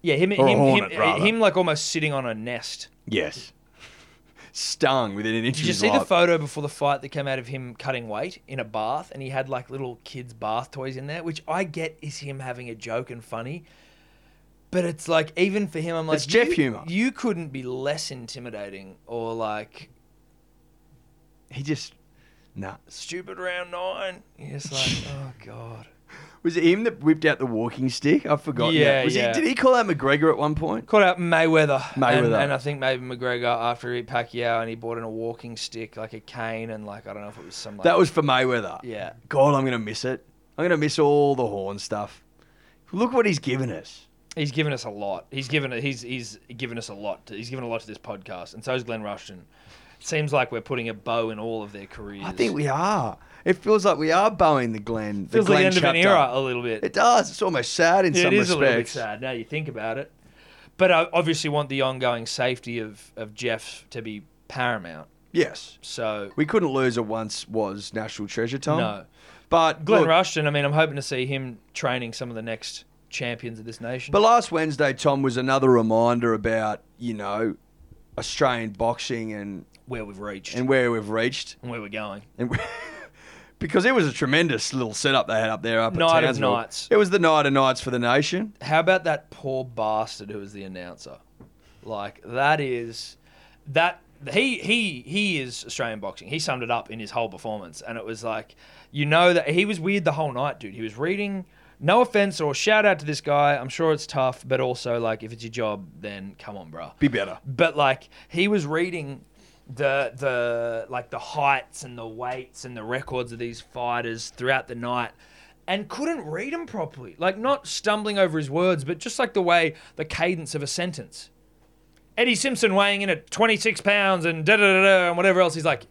B: yeah him
C: Or a
B: him,
C: hornet,
B: him,
C: rather.
B: him like almost sitting on a nest
C: Yes, stung within an inch
B: Did you
C: of his
B: see the
C: life.
B: photo before the fight that came out of him cutting weight in a bath? And he had like little kids' bath toys in there, which I get is him having a joke and funny. But it's like, even for him, I'm like,
C: It's Jeff
B: you-
C: humor.
B: You couldn't be less intimidating or like
C: he just nah.
B: stupid round nine. It's like, oh God.
C: Was it him that whipped out the walking stick? I've forgotten.
B: Yeah,
C: that. Was
B: yeah.
C: He, did he call out McGregor at one point?
B: Caught out Mayweather. And,
C: Mayweather.
B: and I think maybe McGregor after he beat Pacquiao and he bought in a walking stick, like a cane, and like, I don't know if it was some like.
C: That was for Mayweather.
B: Yeah.
C: God, I'm gonna miss it. I'm gonna miss all the horn stuff. Look what he's given us.
B: He's given us a lot. He's given he's he's given us a lot. To, he's given a lot to this podcast, and so is Glenn Rushton. It seems like we're putting a bow in all of their careers.
C: I think we are. It feels like we are bowing the Glen.
B: feels
C: the
B: like
C: Glen
B: the end of an
C: chapter.
B: era a little bit.
C: It does. It's almost sad in
B: Yeah, it
C: some
B: is
C: respects.
B: a little bit sad now you think about it. But I obviously want the ongoing safety of of Jeff to be paramount.
C: Yes,
B: So
C: we couldn't lose a once was national treasure, Tom.
B: No.
C: but
B: Glenn
C: look,
B: Rushton, I mean, I'm hoping to see him training some of the next champions of this nation.
C: But last Wednesday, Tom was another reminder about you know Australian boxing and
B: where we've reached
C: and
B: and,
C: where we've reached.
B: where we're going.
C: And because it was a tremendous little setup they had up there up
B: Night
C: at
B: of
C: Townsville.
B: nights.
C: It was the night of nights for the nation.
B: How about that poor bastard who was the announcer? Like that is that he he he is Australian boxing. He summed it up in his whole performance, and it was like you know that he was weird the whole night, dude. He was reading. No offense or shout out to this guy. I'm sure it's tough, but also like if it's your job, then come on, bro.
C: Be better.
B: But like he was reading the the like the heights and the weights and the records of these fighters throughout the night and couldn't read them properly. Like not stumbling over his words, but just like the way the cadence of a sentence. Eddie Simpson weighing in at 26 pounds and da da da da and whatever else. He's like,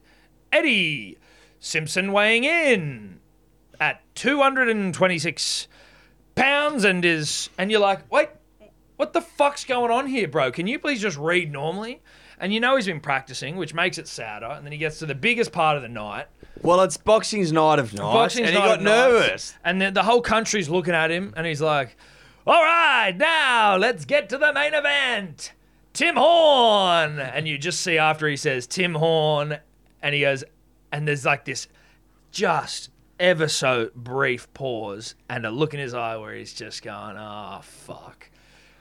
B: Eddie Simpson weighing in at 226 pounds and is and you're like, wait, what the fuck's going on here, bro? Can you please just read normally? And you know he's been practicing, which makes it sadder. And then he gets to the biggest part of the night.
C: Well, it's boxing's night of nights,
B: Boxing's
C: and he
B: night
C: got
B: at nights.
C: nervous.
B: And the, the whole country's looking at him, and he's like, All right, now let's get to the main event. Tim Horn. And you just see after he says Tim Horn, and he goes, and there's like this just ever so brief pause and a look in his eye where he's just going, Oh, fuck.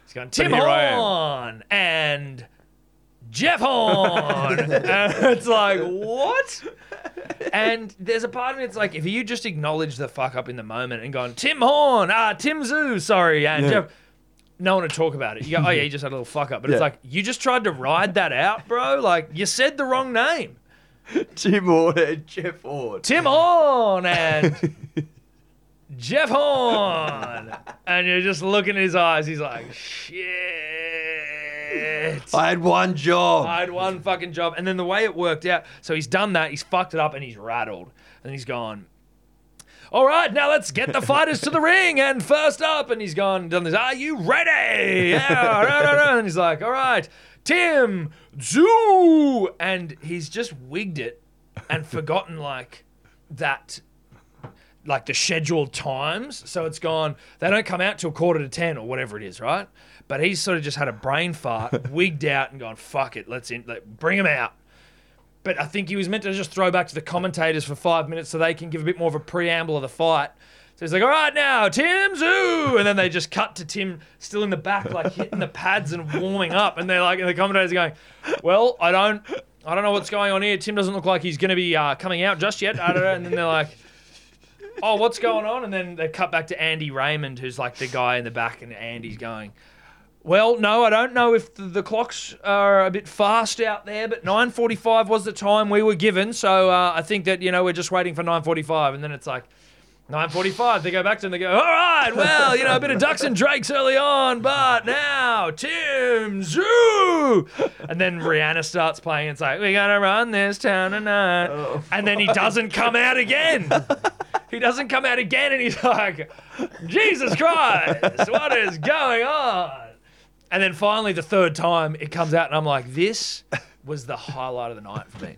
B: He's going, Tim
C: here I am."
B: Horn and Jeff Horn. and it's like, What? And there's a part of me that's like, if you just acknowledge the fuck up in the moment and gone, Tim Horn, ah, Tim Zoo, sorry, and Jeff, no one would talk about it. You go, oh yeah, you just had a little fuck up. But
C: Yeah.
B: it's like, you just tried to ride that out, bro. Like, you said the wrong name.
C: Tim Horn and Jeff Horn.
B: Tim Horn and Jeff Horn. And you're just looking at his eyes. He's like, shit.
C: I had one job.
B: I had one fucking job. And then the way it worked out, so he's done that, he's fucked it up and he's rattled. And he's gone, all right, now let's get the fighters to the ring. And first up, and he's gone, done this, are you ready? Yeah, rah, rah, rah. And he's like, all right, Tim, Zoo. And he's just wigged it and forgotten, like, that like the scheduled times. So it's gone, they don't come out till quarter to 10 or whatever it is, right? But he's sort of just had a brain fart, wigged out, and gone, fuck it, let's in, let, bring him out. But I think he was meant to just throw back to the commentators for five minutes so they can give a bit more of a preamble of the fight. So he's like, all right now, Tim Zoo. And then they just cut to Tim still in the back, like hitting the pads and warming up. And they're like, and the commentators are going, well, I don't. I don't know what's going on here. Tim doesn't look like he's going to be uh, coming out just yet. I don't know. And then they're like, oh, what's going on? And then they cut back to Andy Raymond, who's like the guy in the back, and Andy's going, well, no, I don't know if the, the clocks are a bit fast out there, but 9:45 was the time we were given, so uh, I think that you know we're just waiting for 9:45, and then it's like 9:45. They go back to him, they go, all right, well, you know, a bit of ducks and drakes early on, but now Tim Zoo, and then Rihanna starts playing. It's like we're gonna run this town tonight, and then he doesn't come out again. He doesn't come out again, and he's like, Jesus Christ, what is going on? And then finally, the third time, it comes out, and I'm like, this was the highlight of the night for me.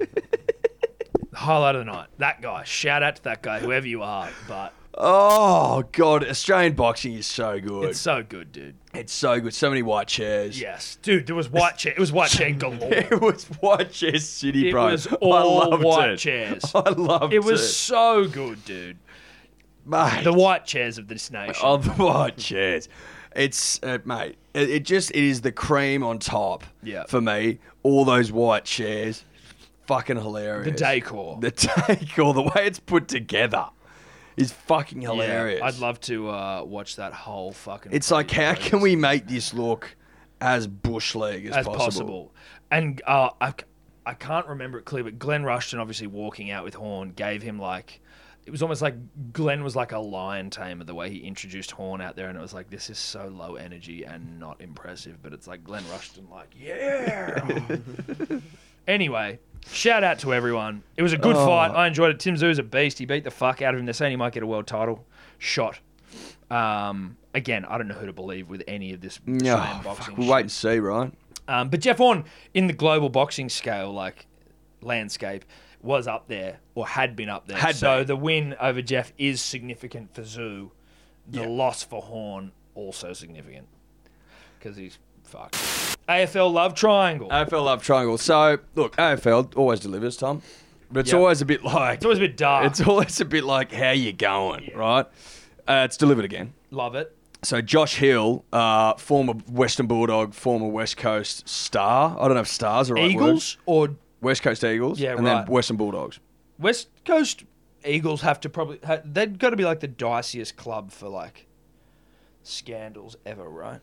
B: the highlight of the night. That guy. Shout out to that guy, whoever you are. But
C: Oh god, Australian boxing is so good.
B: it's
C: It's,
B: so good, dude.
C: so good. So many white chairs.
B: Yes, dude. There was white chair. It was white chair galore.
C: It was white chairs city,
B: It
C: bro.
B: was all
C: I loved
B: white
C: it.
B: chairs.
C: I loved it.
B: It was so good, dude.
C: mate.
B: The white chairs of this nation.
C: Oh, the white chairs. It's uh, mate. It, it just it is the cream on top.
B: Yeah.
C: For me, all those white chairs, fucking hilarious.
B: the decor.
C: The take or the way it's put together is fucking
B: Yeah,
C: hilarious.
B: I'd love to uh, watch that whole fucking.
C: It's like
B: video
C: how
B: process.
C: can we make this look as bush league as,
B: as possible. And uh, I, c- I can't remember it clearly, but Glenn Rushton obviously walking out with Horn gave him like. It was almost like Glenn was like a lion tamer the way he introduced Horn out there, and it was like this is so low energy and not impressive, but it's like Glenn Rushton, like yeah. anyway, shout out to everyone. It was a good fight. I enjoyed it. Tim Zoo's a beast. He beat the fuck out of him. They're saying he might get a world title shot. Um, again, I don't know who to believe with any of this.
C: No,
B: Australian
C: Oh, fuck,
B: boxing
C: we'll
B: shit.
C: wait and see, right?
B: Um, but Jeff Horn, in the global boxing scale, like landscape, was up there or had been up there.
C: Had
B: so
C: been.
B: the win over Jeff is significant for Zoo. The loss for Horn also significant because he's fucked. AFL love triangle.
C: AFL love triangle. So look, AFL always delivers, Tom, but it's
B: Yeah.
C: always a bit like
B: it's always a bit dark.
C: It's always a bit like how you going, right? Uh, it's delivered again.
B: love it.
C: So Josh Hill, uh, former Western Bulldog, former West Coast star. I don't know if stars are right. word.
B: Eagles or
C: West Coast Eagles,
B: Yeah,
C: and
B: right.
C: then Western Bulldogs.
B: West Coast Eagles have to probably ha- they've got to be like the diciest club for like scandals ever, right?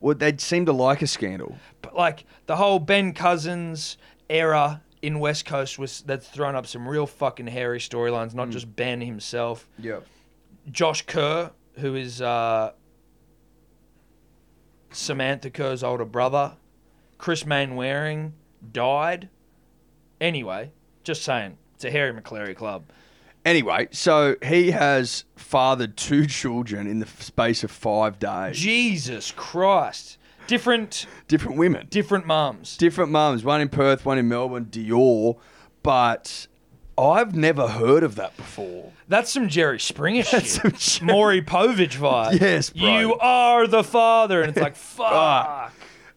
C: Well, they seem to like a scandal.
B: but like the whole Ben Cousins era in West Coast was that's thrown up some real fucking hairy storylines, not just Ben himself.
C: Yeah.
B: Josh Kerr, who is uh, Samantha Kerr's older brother, Chris Mainwaring died. Anyway, just saying, it's a Harry McCleary club.
C: Anyway, so he has fathered two children in the f- space of five days.
B: Jesus Christ, different
C: different women,
B: different mums.
C: different mums. One in Perth, one in Melbourne, Dior. But I've never heard of that before.
B: That's some Jerry Springer
C: That's
B: shit.
C: some
B: Maury Povich vibe.
C: Yes, bro.
B: You are the father. And it's like, fuck.
C: Fuck.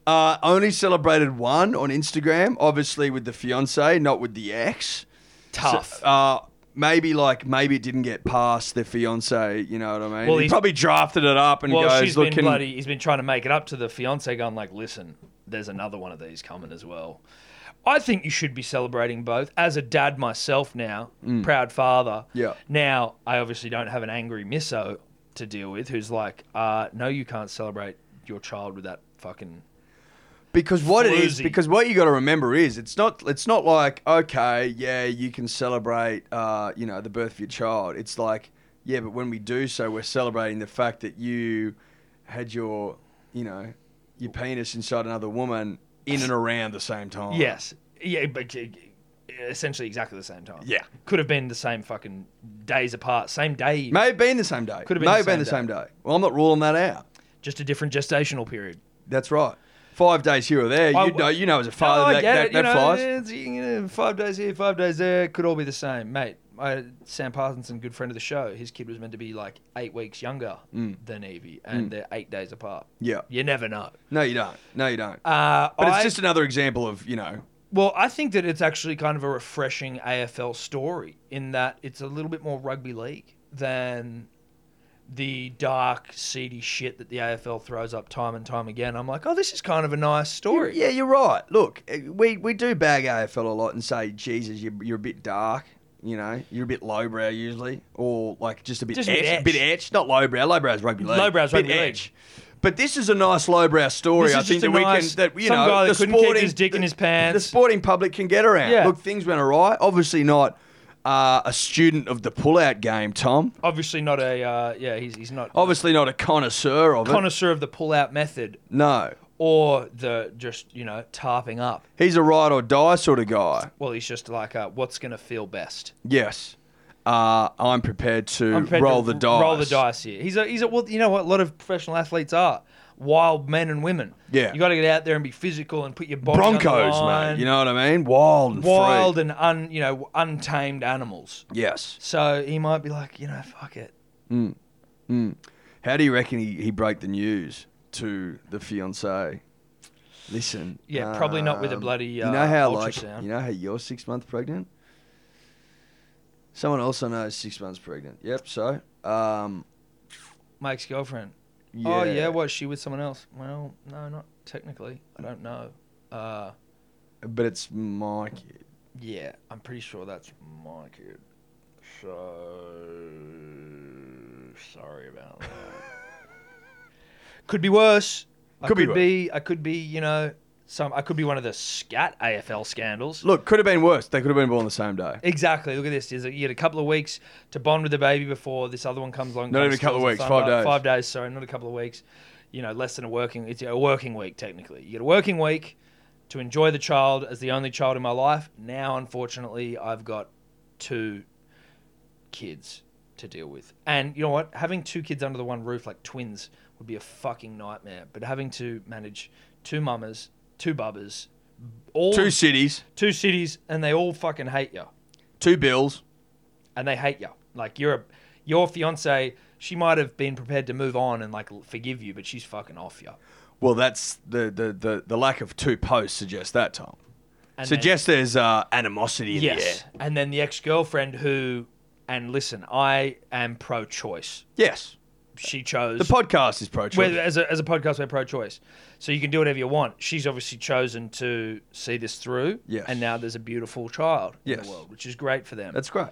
C: Uh, only celebrated one on Instagram, obviously with the fiance, not with the ex.
B: Tough.
C: Uh, maybe like maybe it didn't get past the fiance. You know what I mean?
B: Well,
C: he
B: he's-
C: probably drafted it up and
B: well,
C: goes
B: she's
C: looking.
B: been bloody. He's been trying to make it up to the fiance, going like, listen, there's another one of these coming as well. I think you should be celebrating both. As a dad myself now, proud father.
C: Mm. Yeah.
B: Now I obviously don't have an angry misso to deal with, who's like, uh, no, you can't celebrate your child with that fucking
C: Because what it is,
B: Floozy.
C: because what you got to remember is, it's not, it's not like okay, yeah, you can celebrate, uh, you know, the birth of your child. It's like, yeah, but when we do so, we're celebrating the fact that you had your, you know, your penis inside another woman in and around the same time.
B: Yes. Yeah, but uh, essentially exactly the same time.
C: Yeah.
B: Could have been the same fucking days apart, same day,
C: may have been the same day.
B: Could have been
C: may
B: the
C: have been the
B: same
C: same day. Well, I'm not ruling that out.
B: just a different gestational period.
C: That's right. Five days here or there, you
B: I-
C: know, you know, as a
B: No,
C: father,
B: I
C: that,
B: get
C: that,
B: it,
C: that
B: you know,
C: flies.
B: it's, you know, five days here, five days there, could all be the same, mate. I, Sam Parkinson, good friend of the show, his kid was meant to be like eight weeks younger than Evie, and they're eight days apart.
C: Mm. Yeah.
B: You never know.
C: No, you don't. No, you don't.
B: Uh,
C: but
B: I-
C: it's just another example of you know.
B: Well, I think that it's actually kind of a refreshing AFL story in that it's a little bit more rugby league than the dark, seedy shit that the AFL throws up time and time again. I'm like, oh, this is kind of a nice story.
C: Yeah, you're right. Look, eh, we we do bag AFL a lot and say, Jesus, you're, you're a bit dark. You know, you're a bit lowbrow usually, or like just a bit
B: Just a bit
C: etched,
B: etched.
C: bit etched, not lowbrow. Lowbrow's rugby league.
B: Lowbrow's
C: Bit
B: rugby league.
C: etched. But this is a nice lowbrow story.
B: This
C: I
B: is
C: think
B: just a
C: that we
B: nice-
C: can that you
B: some
C: know
B: guy that
C: the
B: couldn't keep
C: sporting
B: his dick in
C: the-
B: his pants.
C: The sporting public can get around.
B: Yeah.
C: Look, things went awry. Obviously not uh, a student of the pullout game, Tom.
B: Obviously, not a uh, yeah. He's he's not
C: Obviously not a connoisseur of it.
B: connoisseur of the pull-out method
C: No,
B: or the just you know tarping up.
C: he's a ride or die sort of guy.
B: Well, he's just like, uh, what's gonna feel best?
C: Yes. uh, I'm prepared to
B: I'm prepared
C: roll
B: to
C: the
B: r-
C: dice.
B: Roll the dice here. He's a, he's a, well, you know what? A lot of professional athletes are wild men and women.
C: Yeah.
B: you got to get out there and be physical and put your body on the
C: Broncos,
B: line.
C: mate. You know what I mean? Wild and free.
B: wild and un, you know, untamed animals.
C: Yes. Mm.
B: So he might be like, you know, fuck it.
C: How do you reckon he, he broke the news to the fiance? Listen.
B: Yeah, probably not with a
C: um,
B: bloody,
C: you know
B: uh,
C: how like
B: ultrasound.
C: you know how you're six months pregnant. Someone else I know is six months pregnant. Yep. So, um,
B: My ex-girlfriend.
C: yeah.
B: Oh yeah, was she with someone else? Well, no, not technically. I don't know. Uh,
C: But it's my kid.
B: yeah, I'm pretty sure that's my kid. So sorry about that. could be worse. I
C: Could be worse.
B: I could be. You know, some. I could be one of the scat AFL scandals.
C: Look, could have been worse. They could have been born the same day.
B: Exactly. Look at this. There's a, you had a couple of weeks to bond with the baby before this other one comes along.
C: Not
B: kinda
C: even a couple
B: steals
C: of
B: the
C: weeks, five
B: thunder.
C: days.
B: Five days. Sorry, not a couple of weeks. You know, less than a working. It's a working week technically. You get a working week to enjoy the child as the only child in my life. Now, unfortunately, I've got two kids to deal with, and you know what? Having two kids under the one roof, like twins, would be a fucking nightmare. But having to manage two mamas, two bubbers, all
C: Two cities,
B: two cities, and they all fucking hate you
C: two bills.
B: and they hate you. Like you're a, your fiance, she might have been prepared to move on and like l- forgive you, but she's fucking off you.
C: Well, that's the the, the, the lack of two posts suggests that, Tom.
B: And
C: suggests there's uh, animosity
B: then,
C: in
B: yes,
C: the air.
B: and then the ex girlfriend who, and listen, I am pro choice.
C: Yes.
B: She chose
C: The podcast is pro
B: We're-
C: choice.
B: as a as a podcast, we're pro choice, so you can do whatever you want. She's obviously chosen to see this through,
C: Yes.
B: and now there's a beautiful child in
C: Yes.
B: the world, which is great for them.
C: That's great.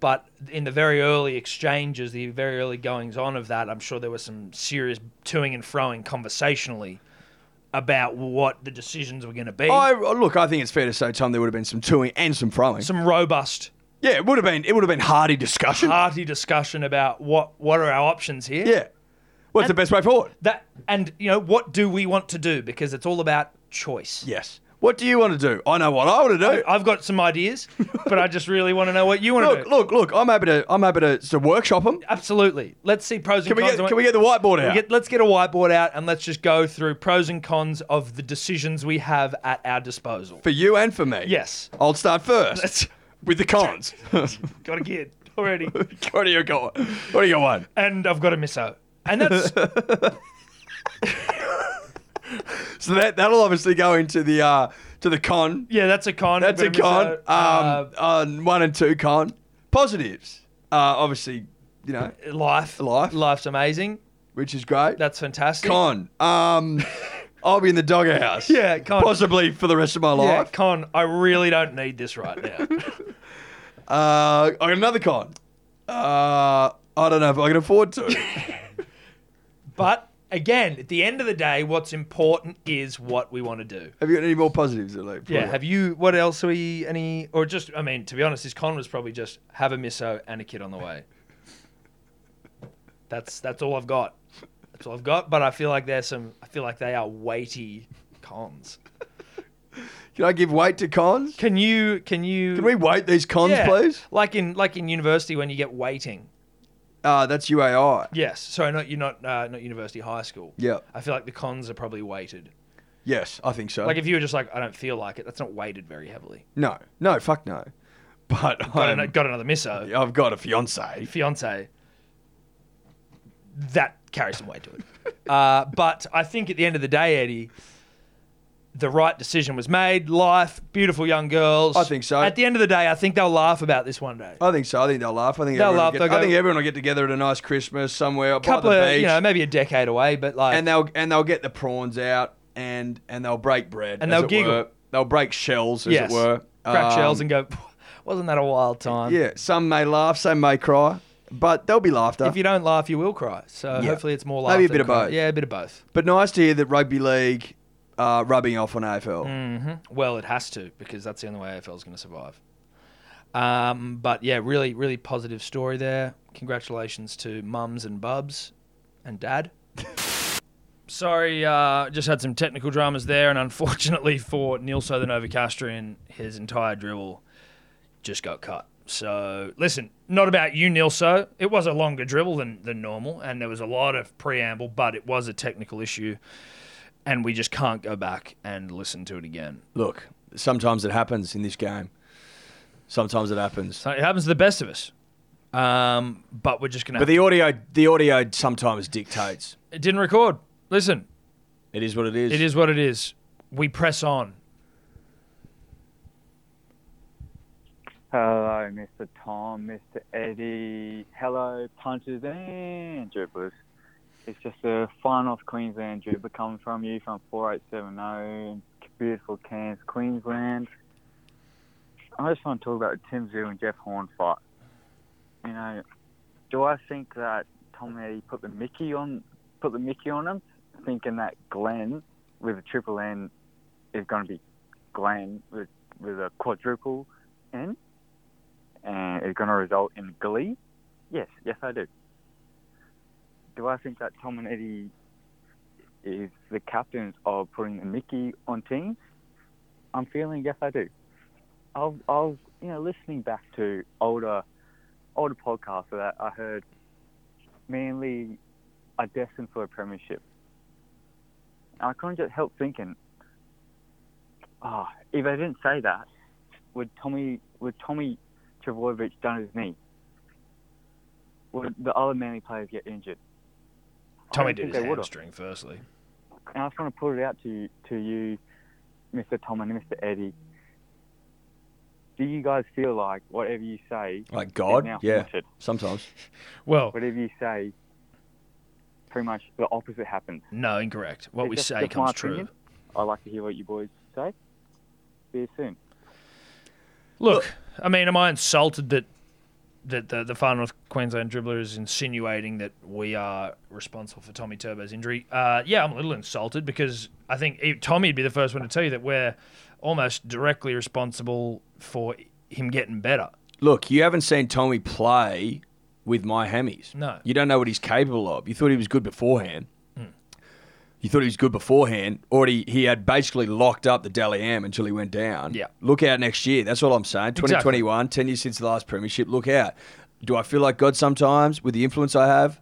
B: but in the very early exchanges, the very early goings on of that, I'm sure there was some serious toing and froing conversationally about what the decisions were going to be.
C: I look. I think it's fair to say, Tom, there would have been some toing and some throwing.
B: some robust,
C: yeah, it would have been. It would have been hearty discussion.
B: hearty discussion about what what are our options here.
C: yeah. What's the best way forward?
B: That and you know what do we want to do because it's all about choice.
C: Yes. What do you want to do? I know what I want to do.
B: I've got some ideas, but I just really want to know what you want to
C: look,
B: do.
C: look, look. I'm happy to. I'm happy to, to workshop them.
B: Absolutely. Let's see pros and
C: Can we
B: cons.
C: get?
B: and-
C: Can we get the whiteboard
B: We
C: out?
B: get- let's get a whiteboard out and let's just go through pros and cons of the decisions we have at our disposal.
C: for you and for me.
B: Yes.
C: I'll start 1st
B: Let's-
C: with the cons. what
B: Got a kid already.
C: do you got? What do you got? One.
B: and I've got a miso. And that's
C: So that that'll obviously go into the uh to the con.
B: yeah, that's a con.
C: That's a
B: I've
C: con.
B: got
C: Um,
B: miso.
C: on one and two con. Positives. Uh, obviously, you know,
B: Uh, life.
C: life.
B: Life's amazing.
C: which is great.
B: That's fantastic.
C: con. Um, I'll be in the doghouse.
B: Yeah, con.
C: Possibly for the rest of my
B: Yeah,
C: life.
B: con. I really don't need this right now.
C: Uh, I got another con. Uh, I don't know if I can afford to.
B: but again, at the end of the day, what's important is what we want to do.
C: Have you got any more positives, Luke?
B: Yeah. Have you? What else are we? Any? Or just? I mean, to be honest, this con was probably just have a miso and a kid on the way. That's that's all I've got. That's all I've got. But I feel like there's some. I feel like they are weighty cons.
C: Can I give weight to cons?
B: Can you? Can you?
C: Can we weight these cons,
B: Yeah.
C: please?
B: Like in like in university when you get weighting.
C: Uh, that's UAI.
B: Yes. Sorry, not you. Not uh, not university. High school.
C: Yeah.
B: I feel like the cons are probably weighted.
C: Yes, I think so.
B: Like if you were just like I don't feel like it. That's not weighted very heavily.
C: no, no, fuck no. But
B: Got, an,
C: I'm,
B: got another miso.
C: I've got a fiance.
B: fiance, that carries some weight to it. Uh, but I think at the end of the day, Eddie, the right decision was made. Life, beautiful young girls.
C: I think so.
B: At the end of the day, I think they'll laugh about this one day.
C: I think so. I think they'll laugh. I think
B: They'll
C: everyone will
B: laugh,
C: Get,
B: they'll
C: I think
B: go-
C: everyone will get together at a nice Christmas somewhere
B: A couple
C: by the
B: of,
C: beach,
B: you know, maybe a decade away, but like,
C: and they'll and they'll get the prawns out and and they'll break bread
B: And
C: as
B: they'll
C: it
B: giggle.
C: were. They'll break shells, as
B: yes,
C: it were.
B: crack
C: Um,
B: shells and go, wasn't that a wild time?
C: Yeah, some may laugh, some may cry, but they'll be laughter.
B: If you don't laugh, you will cry. So
C: Yeah.
B: hopefully it's more laugh.
C: Maybe a
B: than
C: bit of
B: cry.
C: both.
B: Yeah, a bit of both.
C: But nice to hear that rugby league uh, rubbing off on AFL.
B: Mm. Well, it has to because that's the only way AFL is going to survive. Um, but yeah, really, really positive story there. Congratulations to mums and bubs and dad. Sorry, uh, just had some technical dramas there, and unfortunately for Neil Southern Overcastrian, his entire dribble just got cut. So listen, not about you, Nilso. It was a longer dribble than than normal, and there was a lot of preamble, but it was a technical issue, and we just can't go back and listen to it again.
C: Look, sometimes it happens in this game. Sometimes it happens.
B: So it happens to the best of us. Um, but we're just gonna.
C: But the audio, the audio sometimes dictates.
B: it didn't record. Listen,
C: It is what it is.
B: it is what it is. We press on.
E: Hello, Mr. Tom, Mr. Eddie. Hello, punches and dribblers. It's just the final Queensland dribble coming from you from 4870 in oh, beautiful Cairns, Queensland. I just want to talk about the Tim Zoo and Jeff Horn fight. You know, do I think that Tom and Eddie put the Mickey on put the Mickey on him, thinking that Glenn with a triple N is going to be Glenn with with a quadruple N? and it's going to result in glee? Yes, yes, I do. Do I think that Tom and Eddie is the captains of putting the Mickey on teams? I'm feeling yes, I do. I was, I was you know, listening back to older, older podcasts that I heard mainly are destined for a premiership. And I couldn't just help thinking, ah, if I didn't say that, would Tommy, would Tommy Travojevic done his knee? Would the other Manly players get injured? I
B: Tommy
E: don't
B: did
E: think
B: his
E: they would've.
B: hamstring firstly.
E: And I just want to put it out to you, to you, Mr. Tom and Mr. Eddie. Do you guys feel like whatever you say
C: like
E: is now
C: God. Yeah.
E: haunted?
C: Sometimes.
B: Well,
E: Whatever you say, pretty much the opposite happens.
B: no, incorrect. What
E: It's
B: we
E: just-
B: say
E: just my
B: comes true.
E: opinion. I like to hear what you boys say. See you soon.
B: Look, I mean, am I insulted that that the, the Far North Queensland dribbler is insinuating that we are responsible for Tommy Turbo's injury? Uh, yeah, I'm a little insulted because I think e Tommy would be the first one to tell you that we're almost directly responsible for him getting better.
C: Look, you haven't seen Tommy play with my hammies.
B: No. Hmm.
C: You don't know what he's capable of. You thought he was good beforehand. You thought he was good beforehand. Already, he had basically locked up the Dally M until he went down.
B: Yeah.
C: Look out next year. That's all I'm saying.
B: Exactly.
C: 2021, 10 years since the last premiership. Look out. Do I feel like God sometimes with the influence I have?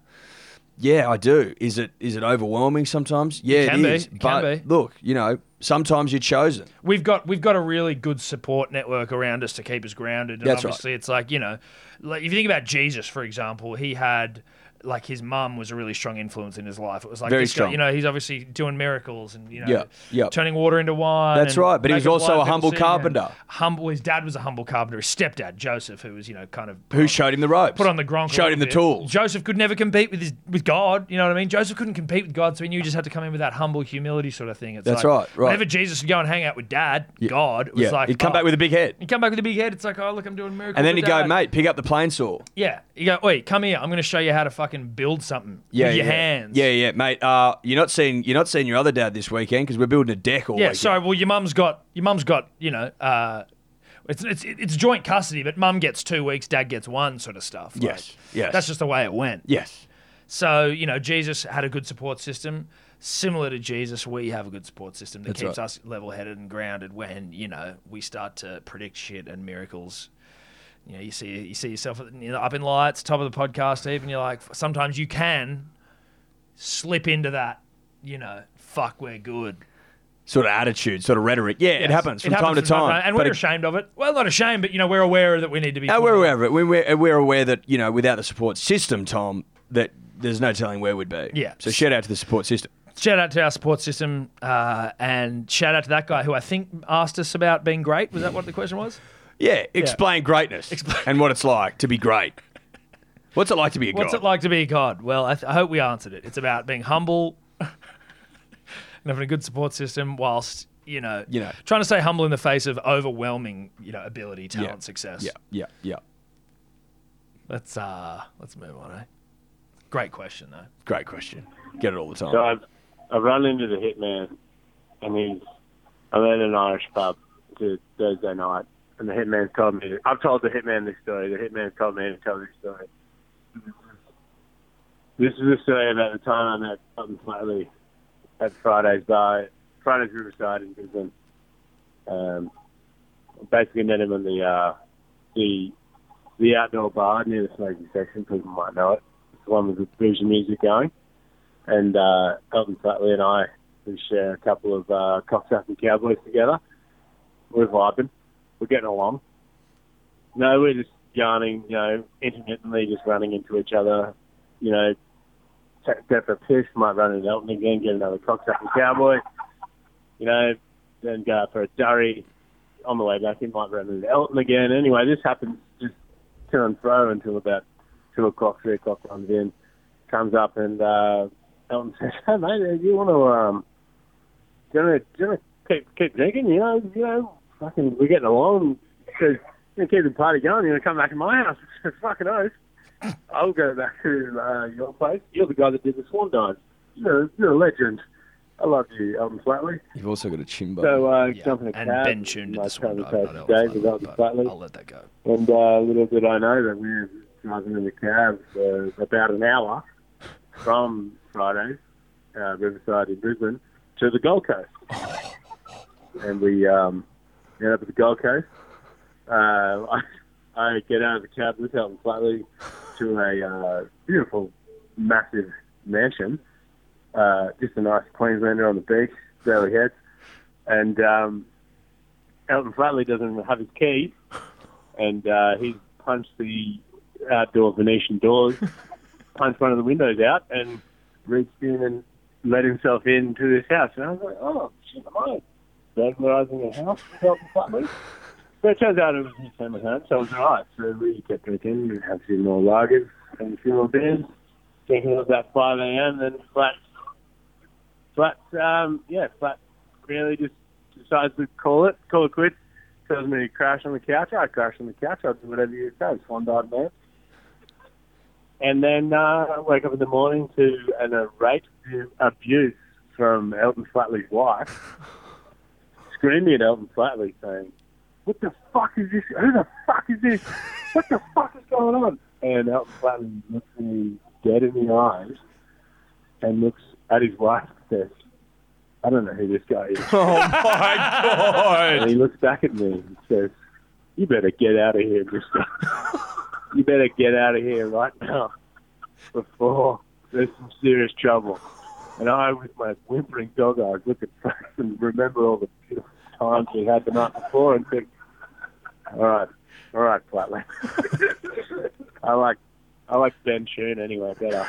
C: Yeah, I do. Is it is it overwhelming sometimes? Yeah, it
B: can be.
C: is.
B: It can
C: But
B: be.
C: look, you know, sometimes you're chosen.
B: we've got we've got a really good support network around us to keep us grounded. And
C: That's right.
B: obviously it's like, you know, like if you think about Jesus, for example, he had like his mum was a really strong influence in his life. It was like
C: Very
B: this guy-
C: strong.
B: you know, he's obviously doing miracles and you know
C: Yeah, yeah.
B: turning water into wine.
C: That's
B: and
C: right, but he was
B: making
C: also
B: blind
C: a
B: people
C: humble
B: see,
C: carpenter.
B: and Humble his dad was a humble carpenter. His stepdad, Joseph, who was, you know, kind of
C: Who showed him the ropes?
B: put on the Gronk. a
C: Showed
B: little
C: him the
B: bit.
C: tools.
B: Joseph could never compete with his with God. You know what I mean? Joseph couldn't compete with God, so he knew he just had to come in with that humble humility sort of thing. It's
C: That's
B: like,
C: right, right.
B: Whenever Jesus would go and hang out with Dad, God, it was
C: yeah.
B: like
C: he'd
B: oh.
C: come back with a big head.
B: He'd come back with a big head. It's like, oh look, I'm doing miracles.
C: And then he'd
B: with
C: go,
B: Dad.
C: mate, pick up the plane saw.
B: Yeah, you go. Wait, come here. I'm going to show you how to fucking build something
C: Yeah,
B: with your
C: yeah.
B: hands.
C: Yeah, yeah, mate. Uh, you're not seeing you're not seeing your other dad this weekend because we're building a deck all
B: Yeah,
C: weekend.
B: sorry. Well, your mum's got your mum's got you know, uh, it's it's it's joint custody, but mum gets two weeks, dad gets one, sort of stuff. Like,
C: Yes, yes.
B: That's just the way it went.
C: Yes,
B: So you know, Jesus had a good support system. Similar to Jesus, we have a good support system that
C: That's
B: keeps
C: right.
B: us level-headed and grounded when you know we start to predict shit and miracles. You know, you see you see yourself at- you know, up in lights, top of the podcast, even you're like, sometimes you can slip into that. You know, fuck, we're good.
C: sort of attitude, sort of rhetoric. Yeah, it happens from time to
B: from
C: time.
B: and
C: But
B: we're
C: it-
B: ashamed of it. Well, not ashamed, but you know, we're aware that we need to be.
C: No,
B: putting-
C: we're aware of it. We- We're, we're aware that you know without the support system, Tom, that there's no telling where we'd be.
B: Yeah.
C: So shout out to the support system.
B: Shout out to our support system, uh, and shout out to that guy who I think asked us about being great. Was that what the question was?
C: Yeah, explain greatness
B: Expl-
C: and what it's like to be great. What's it like to be a
B: What's
C: god?
B: it like to be a god? Well, I, th- I hope we answered it. It's about being humble and having a good support system, whilst you know,
C: You know.
B: trying to stay humble in the face of overwhelming, you know, ability, talent, success.
C: Yeah, yeah, yeah.
B: Let's uh, let's move on. Eh? Great question though.
C: Great question. Get it all the time.
F: So I, I run into the hitman, and he's. I'm at an Irish pub to Thursday night, and the hitman's told me. I've told the hitman this story. The hitman's told me to tell this story. This is a story about the time I met Tom Flatley at Friday's Bar, Friday's Riverside in Brisbane. Um, I basically met him on the uh, the the outdoor bar near the smoking section. People might know it. It's the one with the bougie music going. And uh, Elton Sutley and I, we share a couple of uh, Coxsackie Cowboys together. We're vibing. We're getting along. No, we're just yarning, you know, intermittently just running into each other. You know, take a step for a piss, might run into Elton again, get another Coxsackie Cowboy. You know, then go out for a durry. On the way back, he might run into Elton again. Anyway, this happens just to and fro until about two o'clock, three o'clock runs in, comes up and uh, Elton says, "Hey mate, do you want to um, do you want to, do you want to keep keep drinking? You know, you know, fucking we're getting along. Says, you know, keep the party going. You know, come back to my house. I said, fucking oath. I'll go back to uh, your place. You're the guy that did the swan dive. You're, you're a legend. I love you, Elton Flatley.
C: You've also got a chin bone.
F: So uh,
B: Yeah,
F: jump in a
B: and
F: cab.
B: Ben tuned
F: my
B: to this one.
F: cousin
B: I've not helped
F: Dave,
B: that,
F: Dave, Elton
B: but
F: Flatley.
B: I'll let that go.
F: And uh, little did I know that we were driving in the cab for about an hour from Friday, uh, Riverside in Brisbane, to the Gold Coast. and we um, ended up at the Gold Coast. Uh, I, I get out of the cab with Elton Flatley to a uh, beautiful, massive mansion. Uh, just a nice Queenslander on the beach, barely heads. And um, Elton Flatley doesn't have his keys and uh, he's punched the outdoor Venetian doors, punched one of the windows out, and reached in and let himself into this house. And I was like, oh, shit, am I burglarizing a house with Elton Flatley? But it turns out it was his family home, so it was all right. So we kept drinking and had a few more lagers and a few more beers, drinking till about 5 a.m. Then Flat, Flat, um, yeah, Flat really just decides to call it, call it quits tells me to crash on the couch. I crash on the couch. I'll do whatever you say. Swan dive man. And then uh, I wake up in the morning to an uh, rape abuse from Elton Flatley's wife, screaming at Elton Flatley, saying, "What the fuck is this? Who the fuck is this? What the fuck is going on?" And Elton Flatley looks me dead in the eyes and looks at his wife and says, "I don't know who this guy is." uh, And he looks back at me and says, You better get out of here, mister. you better get out of here right now before there's some serious trouble. And I, with my whimpering dog eyes, look at Frank and remember all the beautiful times we had the night before and think, All right, all right, Flatland. I like I like Ben Shun anyway better.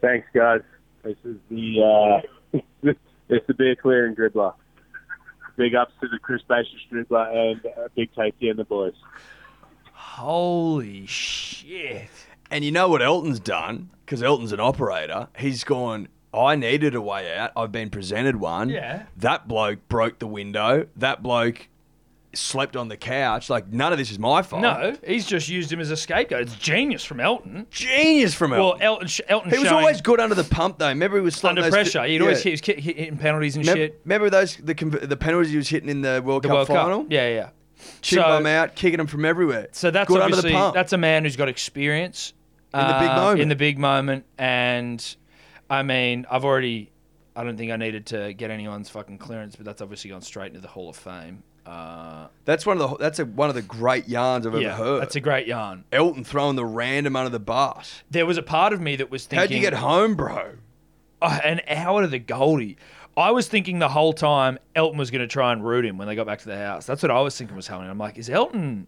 F: Thanks, guys. This is the uh, it's the beer clear and dribbler big ups to the crustaceous dribbler and uh, Big Tasty and the boys.
B: Holy shit.
C: And you know what Elton's done? Because Elton's an operator. He's gone. I needed a way out. I've been presented one.
B: Yeah.
C: That bloke broke the window. That bloke slept on the couch. Like none of this is my fault.
B: No, he's just used him as a scapegoat. It's genius from Elton.
C: Genius from
B: Well,
C: Elton.
B: Elton, Elton
C: he was
B: showing
C: always good under the pump though. Remember he was slotting
B: under
C: those
B: pressure. He'd always
C: yeah.
B: hit, he was hit- hitting penalties and
C: Mem-
B: shit.
C: Remember those the conv- the penalties he was hitting in the World
B: The
C: Cup
B: World
C: final?
B: Cup. Yeah, yeah.
C: Chip
B: So-
C: them out, kicking them from everywhere.
B: So that's
C: good under
B: obviously
C: the pump.
B: that's a man who's got experience
C: In the big
B: uh,
C: moment.
B: In the big moment, and I mean, I've already. I don't think I needed to get anyone's fucking clearance, but that's obviously gone straight into the Hall of Fame. Uh,
C: That's one of the that's a, one of the great yarns I've
B: yeah,
C: ever heard.
B: that's a great yarn.
C: Elton throwing the random under the bus.
B: There was a part of me that was thinking,
C: How'd you get home, bro?
B: Oh, an hour to the Goldie. I was thinking the whole time Elton was going to try and root him when they got back to the house. That's what I was thinking was happening. I'm like, is Elton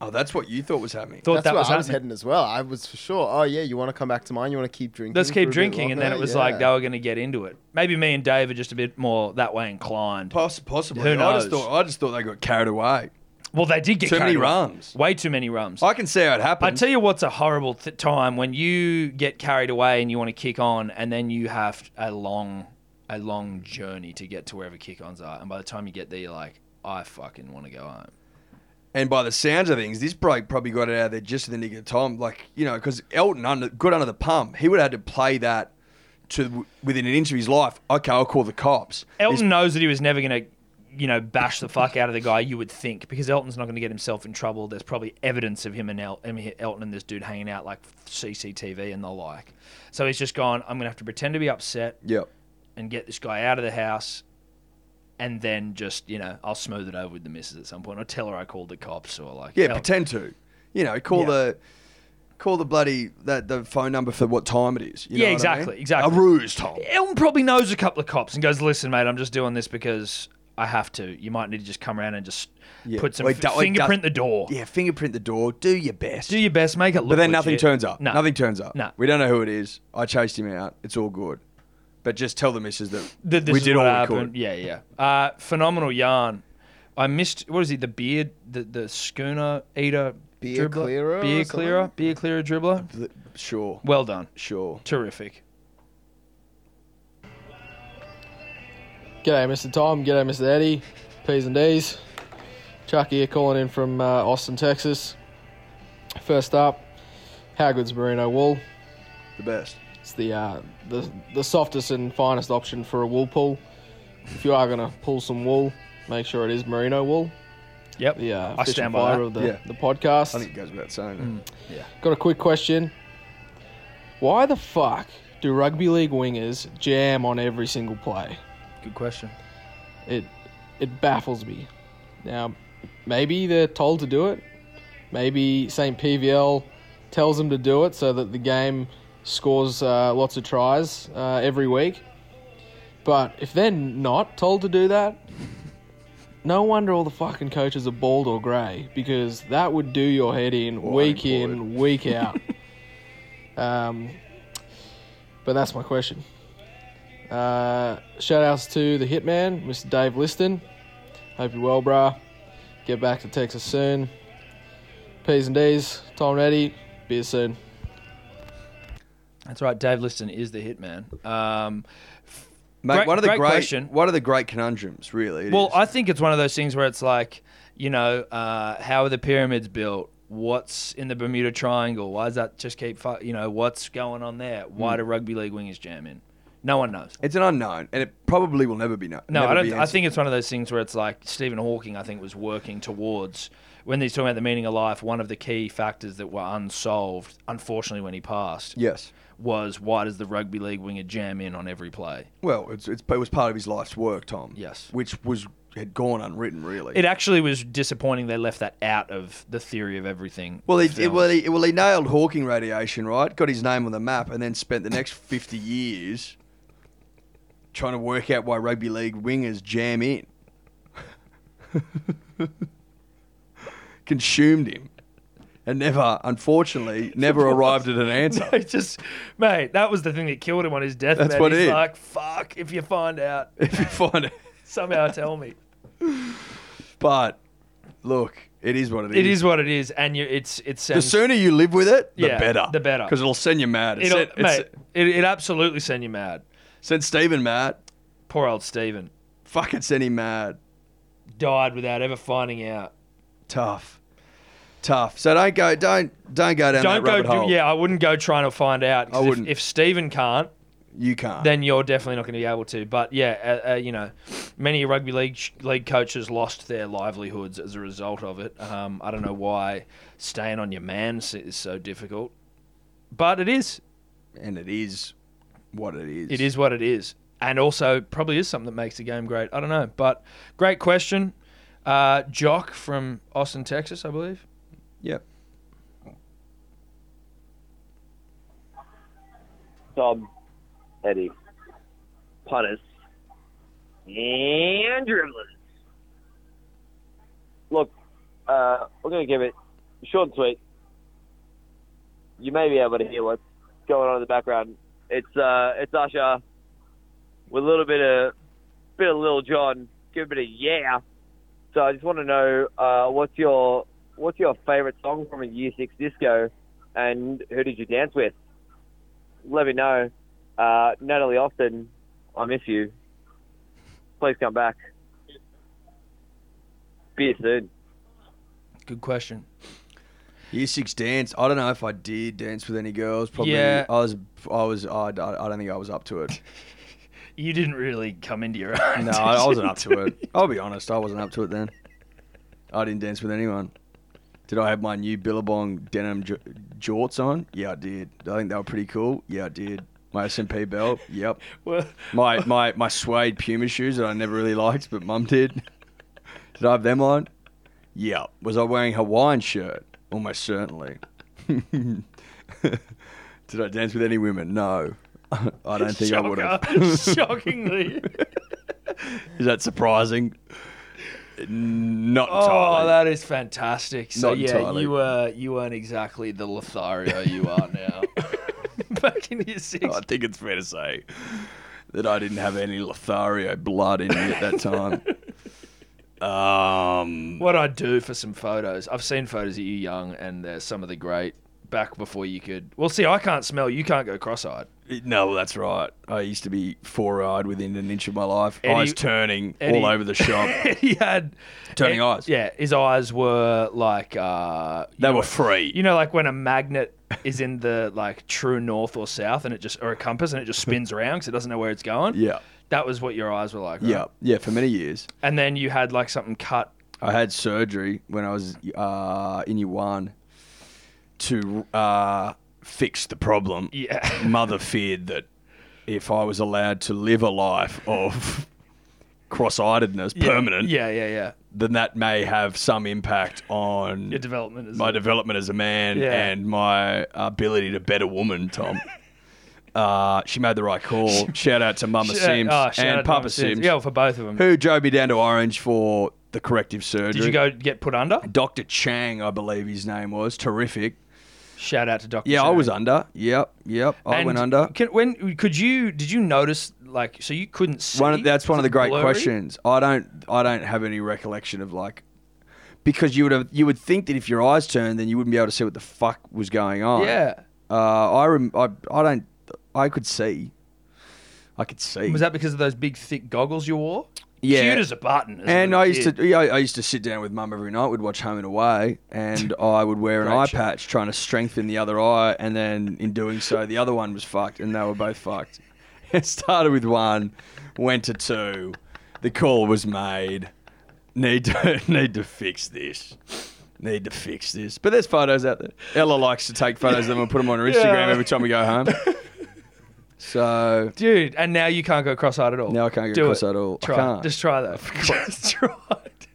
C: Oh, that's what you thought was happening.
B: thought
D: That's
B: that
D: where
B: was
D: I was
B: happening?
D: heading as well. I was for sure. Oh yeah, you want to come back to mine? You want to keep drinking?
B: Let's keep
D: for a bit
B: drinking, and then
D: longer?
B: it was
D: Yeah.
B: like they were going to get into it. Maybe me and Dave are just a bit more that way inclined.
C: Poss- possibly.
B: Who
C: I just
B: knows?
C: thought I just thought they got carried away.
B: Well, they did get
C: Too many
B: carried away.
C: rums.
B: Way too many rums.
C: I can see how it happened.
B: I tell you what's a horrible th- time when you get carried away and you want to kick on, and then you have a long, a long journey to get to wherever kick ons are, and by the time you get there, you're like, I fucking want to go home.
C: and by the sounds of things, this bloke probably got it out of there just at the nick of time. Like you know, because Elton under good under the pump, he would have had to play that to within an inch of his life. Okay, I'll call the cops.
B: Elton
C: This-
B: knows that he was never going to, you know, bash the fuck out of the guy. You would think because Elton's not going to get himself in trouble. There's probably evidence of him and El- I mean, Elton and this dude hanging out like CCTV and the like. So he's just gone. I'm going to have to pretend to be upset
C: Yep.
B: and get this guy out of the house. and then just you know I'll smooth it over with the missus at some point. I tell her I called the cops or like
C: Yeah,
B: tell-
C: pretend to. You know, call
B: Yeah.
C: the call the bloody that the phone number for what time it is. You know
B: Yeah,
C: what I mean?
B: exactly, exactly.
C: A ruse, Tom.
B: Elton probably knows a couple of cops and goes, "Listen, mate, I'm just doing this because I have to. You might need to just come around and just
C: Yeah.
B: put some
C: Or
B: f-
C: du- or
B: fingerprint
C: du-
B: the door.
C: Yeah, fingerprint the door. Do your best.
B: Do your best, make it look."
C: but then nothing
B: legit.
C: turns up.
B: No.
C: Nothing turns up.
B: No.
C: We don't know who it is. I chased him out. It's all good. But just tell the missus that
B: Th- this
C: we
B: is
C: did
B: what
C: all we
B: happened.
C: could.
B: Yeah, yeah. Uh, phenomenal yarn. I missed. What is he? The beard. The the schooner eater.
D: Beer
B: dribbler?
D: clearer or
B: Beer clearer.
D: something?
B: Beer clearer dribbler.
C: Th- Sure,
B: Well done.
C: sure.
B: Terrific.
G: G'day, Mr. Tom. G'day, Mr. Eddie. P's and D's. Chuck here calling in from uh, Austin, Texas. First up, how good's merino wool?
C: The best.
G: It's the, uh, the the softest and finest option for a wool pull. If you are going to pull some wool, make sure it is merino wool.
B: Yep.
G: The uh,
B: I
G: fish
B: stand
G: and
B: by
G: fire
B: that.
G: of the,
C: Yeah.
G: the podcast.
C: I think it goes without saying.
B: Mm.
C: that.
G: Got a quick question. Why the fuck do rugby league wingers jam on every single play?
B: Good question.
G: It it baffles me. Now, maybe they're told to do it. Maybe St. PVL tells them to do it so that the game scores uh, lots of tries uh, every week. But if they're not told to do that, no wonder all the fucking coaches are bald or grey because that would do your head in week in, week out. um, but that's my question. Uh, shout outs to the hitman, Mr. Dave Liston. Hope you're well, brah. Get back to Texas soon. P's and D's, Tom and Eddie. Be soon.
B: That's right. Dave Liston is the hitman. Um,
C: Mate,
B: Great-
C: one of the
B: great
C: great,
B: question.
C: one of the great conundrums, really. it
B: well,
C: is.
B: I think it's one of those things where it's like, you know, uh, how are the pyramids built? What's in the Bermuda Triangle? Why does that just keep, fu- you know, what's going on there?
C: Hmm.
B: Why do rugby league wingers jam in? No one knows.
C: it's an unknown, and it probably will never be known.
B: No, I don't. I think it's one of those things where it's like Stephen Hawking. I think was working towards when he's talking about the meaning of life. One of the key factors that were unsolved, unfortunately, when he passed,
C: Yes.
B: was why does the rugby league winger jam in on every play?
C: Well, it's, it's it was part of his life's work, Tom.
B: Yes.
C: which was had gone unwritten, really.
B: It actually was disappointing they left that out of the theory of everything.
C: well, he,
B: If
C: it,
B: that
C: well, he, well, he nailed Hawking radiation, right? Got his name on the map, and then spent the next fifty years trying to work out why rugby league wingers jam in. Consumed him, and never, unfortunately, never arrived at an answer.
B: It's just, mate, that was the thing that killed him on his deathbed.
C: That's what it
B: He's
C: is.
B: like, fuck, if you find out,
C: If you find it,
B: somehow tell me.
C: but look, it is what
B: It is what it is, and you, it's it
C: The
B: sends.
C: sooner you live with it, the
B: Yeah,
C: better.
B: the better.
C: Because it'll send you mad. It
B: it'll,
C: sent, it
B: mate,
C: sent-
B: it, it absolutely sent you mad.
C: sent Stephen mad.
B: Poor old Stephen
C: Fucking sent him mad.
B: died without ever finding out.
C: Tough. Tough. So don't go. Don't don't go down
B: Don't
C: that
B: go.
C: rabbit hole.
B: Do, yeah, I wouldn't go trying to find out. 'cause
C: I
B: if-
C: wouldn't. Ah.
B: If, Stephen can't,
C: You can't.
B: then you're definitely not going to be able to. But yeah, uh, uh, you know, many rugby league league coaches lost their livelihoods as a result of it. Um, I don't know why staying on your man s- is so difficult, but it is.
C: and it is what it is.
B: It is what it is, and also probably is something that makes the game great. I don't know, but great question, uh, Jock from Austin, Texas, I believe.
C: Yep.
H: Tom, Eddie, punters, and dribblers. Look, uh, we're going to give it short and sweet. You may be able to hear what's going on in the background. It's uh, it's Usher with a little bit of bit of Lil John, give a bit of yeah. So I just want to know uh, what's your what's your favorite song from a Year Six disco, and who did you dance with? let me know. Uh, Natalie Austin, I miss you. Please come back. Be here soon.
B: Good question.
C: Year six dance. I don't know if I did dance with any girls. Probably.
B: Yeah.
C: I was. I was. I, I don't think I was up to it.
B: You didn't really come into your own.
C: No, I, I wasn't up to it. I'll be honest, I wasn't up to it then. I didn't dance with anyone. Did I have my new Billabong denim j- jorts on? Yeah, I did. I think they were pretty cool. Yeah, I did. My SMP belt. Yep.
B: Well-
C: My my my suede Puma shoes that I never really liked, but Mum did. Did I have them on? Yep. Was I wearing Hawaiian shirt? Almost certainly. Did I dance with any women? No. I don't think I would have.
B: Shockingly.
C: Is that surprising? Not entirely.
B: Oh, that is fantastic. So
C: Not
B: yeah,
C: entirely.
B: you were you weren't exactly the Lothario you are now. Back in year six.
C: I think it's fair to say that I didn't have any Lothario blood in me at that time. Um,
B: What I do for some photos. I've seen photos of you young and they're some of the great back before you could Well see, I can't smell, you can't go cross eyed.
C: no, well, that's right. I used to be four-eyed within an inch of my life,
B: Eddie-
C: eyes turning
B: Eddie-
C: all over the shop,
B: he had
C: turning
B: eh,
C: eyes.
B: Yeah, his eyes were like uh
C: They were free.
B: you know like when a magnet is in the like true north or south and it just or a compass and it just spins around because it doesn't know where it's going.
C: yeah,
B: That was what your eyes were like. Right?
C: yeah, yeah. For many years,
B: And then you had like something cut.
C: I had surgery when I was uh, in year one to uh, fix the problem.
B: Yeah.
C: mother feared that if I was allowed to live a life of cross-eyededness, permanent,
B: Yeah, yeah, yeah.
C: then that may have some impact on
B: Your development is
C: my development as a man
B: Yeah.
C: and my ability to bet a woman, Tom. uh, she made the right call. shout out to Mama
B: Shit.
C: Sims
B: Oh, shout out
C: and
B: to
C: Papa
B: Mama
C: Sims,
B: Yeah, for both of them.
C: who drove me down to Orange for the corrective surgery.
B: Did you go get put under?
C: Dr. Chang, I believe his name was. Terrific.
B: Shout out to Doctor.
C: Yeah, I was under. Yep, yep. I went under.
B: Can, when could you? Did you notice like so you couldn't see?
C: One of, that's one
B: Was
C: of the
B: it
C: great
B: blurry?
C: questions. I don't I don't have any recollection of like because you would have you would think that if your eyes turned then you wouldn't be able to see what the fuck was going on.
B: Yeah.
C: Uh, I rem- I I don't I could see. I could see.
B: Was that because of those big thick goggles you wore?
C: Yeah.
B: Cute as a button. as a
C: and
B: little
C: I used
B: kid.
C: to, yeah, I I used to sit down with mum every night. We'd watch Home and Away, and I would wear an
B: Great
C: eye
B: show.
C: patch, trying to strengthen the other eye. And then in doing so, the other one was fucked, and they were both fucked. It started with one, went to two. The call was made. Need to need to fix this. Need to fix this. But there's photos out there. Ella likes to take photos of them and put them on her Instagram every time we go home. So
B: Dude, and now you can't go cross-eyed at all.
C: Now I can't go
B: Do it.
C: cross-eyed at all. I
B: Try.
C: can't.
B: Just try that. Just try. it.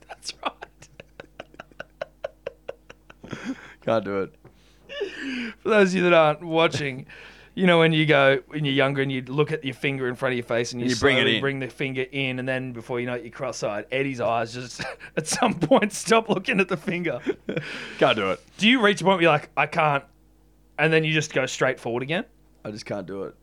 B: That's right.
C: can't do it.
B: for those of you that aren't watching, you know when you go when you're younger and you look at your finger in front of your face and you,
C: You bring it
B: slowly
C: in.
B: bring the finger in, and then before you know it, you cross-eyed. Eddie's eyes just at some point stop looking at the finger.
C: Can't do it.
B: Do you reach a point where you're like, I can't, and then you just go straight forward again?
C: I just can't do it.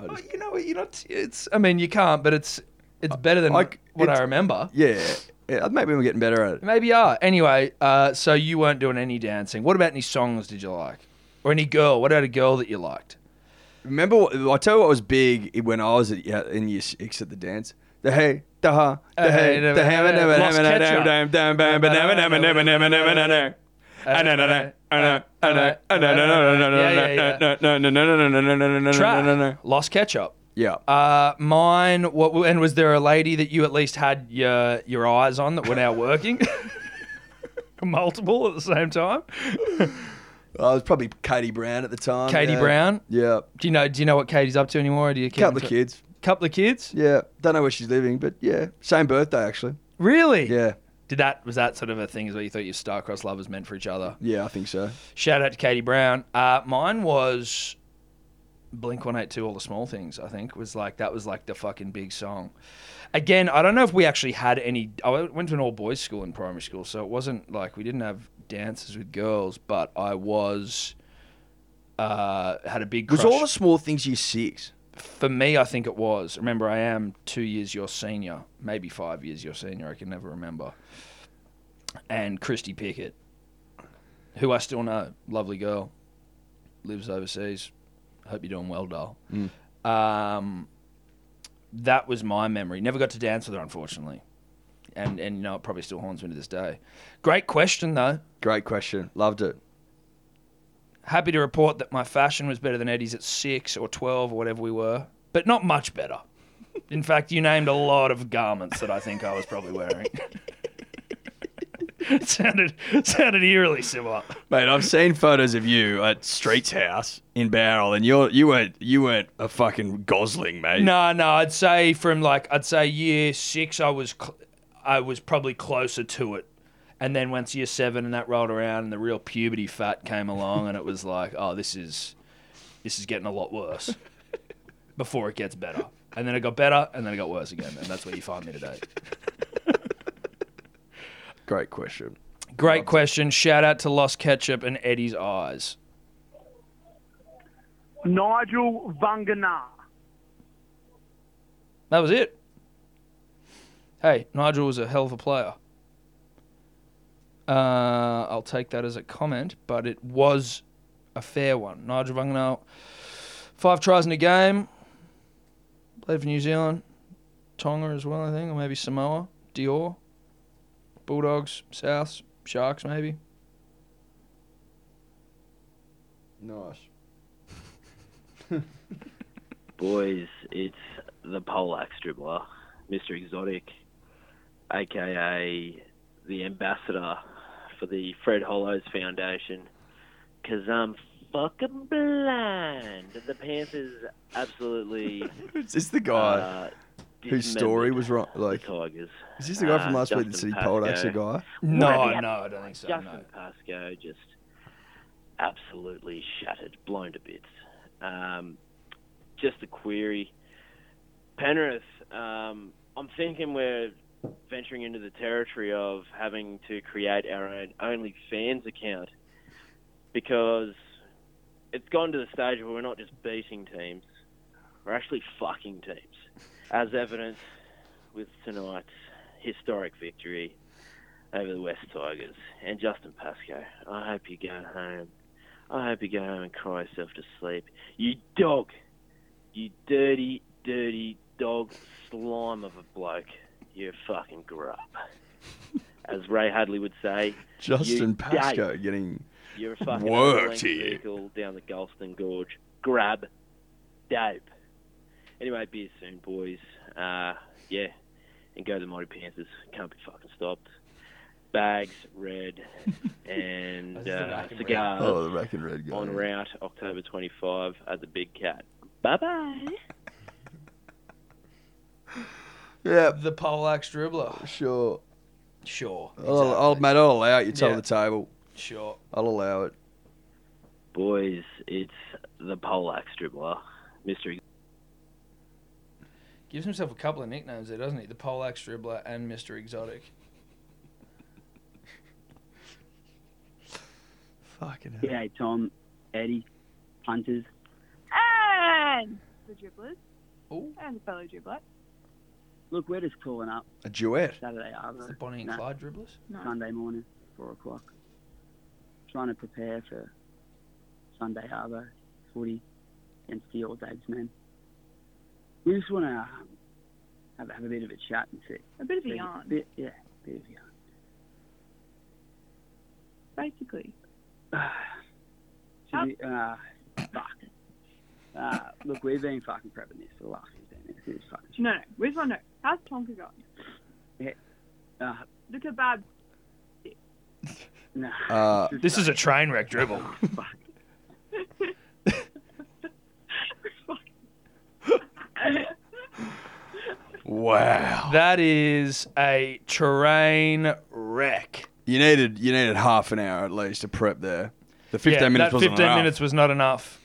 C: I
B: Well,
C: just
B: you know, what, you're not. It's. I mean, you can't, but it's. It's better than
C: I-
B: what I
C: it's-
B: remember.
C: Yeah, yeah. Maybe we're getting better at it.
B: Maybe you are. Anyway, uh, so you weren't doing any dancing. What about any songs did you like, or any girl? What about a girl that you liked?
C: Remember, what, I tell you what was big when I was at, yeah, in year six at the dance. The hey, the ha, the hey, the ham, and the ham, and the ham, and the ham, and the ham, and the ham, and the ham, and the ham, and the ham, and the ham.
B: Uh, Track. Lost ketchup.
C: Yeah.
B: Uh, mine. What? And was there a lady that you at least had your your eyes on that were now working? Multiple at the same time.
C: I was probably Katie Brown at the time.
B: Katie
C: Oh, yeah.
B: Brown.
C: Yeah.
B: Do you know? Do you know what Katie's up to anymore? Or do you keep
C: Couple
B: in
C: of
B: tou-
C: kids.
B: Couple of kids.
C: Yeah. Don't know where she's living, but yeah. Same birthday, actually.
B: Really?
C: Yeah.
B: Did that? Was that sort of a thing? Is where you thought your star-crossed lovers meant for each other?
C: Yeah, I think so.
B: Shout out to Katie Brown. Uh, mine was Blink One Eight Two. All the small things. I think was like that was like the fucking big song. Again, I don't know if we actually had any. I went to an all boys school in primary school, so it wasn't like we didn't have dances with girls. But I was uh, had a big.
C: Was
B: crush-
C: all the small things year six?
B: for me, I think it was. Remember, I am two years your senior, maybe five years your senior. I can never remember. And Christy Pickett, who I still know, lovely girl, lives overseas. Hope you're doing well, doll. Um, that was my memory. Never got to dance with her, unfortunately. And and you know, it probably still haunts me to this day. Great question though.
C: Great question. Loved it.
B: Happy to report that my fashion was better than Eddie's at six or 12 or whatever we were, but not much better. In fact, you named a lot of garments that I think I was probably wearing. it sounded it sounded eerily similar.
C: Mate, I've seen photos of you at Street's house in Barrel, and you're you weren't you weren't a fucking Gosling, mate.
B: No, no, I'd say from like I'd say year six, I was cl- I was probably closer to it, and then once year seven and that rolled around and the real puberty fat came along, and it was like, oh, this is this is getting a lot worse before it gets better, and then it got better, and then it got worse again, and that's where you find me today.
C: Great question.
B: Great question. Shout out to Lost Ketchup and Eddie's eyes.
I: Nigel Vangana.
B: That was it. Hey, Nigel was a hell of a player. Uh, I'll take that as a comment, but it was a fair one. Nigel Vanganau, five tries in a game. Played for New Zealand, Tonga as well, I think, or maybe Samoa, Dior, Bulldogs, Souths, Sharks, maybe.
C: Nice.
H: Boys, it's the Polax dribbler, Mr. Exotic, aka the ambassador for the Fred Hollows Foundation, because I'm fucking blind. The Panthers absolutely.
C: Is this the guy
H: uh,
C: Oh, whose story was wrong? Like,
H: dismembered the Tigers.
C: is this the guy from
H: Uh,
C: last week that
H: Justin
C: said he polled
H: Pascoe.
C: actually a guy?
B: No,
H: yeah.
B: no, I don't think so.
H: Justin
B: No.
H: Pascoe just absolutely shattered, blown to bits. Um, just a query. Penrith, um, I'm thinking we're venturing into the territory of having to create our own OnlyFans account because it's gone to the stage where we're not just beating teams, we're actually fucking teams, as evidenced with tonight's historic victory over the West Tigers and Justin Pascoe. I hope you go home. I hope you go home and cry yourself to sleep. You dog. You dirty, dirty dog slime of a bloke. You fucking grub. As Ray Hadley would say,
C: Justin
H: You
C: Pascoe getting
H: you're a fucking
C: Worked
H: Worked
C: here.
H: vehicle down the Gulston Gorge. Grab. Dope. Anyway, be soon, boys. Uh, yeah. And go to the Mighty Panthers. Can't be fucking stopped. Bags, red, and
B: That's the
H: uh,
B: rack and red.
H: cigars
C: oh the rack and red guy.
H: on route October 25 at the Big Cat. Bye bye.
C: Yeah,
B: The Polax dribbler.
C: sure.
B: Sure.
C: I'll, I'll, mate, I'll allow it. You tell
B: Yeah.
C: the table.
B: Sure.
C: I'll allow it.
H: Boys, it's the Polax dribbler, Mr.
B: Gives himself a couple of nicknames there, doesn't he? The Polax dribbler and Mr. Exotic.
C: Fucking hell.
I: G'day, Tom, Eddie, punters.
J: And the dribblers.
B: Ooh.
J: And the fellow dribbler.
I: Look, we're just calling up
C: A duet.
I: Saturday
B: It's the
I: after
B: Bonnie and
I: Nah.
B: Clyde dribblers.
J: No.
I: Sunday morning, four o'clock. Trying to prepare for Sunday Arvo, footy, against the All Dags men. We just want to have, have a bit of a chat and see.
J: A bit of a
I: see-
J: yarn,
I: Bit, yeah, bit of a yarn.
J: basically.
I: Should we, uh, fuck. Uh, look, we've been fucking prepping this for the last 15 minutes. It's fucking shit.
J: No, no. We just want to know how's Tonka going?
I: Uh,
J: Look at Bab.
I: no.
C: Uh,
I: Just
B: This is a train wreck dribble.
C: Wow.
B: That is a terrain wreck.
C: You needed you needed half an hour at least to prep there. The 15
B: yeah,
C: minutes
B: that
C: wasn't
B: 15
C: enough.
B: minutes was not enough.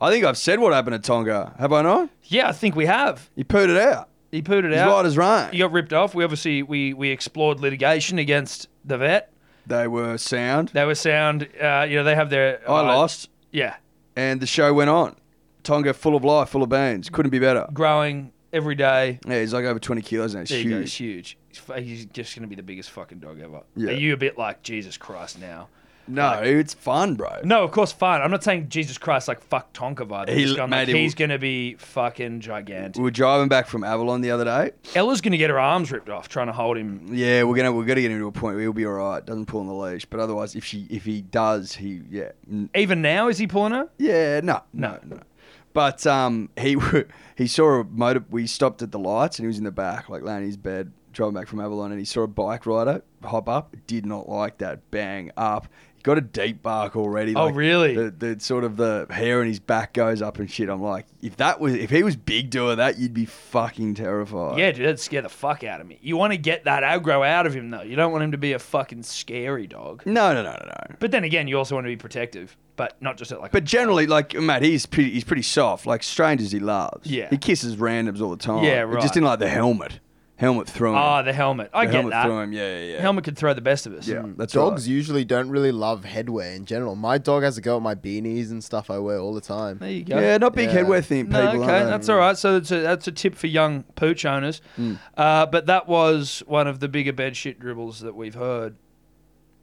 C: I think I've said what happened at Tonga. Have I not?
B: Yeah, I think we have.
C: He pooed it out.
B: He pooed it
C: He's
B: out.
C: right as rain.
B: He got ripped off. We obviously we we explored litigation against the vet.
C: They were sound.
B: They were sound. Uh, you know they have their.
C: I
B: uh,
C: lost,
B: Yeah,
C: and the show went on. Tonga full of life, full of beans. Couldn't be better.
B: growing every day.
C: Yeah, he's like over 20 kilos now. It's
B: There you go. He's
C: huge.
B: huge. He's fu- He's just going to be the biggest fucking dog ever.
C: Yeah.
B: Are you a bit like Jesus Christ now?
C: No, it's fun, bro.
B: No, of course, fine. I'm not saying Jesus Christ like fuck Tonka vibe. I'm
C: He-
B: just going like,
C: mate, he
B: he's
C: will-
B: going to be fucking gigantic.
C: We were driving back from Avalon the other day.
B: Ella's going to get her arms ripped off trying to hold him.
C: Yeah, we're gonna we're gonna get him to a point where he'll be all right. Doesn't pull on the leash, but otherwise, if she if he does, he yeah N-
B: Even now, is he pulling her?
C: yeah no no no. But um, he w- he saw a motor. We stopped at the lights, and he was in the back, like laying in his bed, driving back from Avalon and he saw a bike rider hop up. Did not like that. Bang up. He got a deep bark already.
B: Oh,
C: like,
B: really?
C: The, the sort of the hair in his back goes up and shit. I'm like, if that was if he was big doer that, you'd be fucking terrified.
B: Yeah, dude, that'd scare the fuck out of me. You want to get that aggro out of him, though. You don't want him to be a fucking scary dog.
C: No, no, no, no, no.
B: But then again, you also want to be protective, but not just at like.
C: But generally, like Matt, he's pretty, he's pretty soft. Like strangers, he loves.
B: Yeah.
C: He kisses randoms all the time.
B: Yeah,
C: He
B: right.
C: just didn't like the helmet. Helmet throwing.
B: Ah, the helmet. I
C: the
B: get
C: helmet
B: that.
C: threw him, yeah, yeah, yeah.
B: Helmet could throw the best of us.
C: yeah, that's
D: Dogs
C: right.
D: usually don't really love headwear in general. My dog has a go at my beanies and stuff I wear all the time.
B: There you go.
C: Yeah, not big
D: Yeah.
C: headwear thing.
B: No,
C: people.
B: okay,
C: aren't they?
B: that's all right. So that's a, that's a tip for young pooch owners.
C: Mm.
B: Uh, but that was one of the bigger bed shit dribbles that we've heard.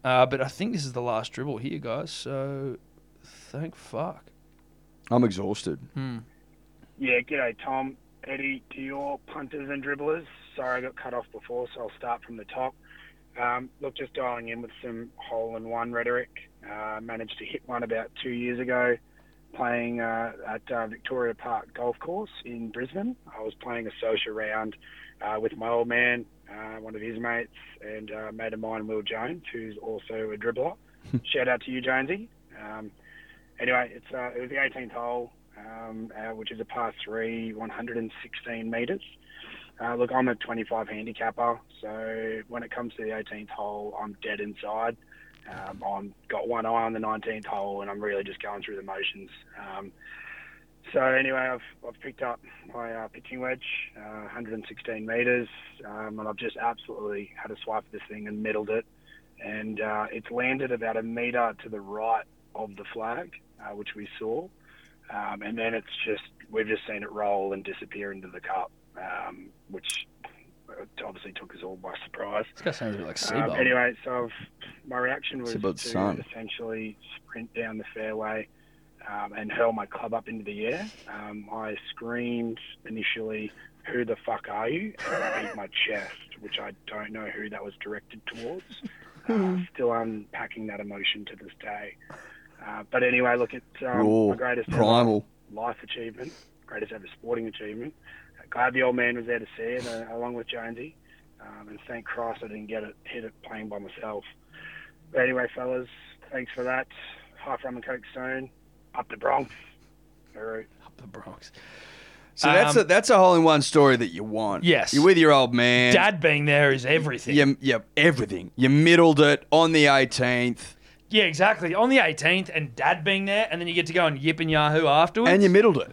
B: Uh, but I think this is the last dribble here, guys. So thank fuck.
C: I'm exhausted.
K: Yeah, g'day, Tom, Eddie, to your punters and dribblers. Sorry I got cut off before, so I'll start from the top. Um, look, just dialing in with some hole in one rhetoric. Uh, managed to hit one about two years ago playing uh, at uh, Victoria Park Golf Course in Brisbane. I was playing a social round uh, with my old man, uh, one of his mates, and uh, mate of mine, Will Jones, who's also a dribbler. Shout out to you, Jonesy. Um, anyway, it's uh, it was the 18th hole, um, uh, which is a par three, 116 meters. Uh, look, I'm a 25 handicapper, so when it comes to the 18th hole, I'm dead inside. Um, I'm got one eye on the 19th hole, and I'm really just going through the motions. Um, so anyway, I've, I've picked up my uh, pitching wedge, uh, 116 meters, um, and I've just absolutely had a swipe at this thing and middled it, and uh, it's landed about a meter to the right of the flag, uh, which we saw, um, and then it's just we've just seen it roll and disappear into the cup, um, which obviously took us all by surprise.
B: This guy sounds a bit like
K: Um,
B: Seabolt.
K: anyway, so I've, my reaction was to
C: Seabolt's son.
K: essentially sprint down the fairway um, and hurl my club up into the air. Um, I screamed initially, "Who the fuck are you?" and I beat my chest, which I don't know who that was directed towards. Uh, still unpacking that emotion to this day. Uh, but anyway, look, it's um,
C: Raw,
K: my greatest ever
C: primal.
B: Um,
K: life achievement, greatest ever sporting achievement. Uh, Glad the old man was there to see it, uh, along with Jonesy. Um, and thank Christ I didn't get it hit it playing by myself. But anyway, fellas, thanks for that. Half rum and coke soon. Up the Bronx. All right.
B: Up the Bronx.
C: So that's
B: Um,
C: a that's a hole in one story that you want.
B: Yes.
C: You're with your old man.
B: Dad being there is everything.
C: You, you, everything. You middled it on the 18th,
B: Yeah, exactly. On the 18th, and Dad being there, and then you get to go and yip and yahoo afterwards.
C: and you middled it.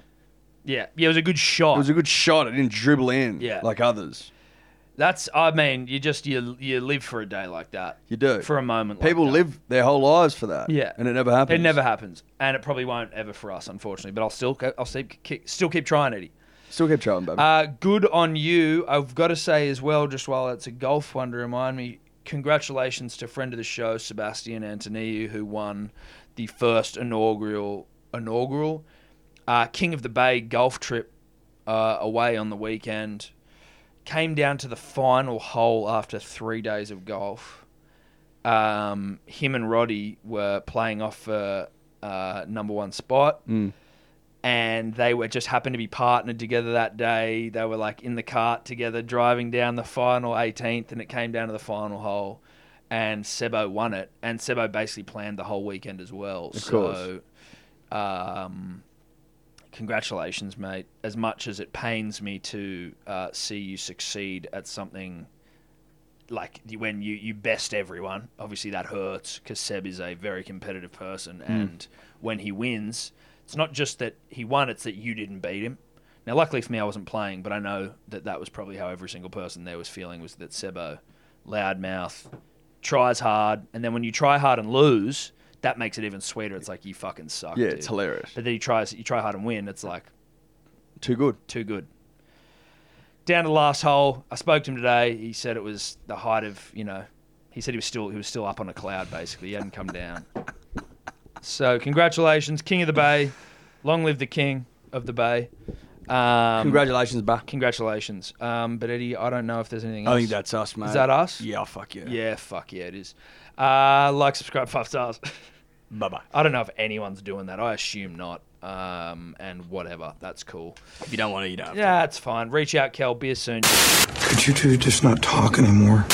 B: yeah, yeah, it was a good
C: It
B: shot.
C: was a good shot. It didn't dribble in
B: Yeah.
C: like others.
B: That's, I mean, you just you you live for a day like that,
C: You do.
B: for a moment. like
C: People
B: that.
C: live their whole lives for that.
B: Yeah.
C: And it never happens.
B: It never happens, and it probably won't ever for us, unfortunately. But I'll still co- I'll still keep, still keep trying, Eddie.
C: Still kept trying, baby.
B: Uh, good on you. I've got to say as well, just while it's a golf one, to remind me, congratulations to friend of the show Sebastian Antoniou, who won the first inaugural inaugural uh, King of the Bay golf trip uh, away on the weekend. Came down to the final hole after three days of golf. Um, him and Roddy were playing off for uh, number one spot and they were just happened to be partnered together that day. They were like in the cart together, driving down the final 18th, and it came down to the final hole, and Sebo won it. And Sebo basically planned the whole weekend as well. Of so,
C: course.
B: um, congratulations, mate. As much as it pains me to uh, see you succeed at something like you- when you, you best everyone, obviously that hurts because Seb is a very competitive person.
C: Hmm.
B: And when he wins, it's not just that he won, it's that you didn't beat him. Now, luckily for me, I wasn't playing, but I know that that was probably how every single person there was feeling was that Sebo, loudmouth, tries hard. And then when you try hard and lose, that makes it even sweeter. It's like, you fucking suck.
C: yeah,
B: dude.
C: it's hilarious.
B: But then he tries, you try hard and win. It's like,
C: Too good.
B: too good. Down to the last hole. I spoke to him today. He said it was the height of, you know, he said he was still he was still up on a cloud basically. He hadn't come down. So congratulations, King of the Bay. Long live the King of the Bay. Um,
C: Congratulations, ba.
B: Congratulations. Um, but Eddie, I don't know if there's anything else.
C: I think that's us, mate.
B: that us?
C: Yeah, fuck yeah.
B: Yeah, fuck yeah, it is. Uh, like, subscribe, five stars.
C: Bye bye.
B: I don't know if anyone's doing that. I assume not. Um, and whatever, that's cool.
C: If you don't want to, you don't.
B: Yeah, it's fine. Reach out, Kel. Be soon.
K: Could you two just not talk anymore?